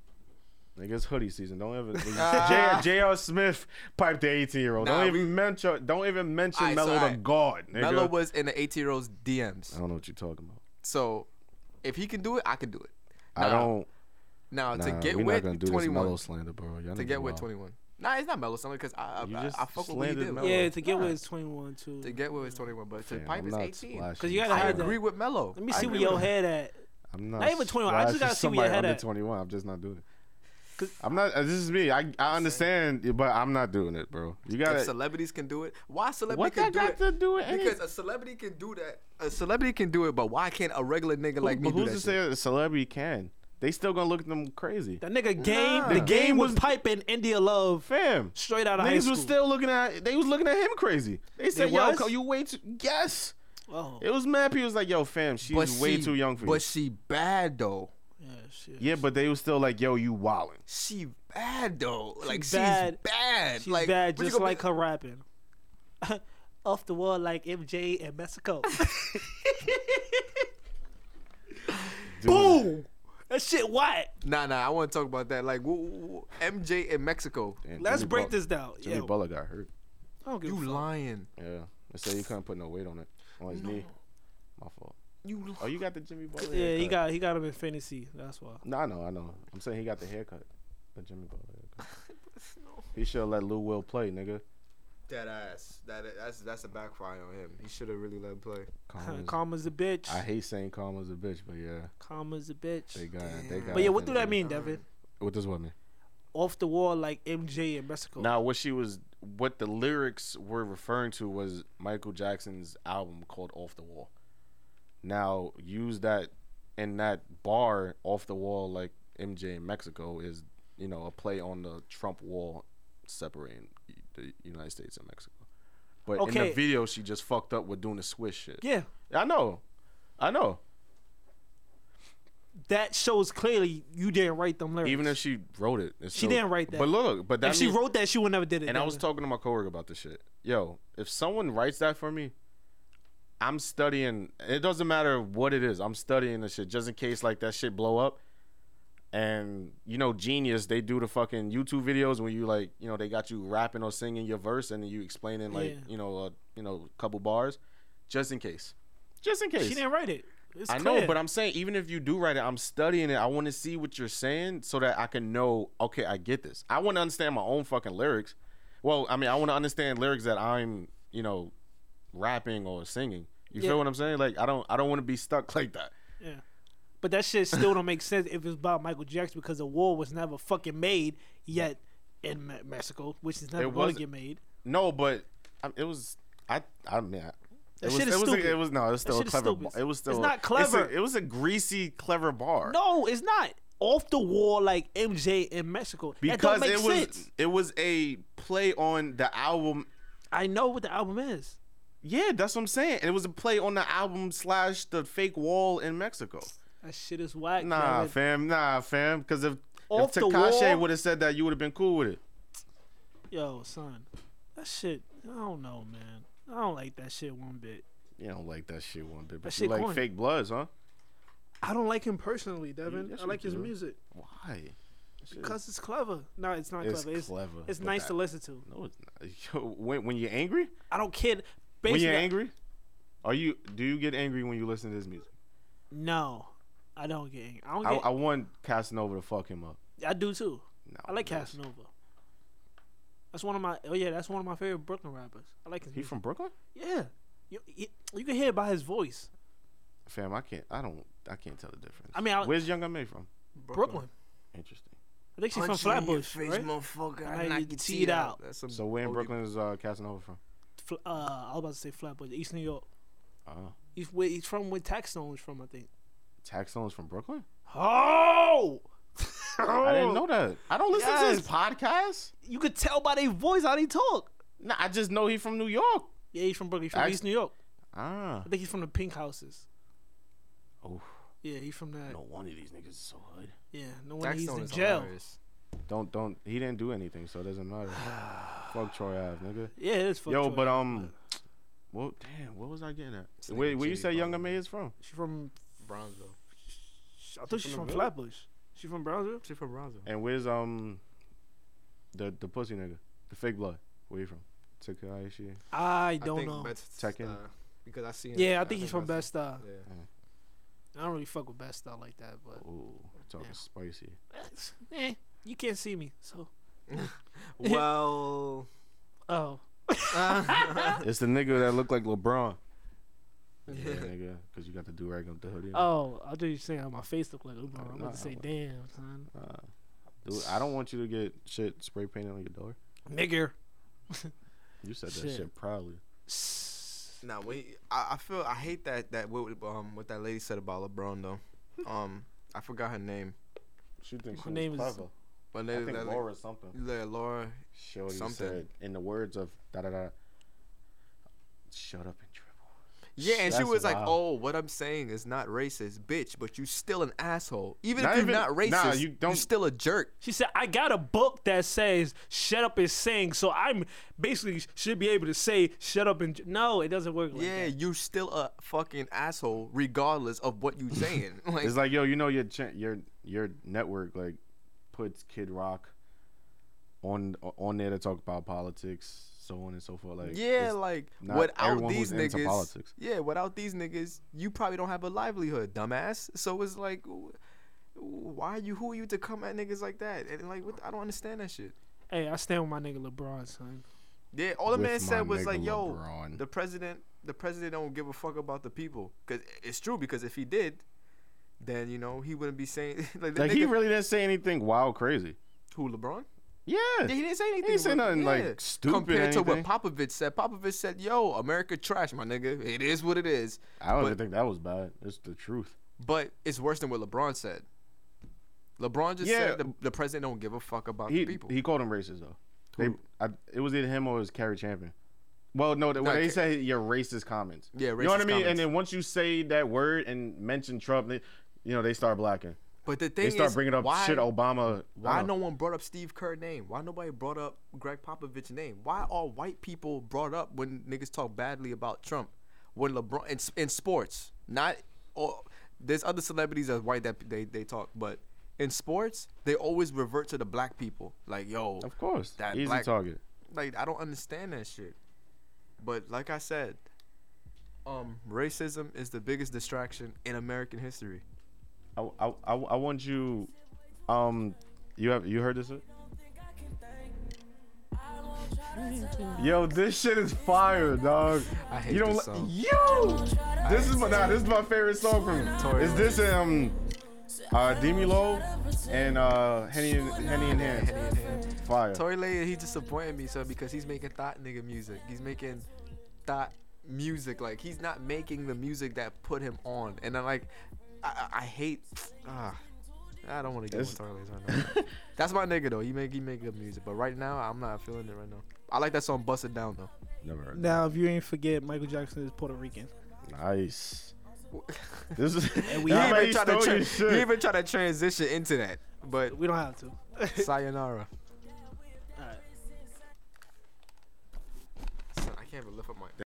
Speaker 3: Nigga, it's hoodie season. Don't ever.
Speaker 2: Ah.
Speaker 3: J- J.R. Smith piped the 18 year old.
Speaker 2: Nah,
Speaker 3: Don't
Speaker 2: we-
Speaker 3: even mention. Don't even mention
Speaker 2: Aight, so
Speaker 3: Melo the
Speaker 2: aight.
Speaker 3: guard. Nigga.
Speaker 2: Melo was in the 18 year old's DMs.
Speaker 3: I don't know what you're talking about.
Speaker 2: So if he can do it, I can do it.
Speaker 3: I don't.
Speaker 2: Now,
Speaker 3: Nah,
Speaker 2: to get
Speaker 3: we're
Speaker 2: with
Speaker 3: not gonna do this
Speaker 2: 21.
Speaker 3: Melo slander, bro. Y'all
Speaker 2: to
Speaker 3: niggas
Speaker 2: get with
Speaker 3: wild.
Speaker 2: 21. Nah, it's not Melo something because I, I,
Speaker 3: You
Speaker 2: I,
Speaker 3: just
Speaker 2: I fuck with what he
Speaker 3: slandered
Speaker 2: did.
Speaker 3: Melo.
Speaker 1: Yeah, to get with is 21 too.
Speaker 2: To get with is 21, but to
Speaker 3: Damn,
Speaker 2: pipe
Speaker 3: I'm
Speaker 2: is
Speaker 3: not
Speaker 2: 18.
Speaker 3: splashing.
Speaker 1: you gotta
Speaker 2: I
Speaker 1: hide that.
Speaker 2: agree with Melo.
Speaker 1: Let me
Speaker 2: I
Speaker 1: see where
Speaker 2: agree
Speaker 1: your
Speaker 2: with him.
Speaker 1: head at.
Speaker 3: I'm not.
Speaker 1: Not even 21. I just
Speaker 3: splashing
Speaker 1: gotta see where your
Speaker 3: somebody
Speaker 1: head
Speaker 3: under
Speaker 1: at.
Speaker 3: 21. I'm just not doing it.
Speaker 1: 'Cause-
Speaker 3: I'm not. uh, This is me. I I understand, but I'm not doing it, bro. You
Speaker 2: If
Speaker 3: gotta.
Speaker 2: celebrities can do it, why celebrity
Speaker 3: What
Speaker 2: can
Speaker 3: that
Speaker 2: do
Speaker 3: got
Speaker 2: it?
Speaker 3: to do with anything?
Speaker 2: Because a celebrity can do that. A celebrity can do it, but why can't a regular nigga like
Speaker 3: Who-
Speaker 2: me
Speaker 3: but
Speaker 2: do
Speaker 3: who's
Speaker 2: that?
Speaker 3: to
Speaker 2: shit?
Speaker 3: say a celebrity can? They still gonna look at them crazy.
Speaker 1: That nigga game.
Speaker 2: Nah.
Speaker 1: The
Speaker 2: The
Speaker 1: game
Speaker 3: game
Speaker 1: was
Speaker 3: was-
Speaker 1: piping India Love
Speaker 3: Fam,
Speaker 1: straight out of high
Speaker 3: niggas
Speaker 1: school.
Speaker 3: was still looking at. They was looking at him crazy. They said,
Speaker 1: They
Speaker 3: "Yo,
Speaker 1: was?
Speaker 3: co- you way too." Yes,
Speaker 1: oh,
Speaker 3: it was mad. People was like, "Yo, fam, she's
Speaker 2: But
Speaker 3: way
Speaker 2: she-
Speaker 3: too young for you."
Speaker 2: But she bad though.
Speaker 1: yeah, shit.
Speaker 3: Yeah, but they was still like, "Yo, you wildin'."
Speaker 2: She bad though. like
Speaker 1: bad.
Speaker 2: she's bad.
Speaker 1: She's
Speaker 2: like
Speaker 1: bad,
Speaker 2: what you
Speaker 1: just
Speaker 2: gonna
Speaker 1: like
Speaker 2: be-
Speaker 1: her rapping. Off the wall like MJ in Mexico. Boom! That shit whack.
Speaker 2: Nah, nah. I want to talk about that. Like wh- wh- MJ in Mexico.
Speaker 3: And
Speaker 1: Let's
Speaker 3: Jimmy
Speaker 1: break
Speaker 3: Butler-
Speaker 1: this down.
Speaker 3: Jimmy
Speaker 1: Yo,
Speaker 3: Butler got hurt.
Speaker 1: I don't give a
Speaker 2: You
Speaker 1: fuck.
Speaker 2: lying.
Speaker 3: Yeah, they say you couldn't put no weight on it on his knee. My fault.
Speaker 2: You lying.
Speaker 3: Oh, you got the Jimmy Butler.
Speaker 1: Yeah, he
Speaker 3: haircut.
Speaker 1: got he got him in fantasy. That's why.
Speaker 3: No, I know, I know. I'm saying he got the haircut. The Jimmy Butler haircut. He should have let Lou Will play, nigga.
Speaker 2: That ass. That that's that's a backfire on him. He should have really let play.
Speaker 3: Karma's-
Speaker 1: Karma's a bitch.
Speaker 3: I hate saying Karma's a bitch, but yeah,
Speaker 1: Karma's a
Speaker 3: they
Speaker 1: bitch.
Speaker 3: got they got.
Speaker 1: But yeah, what do
Speaker 3: offended.
Speaker 1: that mean, Devin?
Speaker 3: What does what mean?
Speaker 1: Off the wall like MJ in Mexico.
Speaker 3: Now, what she was, what the lyrics were referring to was Michael Jackson's album called "Off the Wall." Now, use that in that bar "Off the Wall" like MJ in Mexico is, you know, a play on the Trump wall separating the United States and Mexico. But in
Speaker 1: Okay.
Speaker 3: the video, she just fucked up with doing the swish shit.
Speaker 1: Yeah,
Speaker 3: I know, I know.
Speaker 1: that shows clearly you didn't write them lyrics.
Speaker 3: Even if she wrote it, it's
Speaker 1: She
Speaker 3: still-
Speaker 1: didn't write that.
Speaker 3: But look, but that
Speaker 1: if she
Speaker 3: means-
Speaker 1: wrote that, she would never did it.
Speaker 3: And I was
Speaker 1: Devin.
Speaker 3: talking to my coworker about this shit. Yo, if someone writes that for me, I'm studying. It doesn't matter what it is. I'm studying the shit just in case like that shit blow up. And you know, genius. They do the fucking YouTube videos when you like, you know, they got you rapping or singing your verse, and then you explaining like,
Speaker 1: Yeah.
Speaker 3: you know, uh, you know, couple bars, just in case, just in case.
Speaker 1: she didn't write it. It's
Speaker 3: I
Speaker 1: clear.
Speaker 3: know, but I'm saying even if you do write it, I'm studying it. I want to see what you're saying so that I can know. Okay, I get this. I want to understand my own fucking lyrics. Well, I mean, I want to understand lyrics that I'm, you know, rapping or singing. You
Speaker 1: Yeah.
Speaker 3: feel what I'm saying? Like I don't, I don't want to be stuck like that.
Speaker 1: But that shit still don't make sense if it's about Michael Jackson because the wall was never fucking made yet in Me- Mexico, which is never
Speaker 3: It
Speaker 1: going to
Speaker 3: wasn't.
Speaker 1: get made.
Speaker 3: No, but I, it was, I, I mean. I,
Speaker 1: That shit
Speaker 3: it was,
Speaker 1: is
Speaker 3: it was,
Speaker 1: stupid.
Speaker 3: a, it was no, it was still a
Speaker 1: shit is
Speaker 3: clever.
Speaker 1: stupid.
Speaker 3: Bar. It was
Speaker 1: It's
Speaker 3: still.
Speaker 1: not
Speaker 3: it's a-
Speaker 1: clever.
Speaker 3: it was a greasy, clever bar.
Speaker 1: No, it's not off the wall like MJ in Mexico. that don't
Speaker 3: because
Speaker 1: make
Speaker 3: it was,
Speaker 1: sense.
Speaker 3: it was a play on the album
Speaker 1: I know what the album is.
Speaker 3: Yeah, that's what I'm saying. It was a play on the album slash the fake wall in Mexico.
Speaker 1: That shit is whack.
Speaker 3: Nah,
Speaker 1: man.
Speaker 3: fam, nah, fam. Because if, if
Speaker 1: Off the wall?
Speaker 3: Takashi would have said that, you would have been cool with it.
Speaker 1: yo, son, that shit. I don't know, man. I don't like that shit one bit.
Speaker 3: You don't like that shit one
Speaker 1: That
Speaker 3: bit, but you
Speaker 1: shit
Speaker 3: like
Speaker 1: corny.
Speaker 3: fake bloods, huh?
Speaker 1: I don't like him personally, Devin.
Speaker 3: yes,
Speaker 1: I
Speaker 3: you
Speaker 1: like his
Speaker 3: do.
Speaker 1: music
Speaker 3: Why?
Speaker 1: because it's clever. No, it's not
Speaker 3: It's
Speaker 1: clever. It's,
Speaker 3: clever,
Speaker 1: it's
Speaker 3: but
Speaker 1: nice
Speaker 3: that-
Speaker 1: to listen to.
Speaker 3: No, it's not. Yo, when, when you're angry,
Speaker 1: I don't care.
Speaker 3: when
Speaker 1: Basically,
Speaker 3: you're angry, are you? Do you get angry when you listen to this music?
Speaker 1: No, I don't get angry. I don't
Speaker 3: I,
Speaker 1: get.
Speaker 3: I want Casanova to fuck him up.
Speaker 1: I do too.
Speaker 3: No,
Speaker 1: I like
Speaker 3: man.
Speaker 1: Casanova. That's one of my. Oh yeah, that's one of my favorite Brooklyn rappers. I like his.
Speaker 3: He
Speaker 1: music.
Speaker 3: from Brooklyn,
Speaker 1: Yeah, you, you, you can hear it by his voice.
Speaker 3: fam. I can't. I don't. I can't tell the difference.
Speaker 1: I mean, I-
Speaker 3: where's Young May from?
Speaker 1: Brooklyn.
Speaker 3: Interesting.
Speaker 1: I think she's from Flatbush, right?
Speaker 2: motherfucker.
Speaker 1: I knock your teeth out.
Speaker 2: That's some
Speaker 3: So where in
Speaker 2: bogey-
Speaker 3: Brooklyn is uh, Casanova from?
Speaker 1: Fl- uh, I was about to say Flatbush, East New York.
Speaker 3: Oh.
Speaker 1: He's where he's from. Where Tax Stone's from, I think.
Speaker 3: Taxone's from Brooklyn?
Speaker 1: Oh!
Speaker 3: I didn't know that. I don't listen to his
Speaker 1: Yes.
Speaker 3: podcast.
Speaker 1: You could tell by their voice how they talk.
Speaker 3: Nah, I just know he's from New York.
Speaker 1: Yeah, he's from Brooklyn. He's from
Speaker 3: Tax-
Speaker 1: East New York.
Speaker 3: Ah.
Speaker 1: I think he's from the Pink Houses.
Speaker 3: Oh,
Speaker 1: Yeah, he's from that.
Speaker 3: no one of these niggas is so hood.
Speaker 1: Yeah, no wonder
Speaker 2: Dax
Speaker 1: he's
Speaker 2: Stone
Speaker 1: in
Speaker 2: is
Speaker 1: jail.
Speaker 2: hilarious.
Speaker 3: Don't don't. He didn't do anything, so it doesn't matter. Fuck Troy Ave, nigga.
Speaker 1: Yeah, it's fucked
Speaker 3: Yo,
Speaker 1: up.
Speaker 3: but um, well, damn, what was I getting at? Where, where you say Younger May is from?
Speaker 1: She from
Speaker 2: Bronzeville.
Speaker 1: I thought she's from
Speaker 3: from the village?
Speaker 1: Flatbush. She from Brownsville?
Speaker 2: She from Bronzeville.
Speaker 3: And where's um, the the pussy nigga, the fake blood? Where you from? Takahashi.
Speaker 1: I don't know.
Speaker 3: Check in.
Speaker 2: uh, because I see him.
Speaker 1: yeah, I think he's from
Speaker 2: that's-
Speaker 1: Best Style.
Speaker 2: Yeah.
Speaker 1: I don't really fuck with Best Style like that, but
Speaker 3: Ooh, talking spicy.
Speaker 1: eh, you can't see me, so
Speaker 2: Well,
Speaker 1: oh.
Speaker 3: It's the nigga that looked like LeBron. Yeah,
Speaker 2: yeah.
Speaker 3: nigga, because you got the do rag up the hoodie.
Speaker 1: Oh, I thought you were saying how my face looked like LeBron. I'm
Speaker 3: Nah,
Speaker 1: about to say, damn, son.
Speaker 3: Dude, I don't want you to get shit spray painted on your door.
Speaker 1: Nigger.
Speaker 3: You said that
Speaker 1: Shit.
Speaker 3: shit proudly.
Speaker 2: Nah, wait. I, I feel I hate that that what um what that lady said about LeBron though. Um, I forgot her name.
Speaker 3: She thinks
Speaker 1: My name is-
Speaker 2: But
Speaker 3: I
Speaker 2: they,
Speaker 3: think
Speaker 2: that,
Speaker 3: Laura something.
Speaker 2: Yeah, Laura.
Speaker 3: Shorty
Speaker 2: Something.
Speaker 3: said, in the words of da da da, shut up and dribble.
Speaker 2: Yeah, and she
Speaker 3: That's
Speaker 2: was like,
Speaker 3: wild.
Speaker 2: "Oh, what I'm saying is not racist, bitch, but you still an asshole. Even
Speaker 3: Not
Speaker 2: if you're
Speaker 3: even-
Speaker 2: not racist,
Speaker 3: nah, you
Speaker 2: you
Speaker 3: don't-
Speaker 2: are still a jerk."
Speaker 1: She said, I got a book that says shut up and sing, so I'm basically should be able to say shut up and. j-" No, it doesn't work like
Speaker 2: yeah,
Speaker 1: that.
Speaker 2: you still a fucking asshole, regardless of what you saying. like,
Speaker 3: It's like, yo, you know your cha- your your network like puts Kid Rock on on there to talk about politics, so on and so forth. Like,
Speaker 2: yeah,
Speaker 3: it's-
Speaker 2: like
Speaker 3: not
Speaker 2: without
Speaker 3: everyone who's
Speaker 2: these
Speaker 3: into
Speaker 2: niggas,
Speaker 3: politics.
Speaker 2: yeah, without these niggas, you probably don't have a livelihood, dumbass. So it's like, w- why are you? Who are you to come at niggas like that? And like, what, I don't understand that shit.
Speaker 1: Hey, I stand with my nigga LeBron, son.
Speaker 2: Yeah, all the
Speaker 3: With
Speaker 2: man
Speaker 3: my
Speaker 2: said was
Speaker 3: nigga
Speaker 2: like, "Yo,
Speaker 3: LeBron.
Speaker 2: the president, the president don't give a fuck about the people." Cause it's true. Because if he did, then you know he wouldn't be saying like, the
Speaker 3: like
Speaker 2: nigga,
Speaker 3: he really didn't say anything wild crazy.
Speaker 2: who LeBron.
Speaker 3: Yeah,
Speaker 2: Yeah, he didn't say anything.
Speaker 3: say
Speaker 2: about-
Speaker 3: nothing, like, stupid or
Speaker 2: Compared to what
Speaker 3: anything.
Speaker 2: Popovich said, Popovich said, "Yo, America trash, my nigga. It is what it is."
Speaker 3: I don't
Speaker 2: but-
Speaker 3: even think that was bad. It's the truth.
Speaker 2: But it's worse than what LeBron said. LeBron just
Speaker 3: Yeah.
Speaker 2: said the, the president don't give a fuck about
Speaker 3: He
Speaker 2: the people.
Speaker 3: he called him racist though. They, I, it was either him or it was Kerry Champion. Well, no, they,
Speaker 2: Nah,
Speaker 3: well, they
Speaker 2: Ke-
Speaker 3: said your racist comments.
Speaker 2: Yeah,
Speaker 3: you know what I
Speaker 2: racist
Speaker 3: mean. And
Speaker 2: comments.
Speaker 3: then once you say that word and mention Trump, they, you know they start blacking.
Speaker 2: but the thing
Speaker 3: They start
Speaker 2: is,
Speaker 3: bringing up
Speaker 2: why,
Speaker 3: shit Obama.
Speaker 2: Why
Speaker 3: Wow.
Speaker 2: no one brought up Steve Kerr's name? Why nobody brought up Greg Popovich's name? Why are white people brought up when niggas talk badly about Trump? When LeBron in, s- in sports, not or there's other celebrities that's white that they, they talk, but in sports they always revert to the black people. Like yo,
Speaker 3: Of course,
Speaker 2: that
Speaker 3: easy
Speaker 2: black-
Speaker 3: target.
Speaker 2: like I don't understand that shit. But like I said, um, racism is the biggest distraction in American history.
Speaker 3: I, I, I, I want you. Um, you have you heard this? shit? Yo, this shit is fire, dog.
Speaker 2: I hate
Speaker 3: you don't
Speaker 2: this
Speaker 3: li-
Speaker 2: song.
Speaker 3: Yo, this is my nah, this is my favorite song from.
Speaker 2: Tory
Speaker 3: Is this um, uh, Demi Low and uh, Henny and Henny and Hand.
Speaker 2: Henny and Hand.
Speaker 3: Fire.
Speaker 2: Tory Lane, he disappointed me so because he's making thought nigga music. He's making thought music. Like he's not making the music that put him on. And I'm like, I, I I hate. Ah, I don't want to get with
Speaker 3: It's-
Speaker 2: Tory Lanez right now. That's my nigga though. He make he make good music, but right now I'm not feeling it right now. I like that song "Bust It Down" though.
Speaker 3: Never heard.
Speaker 1: Now, if you ain't forget, Michael Jackson is Puerto Rican.
Speaker 3: Nice. This is.
Speaker 1: And we
Speaker 2: He
Speaker 1: Yeah,
Speaker 3: Nah,
Speaker 1: ain't
Speaker 2: even, tried
Speaker 3: man,
Speaker 2: to
Speaker 3: stole
Speaker 2: tra-
Speaker 3: your shit.
Speaker 2: he even tried to transition into that, but
Speaker 1: We don't have to.
Speaker 2: sayonara.
Speaker 1: Alright.
Speaker 2: Son, I can't even lift up my.